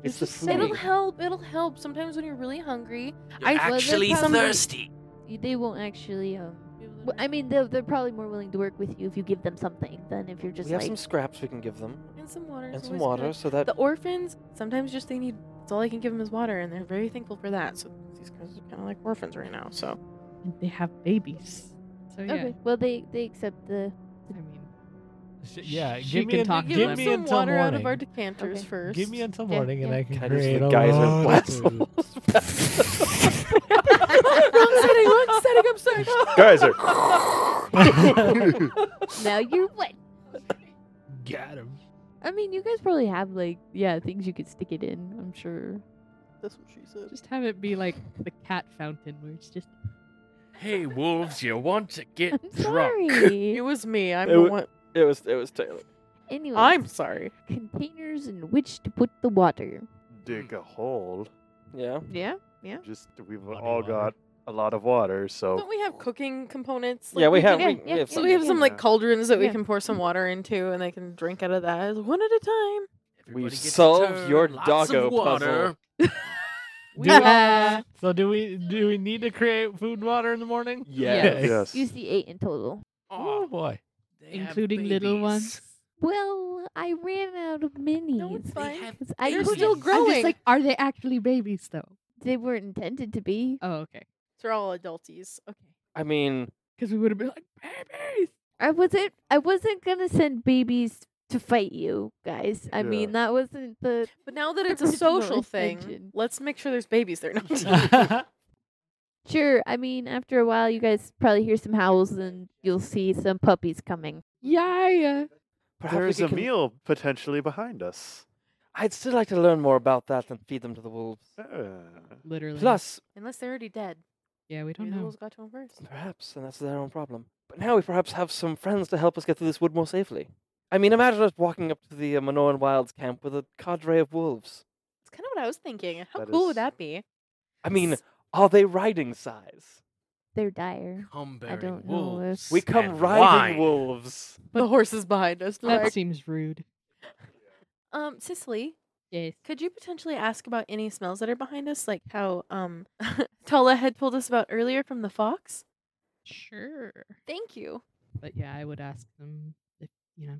A: It's,
E: just
A: the
E: it'll
A: food.
E: help. It'll help. Sometimes when you're really hungry,
G: You're
E: I- well,
B: there's
G: actually
B: probably-
G: thirsty.
B: You- They won't actually. Um, w- I mean, they're, they're probably more willing to work with you if you give them something than if you're just
A: we have
B: like.
A: some scraps we can give them
E: and some water. is
A: and some
E: always
A: water,
E: good.
A: so that
E: The orphans sometimes just they need. That's all I can give them is water, and they're very thankful for that. So these guys are kind of like orphans right now. So
D: And they have babies. So yeah,
B: Okay. Well, they they accept the.
D: I mean,
F: Sh- yeah,
D: She
F: give me
D: can
F: un-
D: talk to
E: give
F: give
E: them
F: me
E: some
F: until
E: water
F: morning.
E: out of our decanters
B: Okay.
E: first.
F: Give me until
B: Yeah,
F: morning, and
B: yeah.
F: I can
A: Can I just
F: create
A: the
F: a
A: geyser
F: lot
A: blast
F: of food.
E: wrong setting. Wrong setting. I'm sorry.
C: Guys are.
B: Now you're wet.
F: Got him.
B: I mean, you guys probably have like yeah things you could stick it in. I'm sure.
E: That's what she said.
D: just have it be like the cat fountain where it's just
H: Hey, wolves, you want to get
B: I'm
H: drunk?
E: It
B: sorry.
E: was me. I'm
A: It
E: the
A: wa-
E: one.
A: it was it was Taylor.
B: anyway,
E: I'm sorry.
B: containers in which to put the water.
C: Dig a hole.
A: Yeah.
E: Yeah.
C: Just we've
F: Body
C: all
F: water.
C: got a lot of water,
E: Don't
C: so
E: we have cooking components?
A: yeah, we have,
E: can-
B: yeah,
A: we, we
B: yeah,
A: have
B: yeah,
E: So we have some like
C: Yeah.
E: cauldrons that we
B: Yeah.
E: can pour some water into, and they can drink out of that one at a time.
A: We've
H: Everybody gets a
A: solved
H: turn,
A: your
H: lots
A: doggo
H: of water.
F: Do we- so do we? Do we need to create food and water in the morning?
A: Yes.
C: yes.
B: You see eight in total.
F: Oh
H: Oh,
F: boy.
G: They have
D: including little
G: babies.
D: ones.
B: Well, I ran out of minis.
E: it's
G: They
E: fine.
G: have
B: 'cause I
E: They're
B: couldn't-
E: still
B: I'm just
D: I'm
E: growing.
D: just like, are they actually babies though?
B: They weren't intended to be.
D: Oh, okay.
E: They're all adulties. Okay.
A: I mean,
D: Because we would have been like babies.
B: I wasn't. I wasn't gonna send babies to fight you guys. I
C: Yeah.
B: mean, that wasn't the.
E: But now that it's a
B: Original
E: social thing,
B: intention.
E: let's make sure there's babies there. No.
B: Sure. I mean, after a while, you guys probably hear some howls and you'll see some puppies coming.
D: Yeah, yeah.
A: perhaps we
C: There's
A: could
C: a
A: con-
C: meal potentially behind us.
A: I'd still like to learn more about that than feed them to the wolves.
C: Uh,
D: Literally.
A: Plus,
E: Unless they're already dead.
D: Yeah, we don't
E: Maybe the
D: know.
E: wolves got to them first.
A: perhaps, and that's their own problem. But now we perhaps have some friends to help us get through this wood more safely. I mean, imagine us walking up to the uh, Minoan Wilds camp with a cadre of wolves.
E: It's kind of what I was thinking. How
C: That
E: cool
C: is-
E: would that be?
A: I mean,
E: S-
A: are they riding size?
B: They're dire.
H: Come
B: I
H: bearing
B: don't know
H: wolves.
B: if-
A: We come
H: and
A: riding
H: wine.
A: wolves.
D: But-
E: the horse is behind us.
D: That
E: like-
D: seems rude.
E: um, Cicely,
D: Yes.
E: could you potentially ask about any smells that are behind us, like how um, Tala had told us about earlier from the fox?
D: Sure.
E: Thank you.
D: But yeah, I would ask them if you know,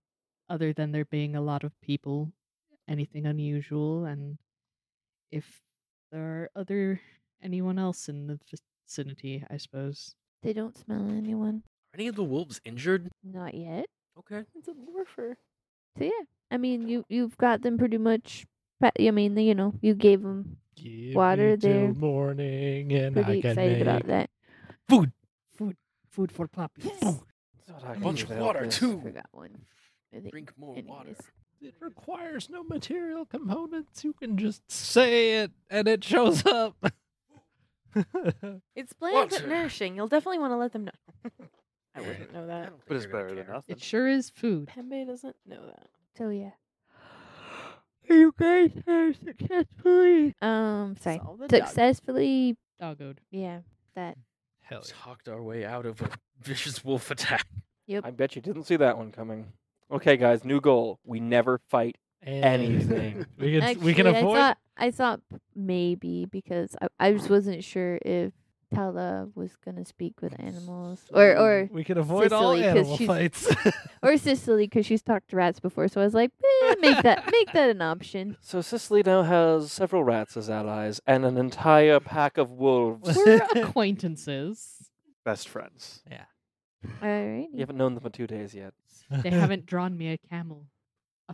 D: other than there being a lot of people, anything unusual, and if there are other anyone else in the vicinity, I suppose.
B: They don't smell anyone.
H: Are any of the wolves injured?
B: Not yet.
H: Okay.
E: It's a morpher.
B: So yeah, I mean, you you've got them pretty much. pa- I mean, you know, you gave them.
F: Give
B: Water
F: me till
B: there.
F: morning, and
B: Pretty
F: I can
B: excited
F: make
B: about that.
F: food.
D: Food for puppies.
A: That's what I can
H: bunch
A: do
H: of
A: to help
H: water,
A: this.
B: I
H: too.
B: forgot one. I think.
H: Drink more water.
B: Anyways.
F: It requires no material components. You can just say it, and it shows up.
E: It's bland
H: Water.
E: but nourishing. You'll definitely want to let them know. I
H: Yeah.
E: wouldn't know
H: I
E: that.
H: don't think
C: but it's
H: they're gonna
C: better than
H: care.
C: nothing.
D: It sure is food.
E: Pembe doesn't know that.
B: So yeah. You guys have successfully um sorry.
E: Solve the dog.
B: Successfully
D: Doggoed.
B: yeah, that
F: Hell yeah.
H: Talked our way out of a vicious wolf attack.
A: I bet you didn't see that one coming. Okay, guys, new goal. We never fight Anything.
F: we can
B: Actually,
F: we can
B: I
F: avoid.
B: thought I thought maybe because I, I just wasn't sure if Tala was gonna speak with animals or or
F: we can avoid all
B: Sicily, 'cause
F: animal
B: she's-
F: fights.
B: or Sicily because she's talked to rats before, so I was like, eh, make that make that an option.
A: So Sicily now has several rats as allies and an entire pack of wolves. you
D: We're acquaintances.
C: best friends.
B: All right.
A: haven't known them for two days yet.
D: They haven't drawn me a camel, a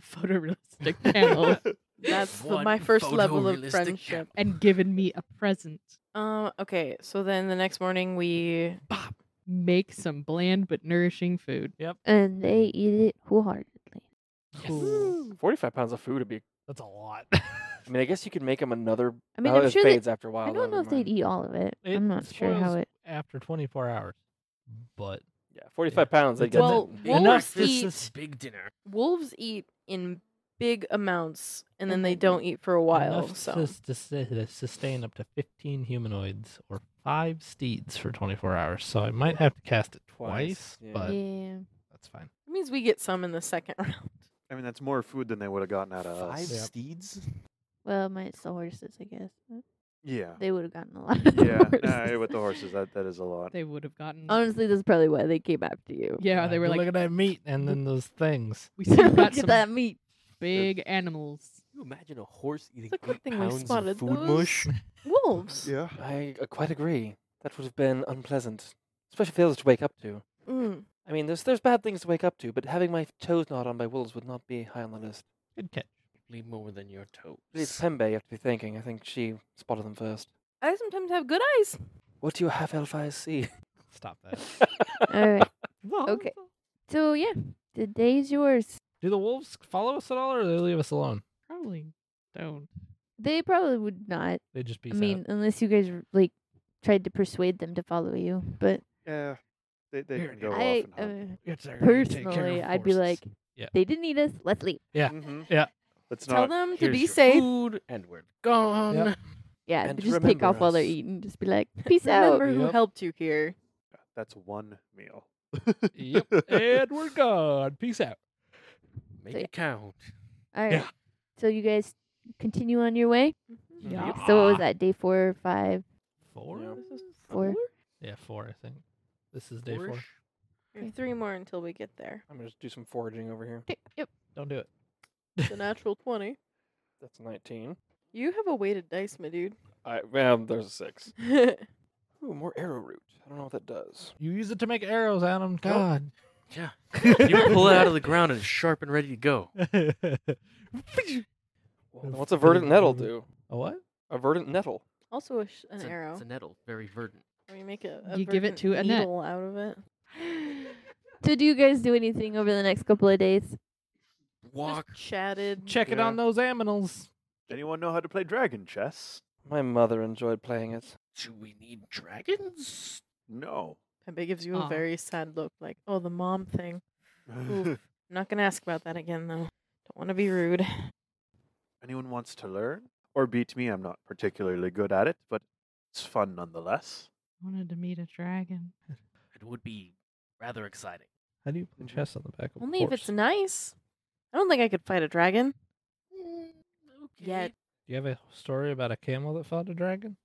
D: photorealistic camel,
E: That's the,
H: One
E: my first level of
H: photorealistic
E: friendship.
D: and given me a present.
E: Um. Okay. So then the next morning we
D: Make some bland but nourishing food.
B: And they eat it wholeheartedly.
F: Cool.
A: Forty-five pounds of food would be.
F: That's a lot.
A: I mean, I guess you could make them another.
B: I mean
A: oh,
B: I'm
A: it
B: sure they,
A: fades after a while.
B: I don't
A: though,
B: know if
A: never
B: they'd
A: mind.
B: eat all of it.
F: It
B: I'm not sure how
F: spoils
B: it
F: After 24 hours, but
A: Yeah, forty-five pounds. They
F: It's
A: get
F: a-
E: well
H: Big
F: Wolves
E: wolves
F: Enough is
E: eat
F: this-
H: big dinner.
E: wolves eat in big amounts and then they
B: Mhm.
E: don't eat for a while.
F: enough
E: So
F: to, s- to sus- to sustain up to 15 humanoids or five steeds for 24 hours. So I might have to cast it
A: Twice,
F: twice,
A: yeah.
F: but
B: Yeah.
F: that's fine.
E: I means we get some in the second round.
C: I mean, that's more food than they would have gotten out of
J: Five
C: us.
F: Yep.
J: steeds?
B: Well, my, it's the horses, I guess.
C: Yeah.
B: They would have gotten a lot of the
C: yeah. Nah,
B: horses.
C: with the horses, that, that is a lot.
D: They would have gotten.
B: Honestly, that's probably why they came after you.
D: yeah, they were
F: look
D: like,
F: at that meat and then those things.
D: we see you've got
B: Look
D: some
B: at that meat.
D: big animals.
J: Can you imagine a horse eating
E: It's a good
J: eight
E: thing we
J: pounds
E: spotted
J: of food
E: those.
J: mush?
E: Wolves.
C: Yeah.
A: I uh, quite agree. That would have been unpleasant, especially if they was to wake up to.
E: Mm.
A: I mean, there's there's bad things to wake up to, but having my toes gnawed on by wolves would not be high on the list.
F: Good catch.
H: Probably more than your toes.
A: It's Pembe you have to be thanking. I think she spotted them first.
E: I sometimes have good eyes.
A: What do you have elf eyes see?
F: Stop that.
B: All right.
D: Well,
B: Okay. So, yeah, the day's yours.
F: Do the wolves follow us at all, or do they leave us alone?
D: Probably don't.
B: They probably would not.
F: They just be.
B: I mean, unless you guys, like, tried to persuade them to follow you. But
C: Yeah. They, they
F: Here
C: can
F: it
C: go
F: is.
C: off
B: I,
C: and
B: uh,
C: hunt.
B: personally, I'd be like,
F: Yeah.
B: they didn't need us. Let's leave.
F: yeah.
C: Mhm.
F: Yeah.
C: Let's
E: Tell
C: not.
E: them to
H: Here's
E: be
H: your
E: safe.
H: Food, and we're gone.
F: Yep.
B: Yeah,
A: And
B: but just take
A: remember
B: off while they're
A: us.
B: eating. Just be like, peace out.
E: Remember who
F: Yep.
E: helped you here.
C: That's one meal.
F: yep, and we're gone. Peace out.
H: Make
B: So, yeah.
H: it count.
B: All right.
F: Yeah.
B: So you guys continue on your way.
E: Mm-hmm.
F: Yeah.
B: So what was that? Day four or five?
F: Four?
A: Yeah.
B: Four?
F: Yeah, four. I think this is day four.
H: Four-ish.
E: We have Three more until we get there.
A: I'm gonna just do some foraging over here.
B: Yep.
F: Don't do it.
E: It's a natural 20.
A: That's 19.
E: You have a weighted dice, my dude.
A: I well, there's a six.
E: That's
A: Ooh, more arrowroot. I don't know what that does.
F: You use it to make arrows, Adam. God.
H: Yeah. You pull it out of the ground and it's sharp and ready to go.
A: Well,
F: That's
A: what's a
F: pretty
A: verdant nettle
F: good.
A: do?
F: a what?
A: A verdant nettle.
E: also a sh- an
H: It's a-
E: arrow.
H: It's a nettle, very verdant.
E: Where you make a, a
D: You give it
E: verdant
D: to Annette.
E: needle out of it.
B: So do you guys do anything over the next couple of days?
H: Walk.
E: Just chatted.
F: Check it
A: Yeah.
F: on those aminals.
C: Anyone know how to play dragon chess?
A: My mother enjoyed playing it.
H: Do we need dragons?
C: No.
E: Pembe gives you a
D: Aw.
E: very sad look, like, oh, the mom thing. Oof. I'm not going to ask about that again, though. Don't want to be rude.
C: Anyone wants to learn or beat me? I'm not particularly good at it, but it's fun nonetheless.
D: Wanted to meet a dragon.
H: It would be rather exciting.
F: How do you play chess on the back of
E: Only if it's nice. I don't think I could fight a dragon. Yet.
F: Do you have a story about a camel that fought a dragon?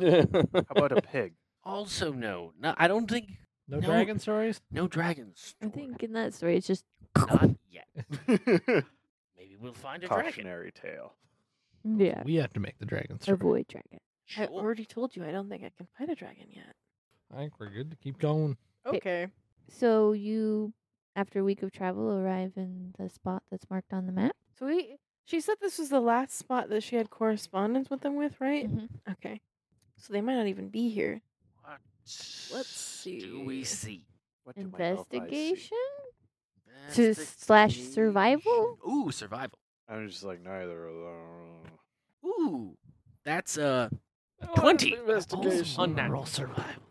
C: How about a pig?
H: Also, no. No, I don't think
F: No,
H: No.
F: dragon stories?
H: no dragons.
B: I think in that story it's just
H: not yet. Maybe we'll find a dragon.
C: Cautionary tale.
B: yeah.
F: We have to make the dragon story.
B: Avoid dragon.
E: I
H: Sure.
E: already told you I don't think I can fight a dragon yet.
F: I think we're good to keep going.
B: Okay. So you, after a week of travel, arrive in the spot that's marked on the map.
E: So we, she said this was the last spot that she had correspondence with them with, right?
B: Mm-hmm.
D: Mm-hmm.
E: Okay. So they might not even be here.
H: What
E: Let's
H: Do we
E: see.
H: see?
C: What do my elf eyes see?
B: Investigation. To slash survival?
H: Investigation. Ooh, survival.
C: I'm just like neither of them.
H: Ooh, that's uh twenty.
A: Investigation.
H: Unnatural.
F: survival.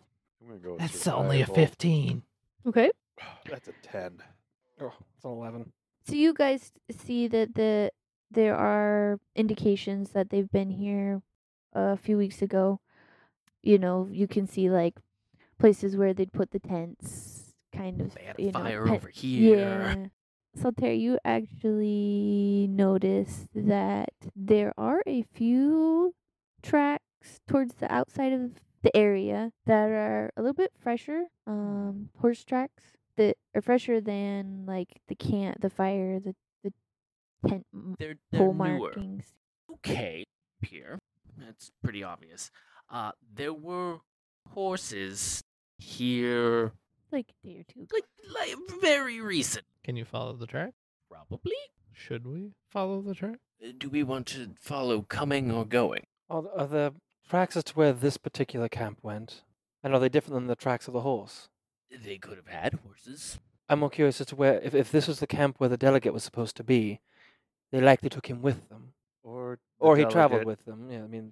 C: I'm gonna go. with
F: That's only a
C: survival.
F: 15.
B: Okay.
C: That's a ten.
A: Oh, it's an 11.
B: So you guys see that the there are indications that they've been here a few weeks ago. You know, you can see like places where they'd put the tents, kind of.
H: They had
B: you
H: a fire
B: know, pen-
H: over here.
B: Yeah. So Terry, you actually notice that there are a few tracks towards the outside of the area that are a little bit fresher. Um, horse tracks that are fresher than like the can the fire, the the tent m-
H: They're, they're
B: pole
H: newer.
B: markings.
H: Okay, here. That's pretty obvious. Uh, there were horses here,
B: Like a day or two.
H: like, like very recent,
F: Can you follow the track?
H: probably.
F: Should we follow the track?
H: Uh, Do we want to follow coming or going?
A: Are, th- are the tracks as to where this particular camp went? And are they different than the tracks of the horse?
H: They could have had horses.
A: I'm more curious as to where, if, if this was the camp where the delegate was supposed to be, they likely took him with them.
C: Or the
A: Or he traveled
C: delegate
A: with them. Yeah, I mean,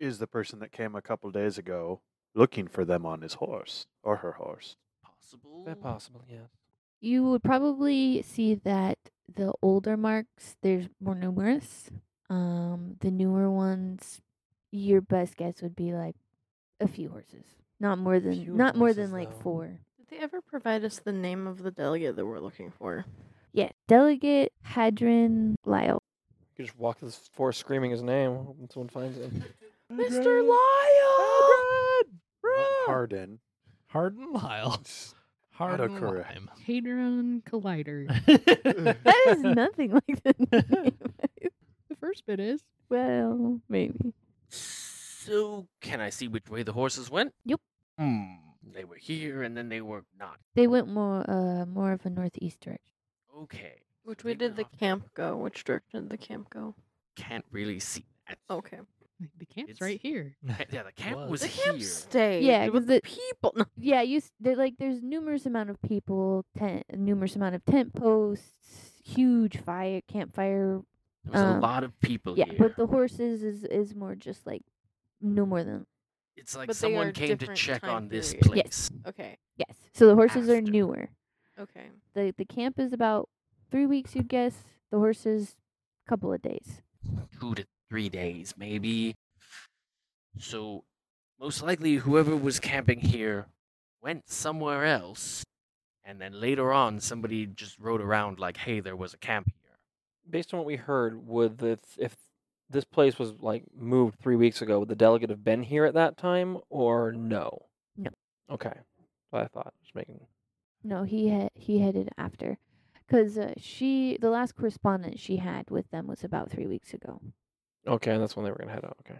C: is the person that came a couple days ago looking for them on his horse or her horse.
H: Possible.
A: they're possible, yeah.
B: You would probably see that the older marks there's more numerous. Um, the newer ones, your best guess would be like a few horses, not more than
A: Few
B: not more
A: horses,
B: than like
A: though.
B: four.
E: Did they ever provide us the name of the delegate that we're looking for?
B: Yeah, Delegate Hadron Lyle.
A: You just walk through this forest screaming his name, hoping someone finds him.
E: Mr. Lyle!
C: Harden.
F: Harden Lyle. Harden
C: correct.
D: Oh.
F: Lime.
D: Hadron Collider.
B: That is nothing like the name.
D: The first bit is
B: well, maybe.
H: So, can I see which way the horses went?
B: Yep.
H: Hmm. They were here and then they were not.
B: They went more uh more of a northeast direction.
H: Okay.
E: Which
H: so
E: way
H: they
E: did the
H: went off.
E: camp go? Which direction did the camp go?
H: Can't really see that.
E: Oh, Okay.
D: like, the camp's
H: It's-
D: right here.
H: Ca- Yeah, the camp
F: Was.
H: was
E: The
H: here.
E: camp stayed.
B: Yeah, 'cause
E: with the
B: it-
E: people. No,
B: Yeah, you s- there- like there's numerous amount of people, tent numerous amount of tent posts, huge fire campfire.
H: There was
E: uh,
B: um,
H: a lot of people
B: Yeah,
H: here.
B: but the horses is is more just like no more than
H: it's like
E: but they are
H: someone came to
E: different
H: check
E: time
H: on this
E: periods.
H: place.
E: Okay.
B: yes. So the horses are
H: After.
B: newer.
E: Okay.
B: the The camp is about three weeks, you'd guess. The horses, couple of days.
H: Two to three days, maybe. So, most likely, whoever was camping here went somewhere else, and then later on, somebody just rode around like, hey, there was a camp here.
A: Based on what we heard, would the th- if this place was like moved three weeks ago, would the delegate have been here at that time or no?
B: No.
A: Okay. What I thought. Just making
B: No, he had he headed after, because uh, she the last correspondence she had with them was about three weeks ago.
A: Okay, and that's when they were gonna head out. Okay.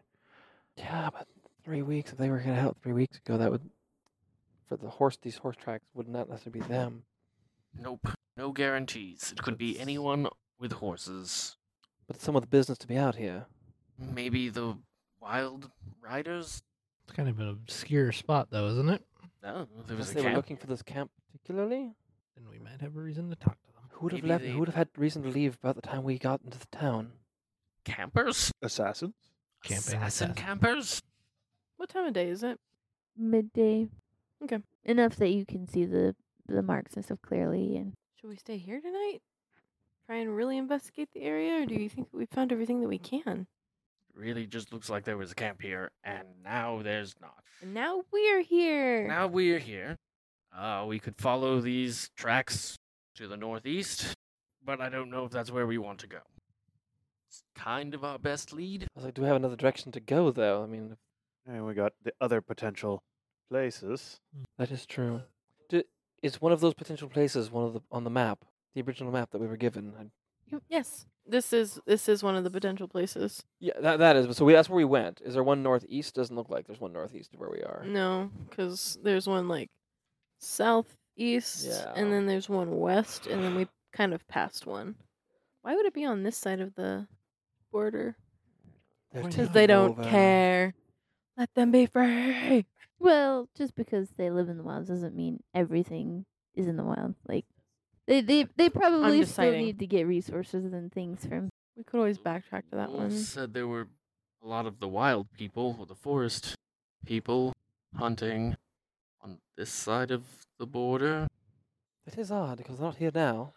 A: Yeah, but three weeks. If they were gonna head out three weeks ago, that would for the horse. These horse tracks would not necessarily be them.
H: Nope. No guarantees. It could be
A: That's-
H: anyone with horses.
A: But someone with business to be out here.
H: Maybe the wild riders?
F: It's kind of an obscure spot, though, isn't it?
H: No, there
A: Unless
H: was a
A: they were
H: camp.
A: looking for this camp particularly.
F: Then we might have a reason to talk to them.
A: Who would have
H: Maybe
A: left?
H: they-
A: Who would have had reason to leave by the time we got into the town?
H: Campers?
C: Assassin.
F: Camping
H: Assassin
F: assassin.
H: campers?
E: What time of day is it?
B: Midday.
E: Okay.
B: Enough that you can see the the marks and stuff clearly, and
E: Should we stay here tonight? Try and really investigate the area, or do you think we found everything that we can?
H: Really just looks like there was a camp here, and now there's not.
E: And now we're here.
H: Now we're here. Uh, we could follow these tracks to the northeast, but I don't know if that's where we want to go. It's kind of our best lead.
A: I was like, do we have another direction to go though? I mean,
C: And we got the other potential places.
A: that is true. Do, is one of those potential places one of the on the map, the original map that we were given? I,
E: yes, this is this is one of the potential places.
A: yeah, that that is. So we, that's where we went. Is there one northeast? Doesn't look like there's one northeast of where we are.
E: No, because there's one like southeast,
A: Yeah.
E: and then there's one west, and then we kind of passed one. Why would it be on this side of the border?
A: There's
F: Because
E: Because
A: no
E: they don't
A: Nova.
E: care. Let them be free.
B: well, just because they live in the wild doesn't mean everything is in the wild. Like they they they probably still
E: deciding.
B: need to get resources and things from.
E: We could always backtrack to that
H: Wolf
E: one.
H: Said there were a lot of the wild people or the forest people hunting on this side of the border.
A: It is odd because they're not here now.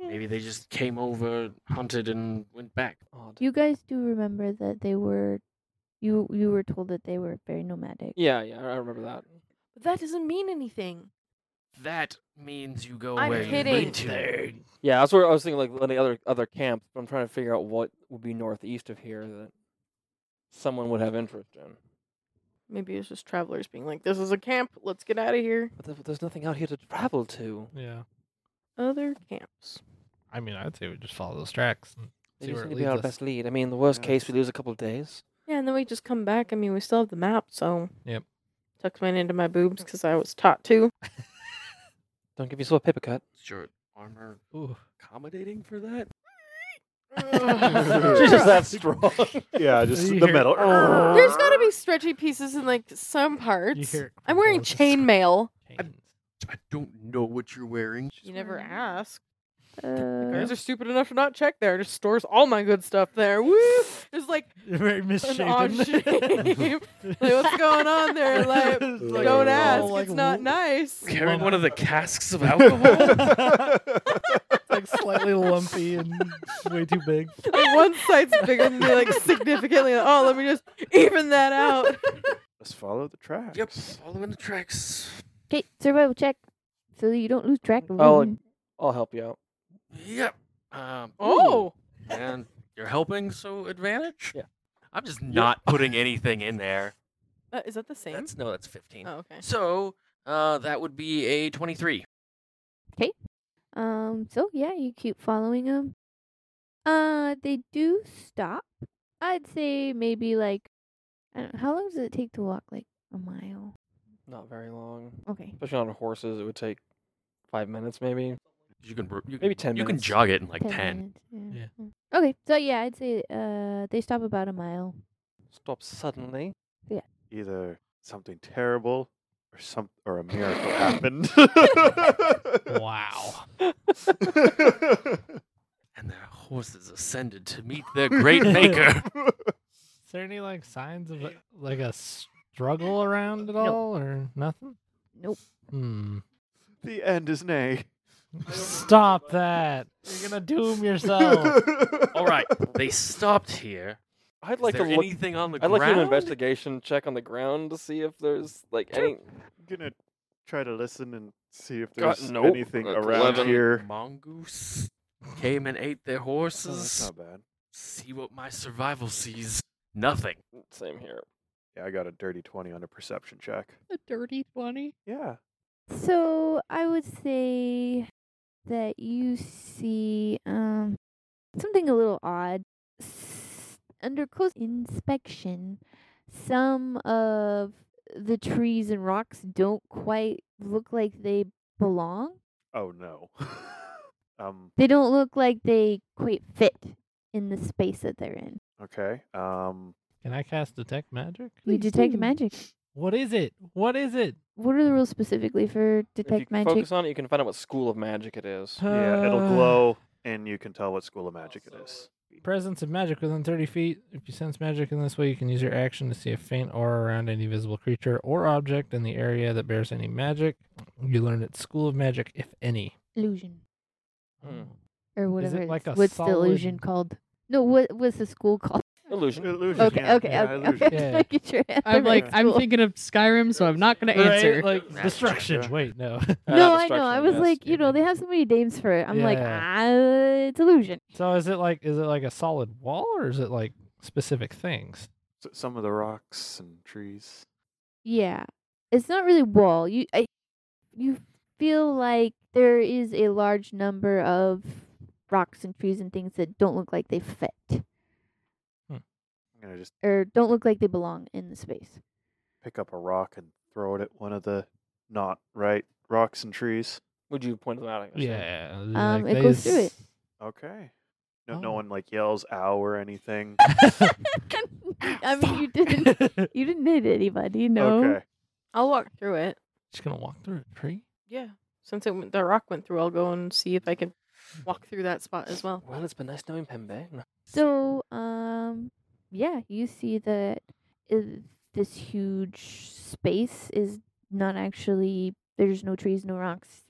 E: Hmm.
H: Maybe they just came over, hunted, and went back.
A: Odd.
B: You guys do remember that they were, you you were told that they were very nomadic.
A: Yeah, yeah, I I remember that.
E: But that doesn't mean anything.
H: That means you go
E: I'm
H: where you
E: kidding.
H: need to.
A: Yeah, that's where I was thinking like any other other camp. But I'm trying to figure out what would be northeast of here that someone would have interest in.
E: Maybe it's just travelers being like, "This is a camp. Let's get out of here."
A: But there's, there's nothing out here to travel to.
F: Yeah.
E: Other camps.
F: I mean, I'd say we just follow those tracks. and
A: They
F: See
A: just
F: where
A: need
F: it
A: to be our
F: leads us.
A: best lead. I mean, the worst
C: Yeah,
A: case, we
C: it's-
A: lose a couple of days.
E: Yeah, and then we just come back. I mean, we still have the map, so.
F: Yep.
E: Tucked mine into my boobs because I was taught to.
A: Don't give yourself a paper cut.
H: Is your armor
F: Ooh.
H: accommodating for that?
A: She's just that strong.
C: Yeah, just
F: You
C: the
F: hear-
C: metal.
E: There's got to be stretchy pieces in like some parts.
F: hear it
E: I'm wearing
F: crumple as it's-
E: chainmail.
F: Chains.
H: I don't know what you're wearing.
E: You never
B: wearing-
E: ask. The
B: Uh,
E: guards are stupid enough to not check there. Just stores all my good stuff there. Woo! There's like
F: You're very
E: an odd
F: misshapen.
E: shape. like, what's going on there? Like, don't
C: oh,
E: ask.
C: like,
E: it's not nice.
H: Carrying one of the casks of
F: like slightly lumpy and way too big.
E: Like, one side's bigger than the like significantly. Like, oh, let me just even that out.
C: Let's follow the tracks.
H: yep, following the tracks.
B: Okay, survival check. so that you don't lose track of
A: Oh,
B: when-
A: I'll help you out.
G: Yep. Um,
E: Oh,
G: and you're helping, so advantage.
A: Yeah.
G: I'm just not putting anything in there.
E: Uh, is that the same?
G: That's no, that's 15.
E: oh, okay.
G: So uh, that would be a 23.
B: Um, so yeah, you keep following them. Uh, they do stop. I'd say maybe like, I don't how long does it take to walk? Like a mile.
A: Not very long.
B: Okay.
A: Especially on horses, it would take five minutes maybe.
H: You can br- you,
A: Maybe 10
H: you can
A: minutes.
H: jog it in like ten.
B: minutes, Yeah. yeah. Okay. So yeah, I'd say uh they stop about a mile.
A: Stop suddenly.
C: Either something terrible or some or a miracle happened.
F: Wow.
H: and their horses ascended to meet their great maker.
F: Is there any like signs of like- like a struggle around at all or nothing?
B: Nope.
F: Hmm.
C: the end is nay.
F: Stop that! You're gonna doom yourself.
G: All right. They stopped here.
A: I'd
G: Is
A: like to
G: there
A: look.
G: anything on the
A: I'd like to do
G: ground?
A: an investigation check on the ground to see if there's like any.
C: gonna try to listen and see if
A: God,
C: there's
A: nope.
C: anything
A: Like
C: around
A: 11.
C: here.
G: Mongoose came and ate their
C: Oh, that's
G: horses.
C: not bad.
G: See what my survival sees. Nothing.
A: Same here.
C: Yeah, I got a dirty twenty on a perception check.
D: A dirty 20.
C: Yeah.
B: So I would say that you see um something a little odd. S- under close inspection, some of the trees and rocks don't quite look like they belong.
C: Oh no. um.
B: They don't look like they quite fit in the space that they're in.
C: Okay. Um.
F: Can I cast detect magic?
B: You
D: Please
B: detect
D: do.
B: magic.
F: What is it? What is it?
B: What are the rules specifically for
A: if you
B: detect
A: can
B: magic?
A: focus on it, you can find out what school of magic it is.
C: Yeah, it'll
F: Uh,
C: glow, and you can tell what school of magic it is.
F: Presence of magic within 30 feet. If you sense magic in this way, you can use your action to see a faint aura around any visible creature or object in the area that bears any magic. You learned at School of Magic, if any.
B: illusion
A: Hmm.
B: or whatever.
F: it
B: it's-
F: like a
B: what's the
F: solid-
B: illusion called? No, what what's the school called?
A: Illusion.
C: Illusion,
B: Okay,
C: yeah,
B: okay,
C: yeah,
B: okay.
C: illusion.
B: okay.
F: Yeah.
B: Just making sure I had the
D: I'm
B: right
D: like, I'm
B: school.
D: thinking of Skyrim, so I'm not going to answer.
F: Like destruction.
C: sure.
F: Wait,
B: No,
F: no.
A: Ah,
B: I know. I
A: destruction,
B: was
A: yes.
B: like, you know, they have so many names for it. I'm like, ah, it's illusion.
F: so is it like is it like a solid wall or is it like specific things?
C: S- some of the rocks and trees.
B: Yeah, it's not really wall. You, I, you feel like there is a large number of rocks and trees and things that don't look like they fit
C: I'm gonna just
B: or don't look like they belong in the space.
C: pick up a rock and throw it at one of the not right rocks and trees.
A: Would you point them out? I guess,
F: Yeah.
B: Um, it goes through it.
C: Okay. No, no
F: Oh.
C: one like yells ow or anything.
B: I mean, you didn't, you didn't hit anybody. No.
C: Okay.
E: I'll walk through it.
F: Just gonna walk through a tree.
E: Yeah. Since it, went- the rock went through, I'll go and see if I can walk through that spot as well.
A: Well, it's been nice knowing Pembe.
B: So, um, yeah, you see that uh, this huge space is not actually there's no trees, no rocks.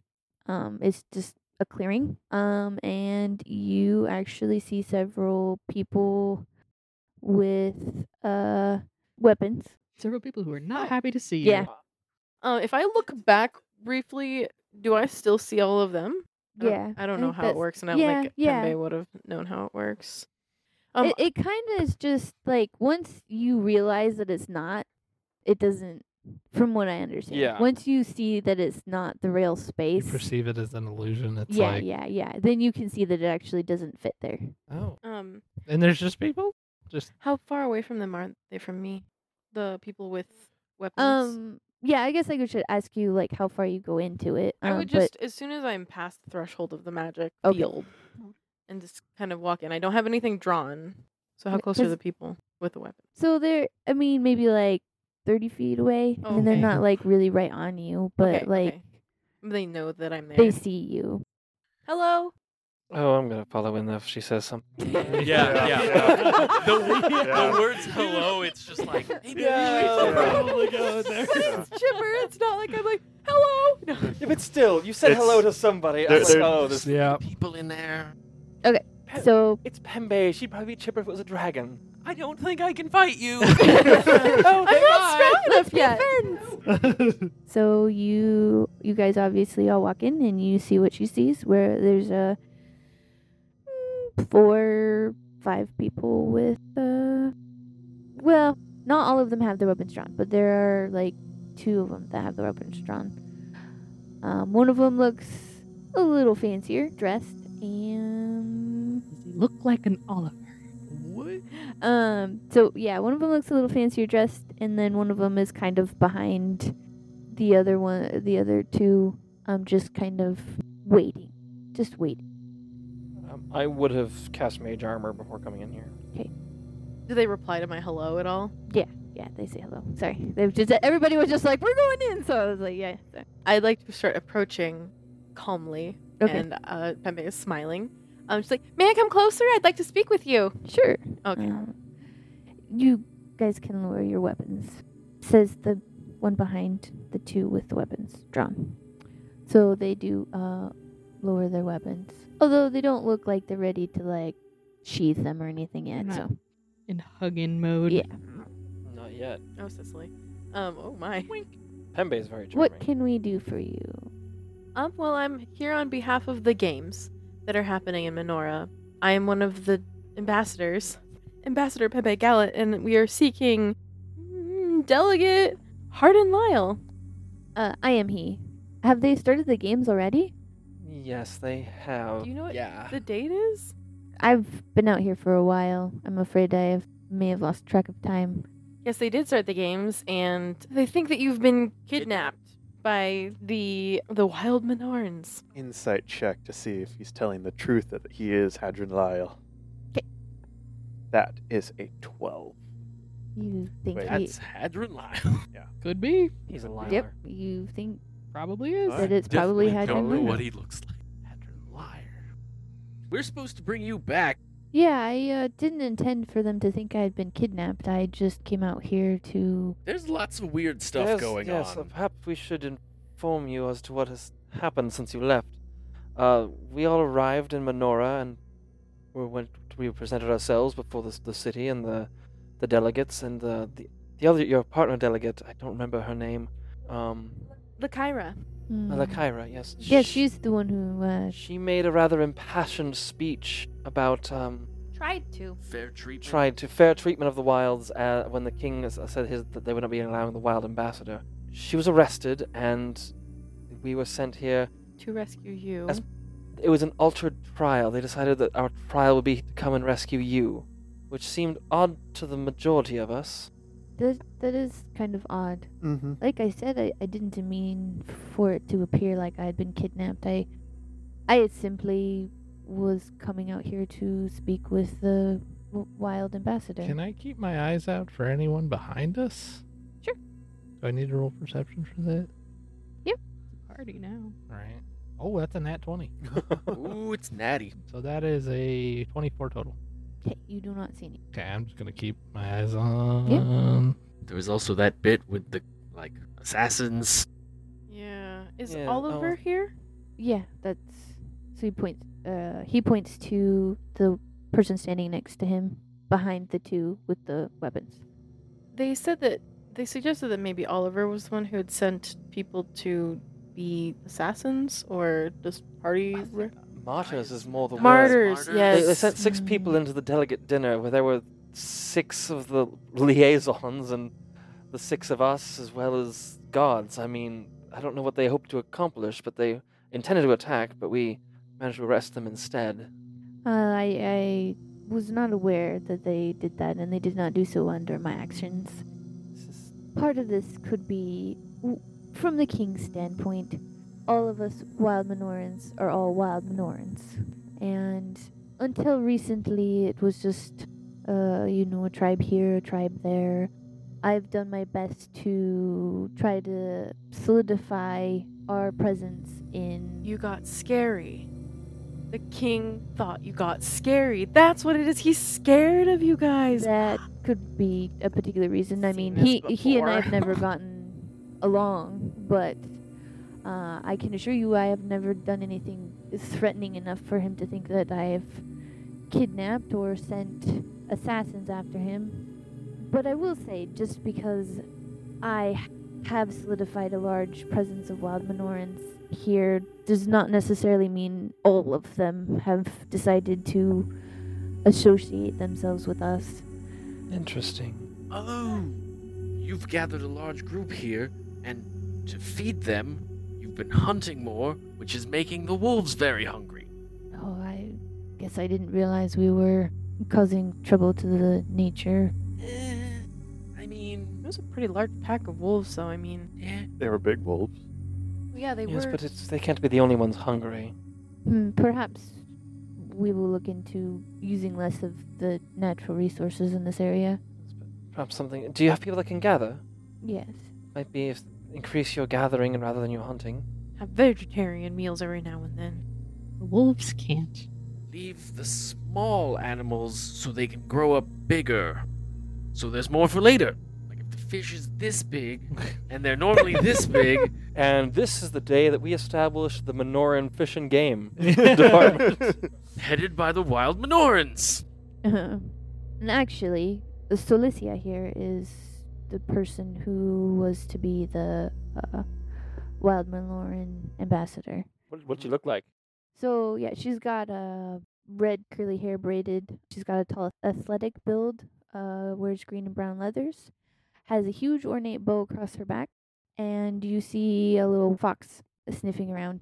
B: Um, it's just a clearing. Um, and you actually see several people with uh weapons.
D: Several people who are not happy to see
B: Yeah.
D: you.
E: Uh, if I look back briefly, do I still see all of them? I don't-
B: Yeah,
E: I don't
B: I
E: know
B: think
E: how it
B: that's-
E: works, and I
B: yeah,
E: don't think
B: yeah.
E: Pembe would have known how it works. Um,
B: it it kind of is just like once you realize that it's not, it doesn't. From what I understand,
A: Yeah.
B: once you see that it's not the real
F: You
B: space,
F: perceive it as an illusion. It's
B: yeah,
F: like
B: yeah, yeah. Then you can see that it actually doesn't fit there.
F: oh,
E: um,
F: and there's just people. Just
E: how far away from them are they from me? The people with weapons.
B: Um, yeah, I guess I should ask you like how far you go into it.
E: I
B: um,
E: would
B: but-
E: just, as soon as I'm past the threshold of the magic
B: Okay.
E: field, and just kind of walk in. I don't have anything drawn, so how
B: Okay,
E: close are
B: 'cause-
E: the people with the weapon?
B: so they're, I mean, maybe like thirty feet away, and they're
E: Okay.
B: not like really right on you, but
E: Okay,
B: like
E: okay. They know that I'm there.
B: they see you.
E: Hello.
A: Oh, I'm gonna follow in if she says something.
C: Yeah,
H: Yeah, yeah.
C: yeah.
H: The, w-
C: Yeah.
H: the words hello, it's just like maybe
A: Yeah.
H: "Oh
F: Probably go there.
E: it's chipper. It's not like I'm like hello. No.
A: Yeah, but still, you said hello to
C: It's-
A: somebody.
C: they're-
A: I was like,
C: they're-
A: oh, this.
F: yeah.
G: People in there.
B: So
A: It's Pembe. She'd probably be chipper if it was a dragon.
G: I don't think I can fight you.
E: I'm
B: not strong enough yet.
E: Friends.
B: So you you guys obviously all walk in and you see what she sees where there's a mm, four five people with uh well not all of them have their weapons drawn but there are like two of them that have their weapons drawn. Um, one of them looks a little fancier dressed and
D: Does he look like an Oliver?
G: what?
B: um. So yeah, one of them looks a little fancier dressed, and then one of them is kind of behind the other one. The other two, um, just kind of waiting, just waiting.
A: Um, I would have cast mage armor before coming in here.
E: Do they reply to my hello at all?
B: Yeah, they say hello. Sorry, they've just everybody was just like we're going in, so I was like yeah. so-
E: I'd like to start approaching calmly,
B: Okay,
E: and uh, Pepe is smiling. I'm just like, may I come closer? I'd like to speak with you.
B: sure.
E: Okay.
B: Um, you guys can lower your weapons, says the one behind the two with the weapons drawn. So they do uh, lower their weapons, although they don't look like they're ready to like sheath them or anything yet.
D: Not-
B: So
D: In hugging mode.
B: yeah,
A: Not yet.
E: Oh, Cicely. Um. Oh my.
A: Pembe is very charming.
B: what can we do for you?
E: Um, well, I'm here on behalf of the games that are happening in Menorah. I am one of the ambassadors, Ambassador Pepe Gallant, and we are seeking mm, delegate Hardin Lyle.
B: Uh, I am he. Have they started the games already?
A: Yes, they have.
E: Do you know what
G: Yeah.
E: the date is?
B: I've been out here for a while. I'm afraid I have, may have lost track of time.
E: Yes, they did start the games, and they think that you've been kidnapped by the the Wild Menorans.
C: Insight check to see if he's telling the truth that he is Hadron Lyle.
B: 'Kay.
C: That is a 12.
B: You think
C: Wait,
B: he,
G: That's Hadron Lyle.
D: Could be.
A: He's a liar.
B: Yep, you think
D: Probably is.
C: Alright.
B: that it's probably
G: Uh, Definitely
B: had
G: don't know
B: him.
G: what he looks like. Hadron Liar. We're supposed to bring you back.
B: Yeah, I uh, didn't intend for them to think I had been kidnapped. I just came out here to.
H: Oh,
G: There's lots of weird stuff
A: yes,
G: going
A: yes, uh,
G: on.
A: perhaps we should inform you as to what has happened since you left. Uh, we all arrived in Menorah and we went. We presented ourselves before the, the city and the the delegates and the, the the other your partner delegate. I don't remember her name. Um,
E: The Kyra.
B: Hmm.
A: Alakaira. Yes.
B: Yeah,
A: Sh-
B: she's the one who. Uh,
A: She made a rather impassioned speech about um,
E: Tried to.
G: Fair treatment.
A: tried to fair treatment of the wilds uh, when the king s- said his, that they would not be allowing the wild ambassador. She was arrested, and we were sent here.
E: To rescue you.
A: As- It was an altered trial. They decided that our trial would be to come and rescue you, which seemed odd to the majority of us.
B: that, that is kind of odd.
C: Mm-hmm.
B: Like I said, I, I didn't mean for it to appear like I had been kidnapped. I, I had simply was coming out here to speak with the w- wild ambassador.
F: Can I keep my eyes out for anyone behind us?
B: Sure.
F: Do I need to roll perception for that?
D: Party now.
F: All right. Oh, that's a nat 20.
G: Ooh, it's natty.
F: So that is a 24 total.
B: Okay, you do not see any.
F: Okay, I'm just going to keep my eyes on.
G: There was also that bit with the like assassins.
E: yeah. Is
A: Yeah,
E: Oliver
A: oh.
E: here?
B: Yeah, that's. So he points. Uh, he points to the person standing next to him, behind the two with the weapons.
E: They said that they suggested that maybe Oliver was the one who had sent people to be assassins or just party.
A: I
E: ri-
A: think Martyrs is more the word.
E: Martyrs,
G: Martyrs.
A: They,
E: yes.
A: they sent six people into the delegate dinner where there were six of the liaisons and the six of us, as well as guards. I mean, I don't know what they hoped to accomplish, but they intended to attack, but we managed to arrest them instead.
B: Uh, I, I was not aware that they did that, and they did not do so under my actions.
A: This is-
B: Part of this could be, w- from the king's standpoint, all of us wild Menorans are all wild Menorans. And until recently, it was just, uh, you know, a tribe here, a tribe there. I've done my best to try to solidify our presence in.
E: You got scary. The king thought you got scary. That's what it is. He's scared of you guys.
B: That could be a particular reason. I
G: Seen
B: mean,
G: this
B: he he and I
G: before.
B: have never gotten along, but uh, I can assure you, I have never done anything threatening enough for him to think that I have kidnapped or sent assassins after him. But I will say, just because I have solidified a large presence of wild Minorans here, does not necessarily mean all of them have decided to associate themselves with us.
A: Interesting.
G: Oh, you've gathered a large group here, and to feed them, you've been hunting more, which is making the wolves very hungry.
B: Oh, I guess I didn't realize we were causing trouble to the nature.
G: Eh, I mean, eh,
E: It was a pretty large pack of wolves, so I mean,
G: yeah,
C: They were big wolves.
E: yeah, they
A: yes,
E: were.
A: but it's, they can't be the only ones hungry.
B: Hmm, perhaps we will look into using less of the natural resources in this area.
A: Perhaps something. Do you have people that can gather?
B: Yes.
A: Might be if increase your gathering and rather than your hunting.
E: have vegetarian meals every now and then.
D: The wolves can't.
G: leave the small animals so they can grow up bigger. So there's more for later. Like if the fish is this big, and they're normally this big,
A: And this is the day that we establish the Minoran Fish and Game Department.
G: headed by the wild Minorans.
B: and actually, the Solicia here is the person who was to be the uh, Wild Maloran ambassador.
A: what, what'd you look like?
B: So yeah, she's got uh, red curly hair braided. She's got a tall athletic build. Uh, wears green and brown leathers. Has a huge ornate bow across her back, and you see a little fox sniffing around.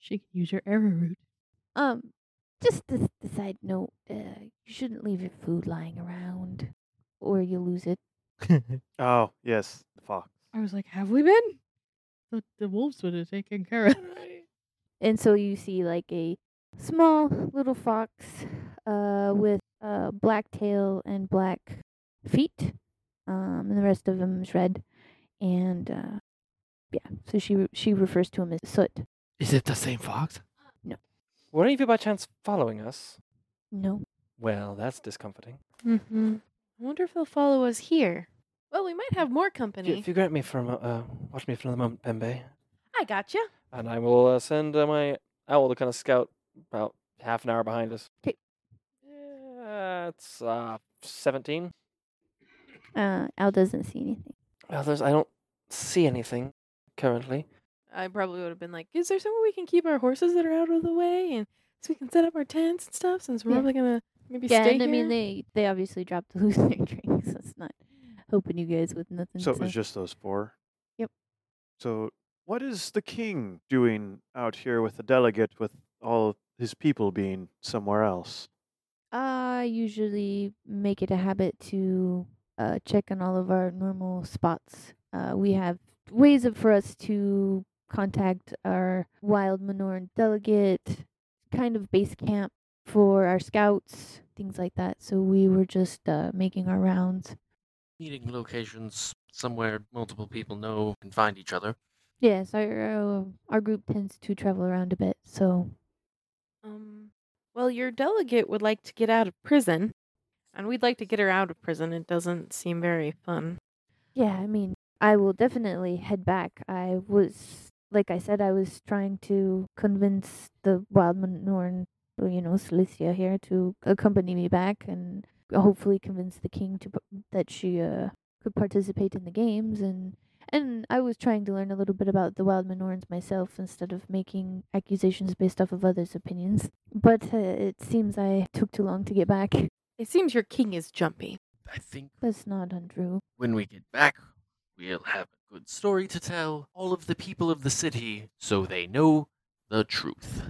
D: She can use your arrowroot.
B: Um, just a, a side note: uh, you shouldn't leave your food lying around, or you'll lose it.
C: Oh yes, the fox.
D: I was like, have we been? The, the wolves would have taken care of.
B: And so you see like a small little fox uh, with a black tail and black feet. Um, and the rest of him is red. And uh, yeah, so she re- she refers to him as Soot.
F: Is it the same fox?
A: Were any of you by chance following us?
B: No.
A: Well, that's discomforting.
E: Mm-hmm. I wonder if they'll follow us here. Well, we might have more
A: If
E: company.
A: you, if you grant me for a mo- uh, watch me for another moment, Pembe,
E: I gotcha.
A: and I will uh, send uh, my owl to kind of scout about half an hour behind us.
B: 'Kay.
A: Yeah, it's uh, 17.
B: Uh, Al doesn't see anything.
A: Others, I don't see anything currently.
E: I probably would have been like, is there somewhere we can keep our horses that are out of the way and so we can set up our tents and stuff since we're
B: Yeah.
E: probably gonna maybe
B: yeah,
E: stay
B: and I mean,
E: here?"
B: they, they obviously dropped the loose their drinks. That's not hoping you guys with nothing.
C: So it
B: to-
C: was just those four.
B: Yep.
C: So what is the king doing out here with the delegate with all his people being somewhere else?
B: I usually make it a habit to uh, check on all of our normal spots. Uh, we have ways of, for us to contact our wild Minoran delegate, kind of base camp for our scouts, things like that. So we were just uh, making our rounds.
G: Meeting locations somewhere multiple people know can find each other.
B: Yes, our uh, our group tends to travel around a bit. So
E: Um, well, your delegate would like to get out of prison, and we'd like to get her out of prison. It doesn't seem very fun.
B: Yeah, I mean, I will definitely head back. I was, like I said, I was trying to convince the wild Norn, you know, Celicia here to accompany me back and hopefully convince the king to p- that she uh, could participate in the games and and I was trying to learn a little bit about the wild Minorans myself instead of making accusations based off of others' opinions. But uh, it seems I took too long to get back.
E: It seems your king is jumpy.
G: I think
B: That's not untrue.
G: when we get back, we'll have a good story to tell all of the people of the city so they know the truth.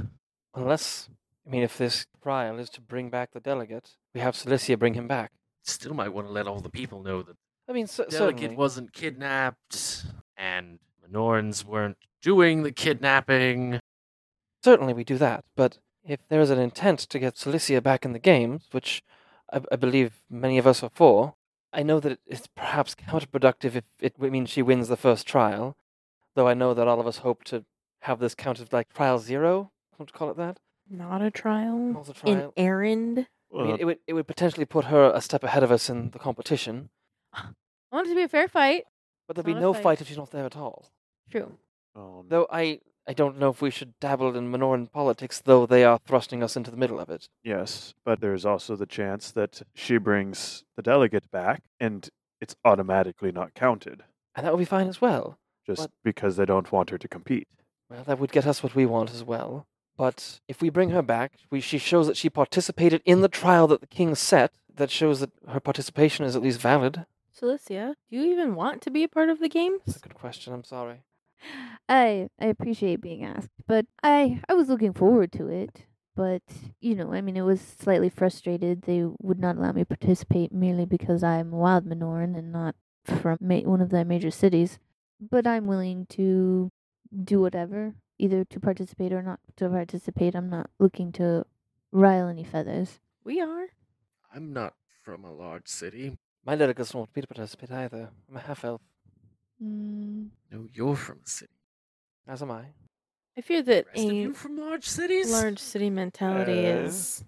A: Unless, I mean, if this trial is to bring back the delegate, we have Cilicia bring him back.
G: Still might want to let all the people know that
A: I mean, so,
G: delegate
A: certainly.
G: wasn't kidnapped and Minorans weren't doing the kidnapping.
A: Certainly, we do that, but if there is an intent to get Cilicia back in the games, which I, I believe many of us are for, I know that it- it's perhaps counterproductive if it w- means she wins the first trial, though I know that all of us hope to have this counted like trial zero, want to call it that?
E: Not a trial.
A: Calls a
E: An
A: trial.
E: errand.
A: I mean, it, would, it would potentially put her a step ahead of us in the competition,
E: I want it to be a fair fight.
A: but there'll be
E: Not a
A: no
E: fight.
A: fight if she's not there at all.
E: True.
C: Oh, no.
A: Though I I don't know if we should dabble in Minoran politics, though they are thrusting us into the middle of it.
C: Yes, but there's also the chance that she brings the delegate back and it's automatically not counted
A: And that would be fine as well.
C: just
A: But-
C: because they don't want her to compete.
A: Well, that would get us what we want as well. But if we bring her back, we, she shows that she participated in the trial that the king set. That shows that her participation is at least valid.
E: Celicia, do you even want to be a part of the
A: That's a
E: games?
A: good question. I'm sorry.
B: I I appreciate being asked, but I I was looking forward to it. But you know, I mean, it was slightly frustrated. They would not allow me to participate merely because I'm a wild Minoran and not from ma- one of their major cities. But I'm willing to do whatever, either to participate or not to participate. I'm not looking to rile any feathers.
E: We are.
G: I'm not from a large city.
A: My delegates don't want me to participate either. I'm a half elf,
B: Mm,
G: No, you're from a city.
A: as am I.
E: I fear
G: The
E: that
G: rest of
E: a
G: you from large cities?
E: large city mentality
C: Uh,
E: is.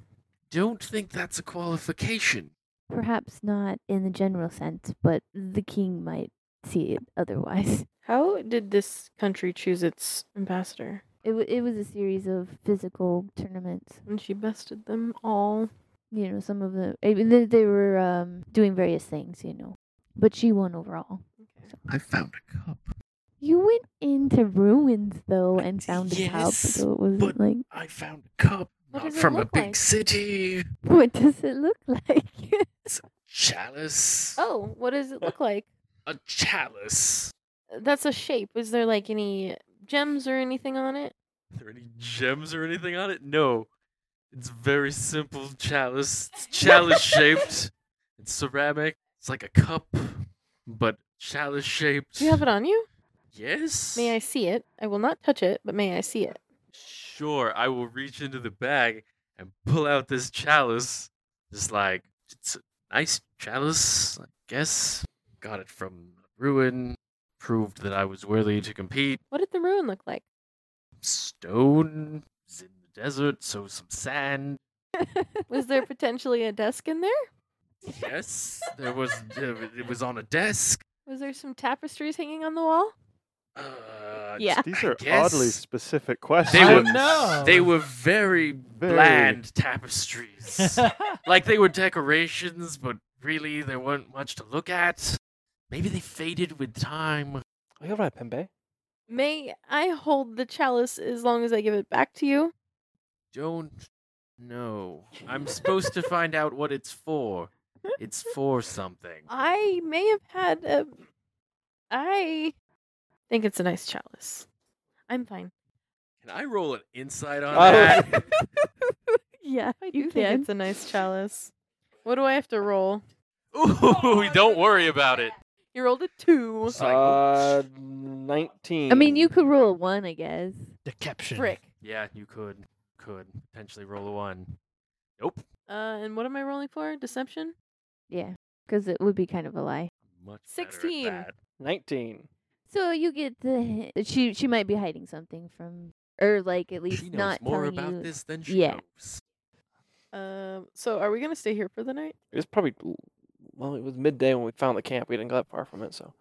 G: Don't think that's a qualification.
B: perhaps not in the general sense, but the king might see it otherwise.
E: How did this country choose its ambassador?
B: It w- it was a series of physical tournaments.
E: And she bested them all.
B: You know, some of the I mean, they, they were um, doing various things. You know, but she won overall.
G: I found a cup.
B: You went into ruins though
G: I
B: and
G: d-
B: found a cup,
G: yes,
B: so it wasn't
G: but-
B: like
G: I found a cup.
E: What
G: not
E: does it
G: from a
E: look
G: big
E: like?
G: city.
B: what does it look like?
G: Chalice.
E: Oh, what does it look like? Uh,
G: A chalice.
E: That's a shape. Is there like any gems or anything on it?
H: Are there any gems or anything on it? No. It's very simple chalice. It's chalice shaped. It's ceramic. It's like a cup, but chalice shaped.
E: Do you have it on you?
H: Yes.
E: May I see it? I will not touch it, but may I see it?
H: Sure, I will reach into the bag and pull out this chalice. Just like it's a nice chalice, I guess.
G: Got it from a ruin. Proved that I was worthy to compete.
E: What did the ruin look like?
G: Stone was in the desert, so some sand.
E: Was there potentially a desk in there?
G: Yes, there was. there- It was on a desk.
E: Was there some tapestries hanging on the wall?
G: Uh,
E: Yeah.
C: These
G: I
C: are oddly
G: guess.
C: specific questions.
G: They were,
F: know.
G: they were very,
C: Very.
G: bland tapestries. like they were decorations, but really there weren't much to look at. Maybe they faded with time.
A: Are you all right, Pembe?
E: May I hold the chalice as long as I give it back to you?
G: Don't know. I'm supposed to find out what it's for. It's for something.
E: I may have had a. I think it's a nice chalice. I'm fine.
H: Can I roll an insight on
A: Oh.
H: that?
B: yeah,
E: I do think it's a nice chalice. What do I have to roll?
B: Oh,
H: Ooh, don't worry about it.
E: You rolled a two.
A: Uh, 19.
B: I mean, you could roll a one, I guess.
F: Deception.
E: Frick.
H: Yeah, you could could potentially roll a one. Nope.
E: Uh, and what am I rolling for? Deception?
B: Yeah, because it would be kind of a lie.
H: Much better at
E: 16.
H: that.
A: 19.
B: So you get the hi- she she might be hiding something from or like at least
H: She knows
B: not
H: more
B: telling
H: about
B: you.
H: this than she
B: yeah.
H: knows.
E: Um, so are we gonna stay here for the night?
A: It was probably, well, it was midday when we found the camp. We didn't go that far from it, so.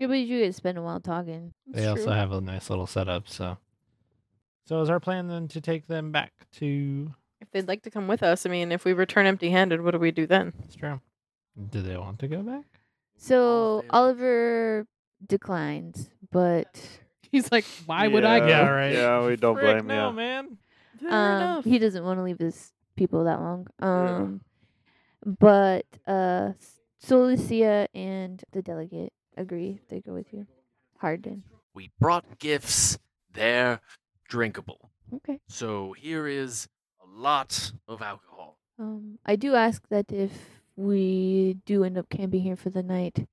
B: Yeah, but you could spend a while talking.
E: It's
F: They also
E: true.
F: have a nice little setup, so. So is our plan then to take them back to
E: If they'd like to come with us, I mean, if we return empty-handed, what do we do then?
F: Strom? Do they want to go back?
B: So
G: They-
B: Oliver declines, but
D: He's like, why would I go?
F: Yeah, right.
C: Yeah, we don't blame
F: no,
C: you.
F: man.
E: Fair
B: um, he doesn't want to leave his people that long. Um, but uh, S- Solicia and the delegate agree they go with you. Harden.
G: We brought gifts. They're drinkable.
B: Okay.
G: So here is a lot of alcohol.
B: Um, I do ask that if we do end up camping here for the night,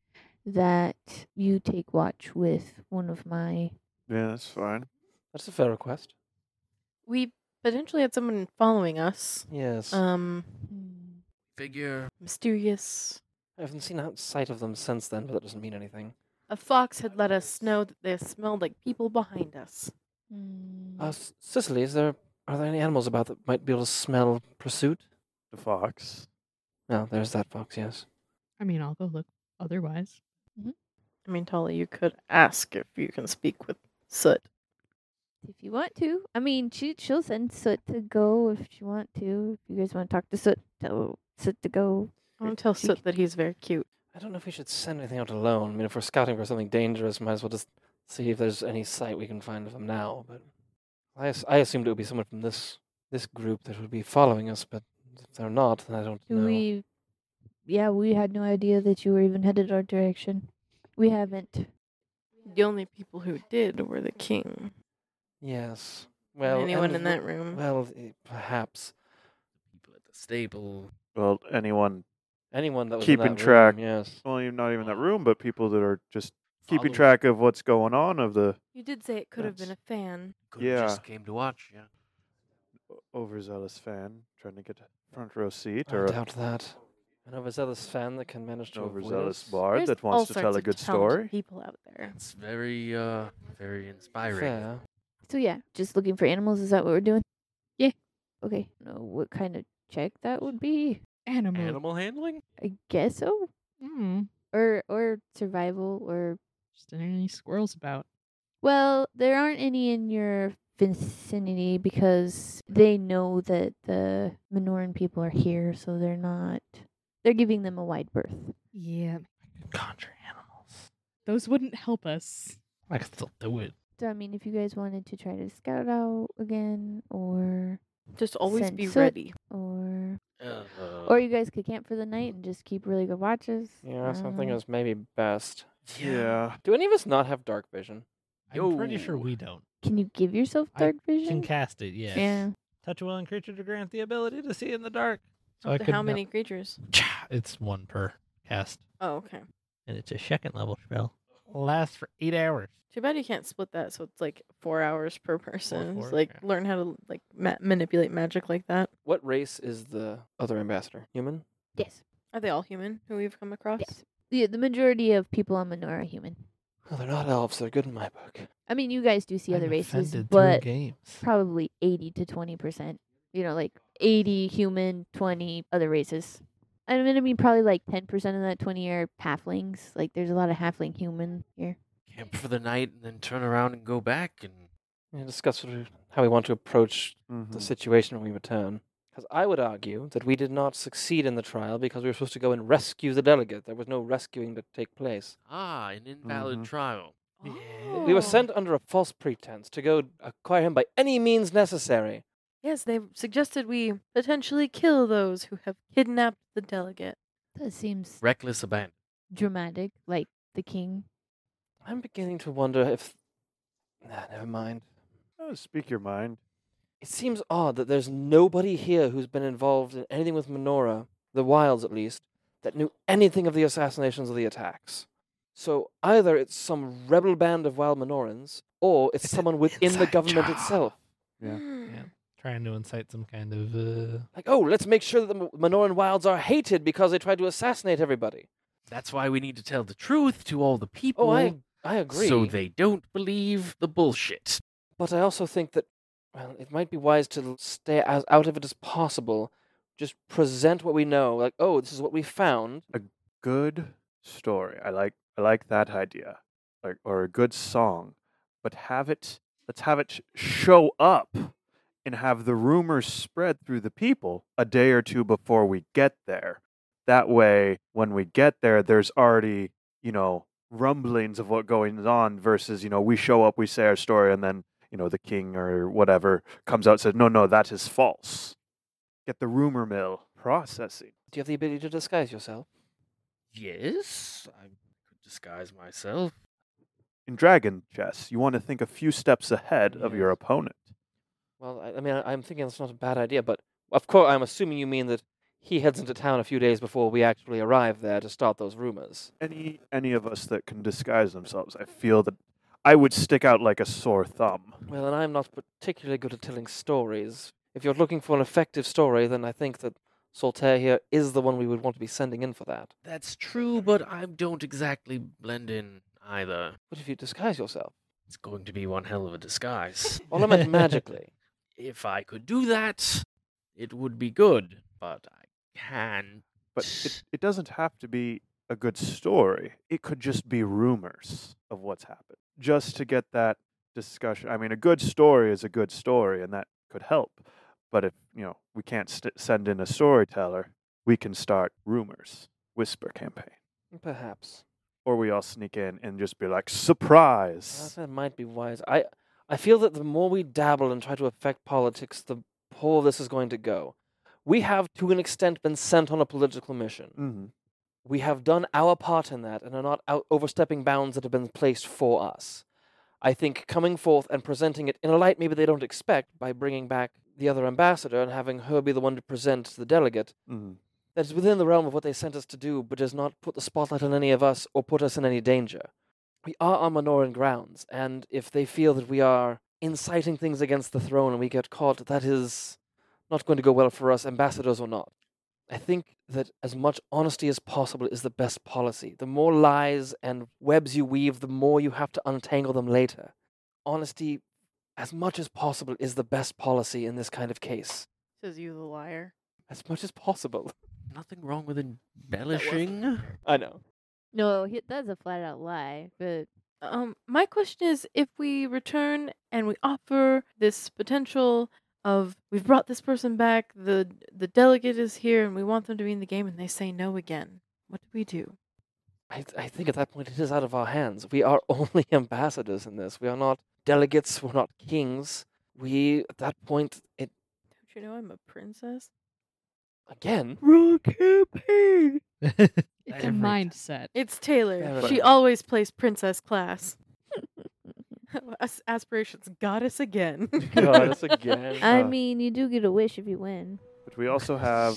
B: that you take watch with one of my.
C: Yeah, that's fine.
A: That's a fair request.
E: we potentially had someone following us.
A: Yes.
B: Uh.
E: Um,
B: Hmm,
G: Figure
E: mysterious.
A: I haven't seen outside of them since then, but that doesn't mean anything.
E: A fox had let us know that they smelled like people behind us.
B: hmm.
A: Uh, S- Sicily, is there, are there any animals about that might be able to smell pursuit?
C: The fox.
A: No, there's that fox, yes.
D: I mean, I'll go look otherwise.
E: I mean, Tolly, you could ask if you can speak with soot.
B: if you want to. I mean, she she'll send Soot to go if she want to. If you guys want to talk to Soot, tell Soot to go.
E: I want to tell Soot that he's very cute.
A: I don't know if we should send anything out alone. I mean, if we're scouting for something dangerous, might as well just see if there's any sight we can find of them now. But I, as- I assumed it would be someone from this this group that would be following us. But if they're not, then I don't
B: Do
A: know.
B: we? Yeah, we had no idea that you were even headed our direction. We haven't.
E: The only people who did were the king.
A: Yes.
E: and
A: Well, and
E: anyone
A: the-
E: in that room.
A: Well, eh, perhaps
G: People at the stable.
C: Well, anyone,
A: anyone that was in
C: Keeping
A: that room,
C: track.
A: yes.
C: well, even- not even that room, but people that are just keeping
G: followers.
C: track of what's going on of the
E: you did say it could have been a fan.
G: Could have just
C: Yeah.
G: came to watch. Yeah.
C: o- overzealous fan trying to get a front row seat
A: I
C: or a
A: doubt that. An overzealous fan that can manage to avoid
C: overzealous
A: us?
C: bard
E: There's
C: that
E: all
C: wants to
E: sorts
C: tell a
E: of
C: good
E: talented
C: story.
E: People out there.
G: It's very, uh, very inspiring.
A: Fair.
B: So yeah, just looking for animals. Is that what we're doing?
D: Yeah.
B: Okay. No, what kind of check that would be?
D: Animal.
H: Animal handling?
B: I guess so.
D: Mm,
B: Or or survival or
D: just any squirrels about.
B: Well, there aren't any in your vicinity because they know that the Minoran people are here, so they're not. They're giving them a wide berth.
D: Yeah.
F: Conjure animals.
D: Those wouldn't help us.
F: I can still do it.
B: So, I mean, if you guys wanted to try to scout out again, or
E: Just always
B: Send
E: be
B: Soot.
E: ready.
B: or
G: Uh,
B: or you guys could camp for the night and just keep really good watches.
A: Yeah, that's something
B: Um,
A: is maybe best.
C: Yeah.
A: Do any of us not have dark vision?
F: I'm pretty sure
G: Yo.
F: we don't.
B: Can you give yourself
F: I
B: dark
F: Can
B: vision?
F: cast it, yes.
B: Yeah.
F: Touch a willing creature to grant the ability to see in the dark. So I
E: Up to
F: could
E: how
F: not-
E: many creatures?
F: It's one per cast,
E: Oh, okay.
F: and it's a second level spell. Lasts for eight hours.
E: Too bad you can't split that, so it's like four hours per person.
F: four,
E: It's like
F: yeah.
E: learn how to like ma- manipulate magic like that.
A: What race is the other ambassador? Human?
B: Yes.
E: Are they all human who we've come across?
B: Yes. The the majority of people on Minora are human.
A: Well, they're not elves. They're good in my book.
B: I mean, you guys do see
F: I'm
B: other races,
F: offended through
B: but
F: games.
B: probably 80 to 20%. You know, like 80 human, 20 other races. I mean, I mean, probably like 10% of that 20 are halflings. Like, there's a lot of halfling human here.
G: camp for the night and then turn around and go back and
A: and discuss what we, how we want to approach
C: Mhm.
A: the situation when we return. Because I would argue that we did not succeed in the trial because we were supposed to go and rescue the delegate. There was no rescuing to take place.
G: ah, an invalid
C: Mhm.
G: trial.
A: We were
E: Oh.
A: sent under a false pretense to go acquire him by any means necessary.
E: Yes, they suggested we potentially kill those who have kidnapped the delegate.
B: That seems
G: Reckless abandon.
B: dramatic, like the king.
A: I'm beginning to wonder if. Nah, never mind.
C: Oh, speak your mind.
A: It seems odd that there's nobody here who's been involved in anything with Minora, the Wilds at least, that knew anything of the assassinations or the attacks. So either it's some rebel band of wild Minorans, or it's,
F: It's an
A: someone within the
F: inside
A: government
F: job.
A: itself.
C: Yeah.
E: Hmm.
F: Yeah. Trying to incite some kind of. Uh,
A: Like, oh, let's make sure that the M- Minoran Wilds are hated because they tried to assassinate everybody.
G: That's why we need to tell the truth to all the people.
A: Oh, I, I agree.
G: So they don't believe the bullshit.
A: But I also think that, well, it might be wise to l- stay as out of it as possible. Just present what we know. Like, oh, this is what we found.
C: Good story. I like I like that idea. Like or a good song, but have it let's have it sh- show up and have the rumors spread through the people a day or two before we get there. That way when we get there there's already, you know, rumblings of what going on versus, you know, we show up, we say our story and then, you know, the king or whatever comes out and says, "No, no, that is false." Get the rumor mill processing.
A: Do you have the ability to disguise yourself?
G: Yes, I could disguise myself.
C: in dragon chess, you want to think a few steps ahead of your
A: Yes.
C: opponent.
A: Well, I, I mean, I, I'm thinking that's not a bad idea, but of course, I'm assuming you mean that he heads into town a few days before we actually arrive there to start those rumors.
C: Any any of us that can disguise themselves, I feel that I would stick out like a sore thumb.
A: Well, and I'm not particularly good at telling stories. If you're looking for an effective story, then I think that Soltaire here is the one we would want to be sending in for that.
G: That's true, but I don't exactly blend in either.
A: But if you disguise yourself,
G: It's going to be one hell of a disguise.
A: well, I meant magically.
G: if I could do that, it would be good, but I can.
C: But it, it doesn't have to be a good story. It could just be rumors of what's happened. Just to get that discussion. I mean, a good story is a good story, and that could help. But if you know we can't st- send in a storyteller, we can start rumors, whisper campaign,
A: Perhaps.
C: or we all sneak in and just be like, surprise.
A: Uh, That might be wise. I, I feel that the more we dabble and try to affect politics, the poor this is going to go. We have, to an extent, been sent on a political mission.
C: Mm-hmm.
A: we have done our part in that and are not out overstepping bounds that have been placed for us. I think coming forth and presenting it in a light maybe they don't expect by bringing back the other ambassador and having her be the one to present to the delegate
C: Mm-hmm.
A: that is within the realm of what they sent us to do, but does not put the spotlight on any of us or put us in any danger. We are on Minoran grounds, and if they feel that we are inciting things against the throne and we get caught, that is not going to go well for us, ambassadors or not. I think that as much honesty as possible is the best policy. The more lies and webs you weave, the more you have to untangle them later. Honesty, as much as possible, is the best policy in this kind of case.
E: Says you, the liar.
A: As much as possible.
G: Nothing wrong with embellishing.
A: I know.
B: No, he, that's a flat out lie. But
E: Um, my question is if we return and we offer this potential of we've brought this person back, the the delegate is here and we want them to be in the game and they say no again. What do we do?
A: I, I think at that point it is out of our hands. We are only ambassadors in this. We are not delegates. We're not kings. We, at that point, it
E: Don't you know I'm a princess?
A: again.
D: Rule campaign. It's a
G: Every-
D: mindset.
E: It's Taylor.
A: Taylor.
E: She always plays princess class. As- aspirations goddess again.
C: Goddess again.
B: I
C: Uh,
B: mean, you do get a wish if you win.
C: But we also have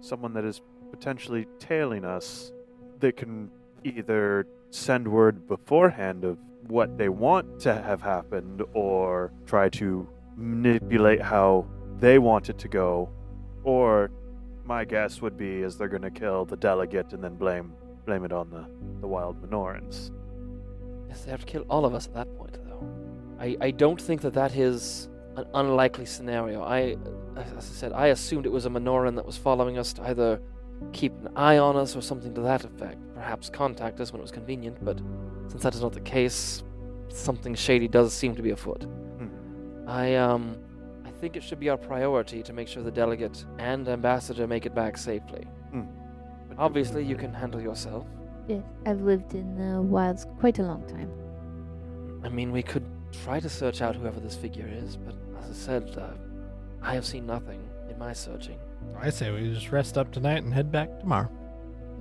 C: someone that is potentially tailing us that can either send word beforehand of what they want to have happened or try to manipulate how they want it to go or my guess would be is they're going to kill the delegate and then blame blame it on the, the wild minorans
A: Yes, they have to kill all of us at that point, though. I, I don't think that that is an unlikely scenario. I, as I said, I assumed it was a Minoran that was following us to either keep an eye on us or something to that effect. Perhaps contact us when it was convenient, but since that is not the case, something shady does seem to be afoot.
C: Hmm.
A: I, um, I think it should be our priority to make sure the delegate and ambassador make it back safely.
C: But do-
A: Obviously, you can handle yourself.
B: Yes, I've lived in the wilds quite a long time.
A: I mean, we could try to search out whoever this figure is, but as I said, uh, I have seen nothing in my searching.
F: I say we just rest up tonight and head back tomorrow.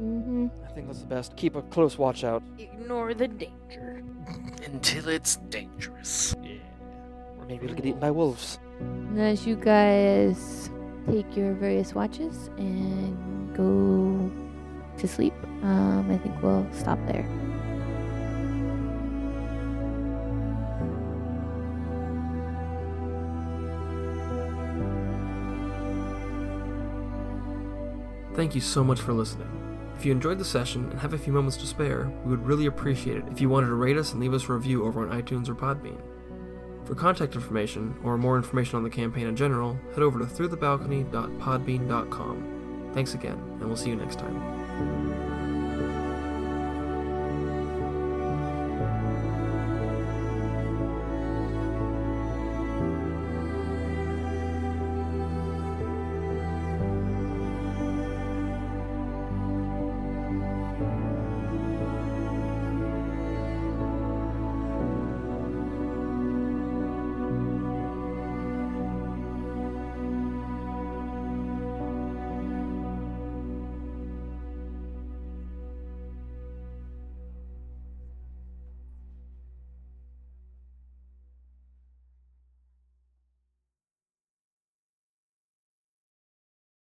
B: Mm-hmm.
A: I think that's the best. Keep a close watch out.
E: Ignore the danger.
G: Until it's dangerous.
F: Yeah.
A: Or maybe it'll get eaten by wolves.
B: And as you guys take your various watches and go to sleep, um, I think we'll stop there.
J: Thank you so much for listening. If you enjoyed the session and have a few moments to spare, we would really appreciate it if you wanted to rate us and leave us a review over on iTunes or Podbean. For contact information or more information on the campaign in general, head over to throughthebalcony.podbean.com. Thanks again, and we'll see you next time.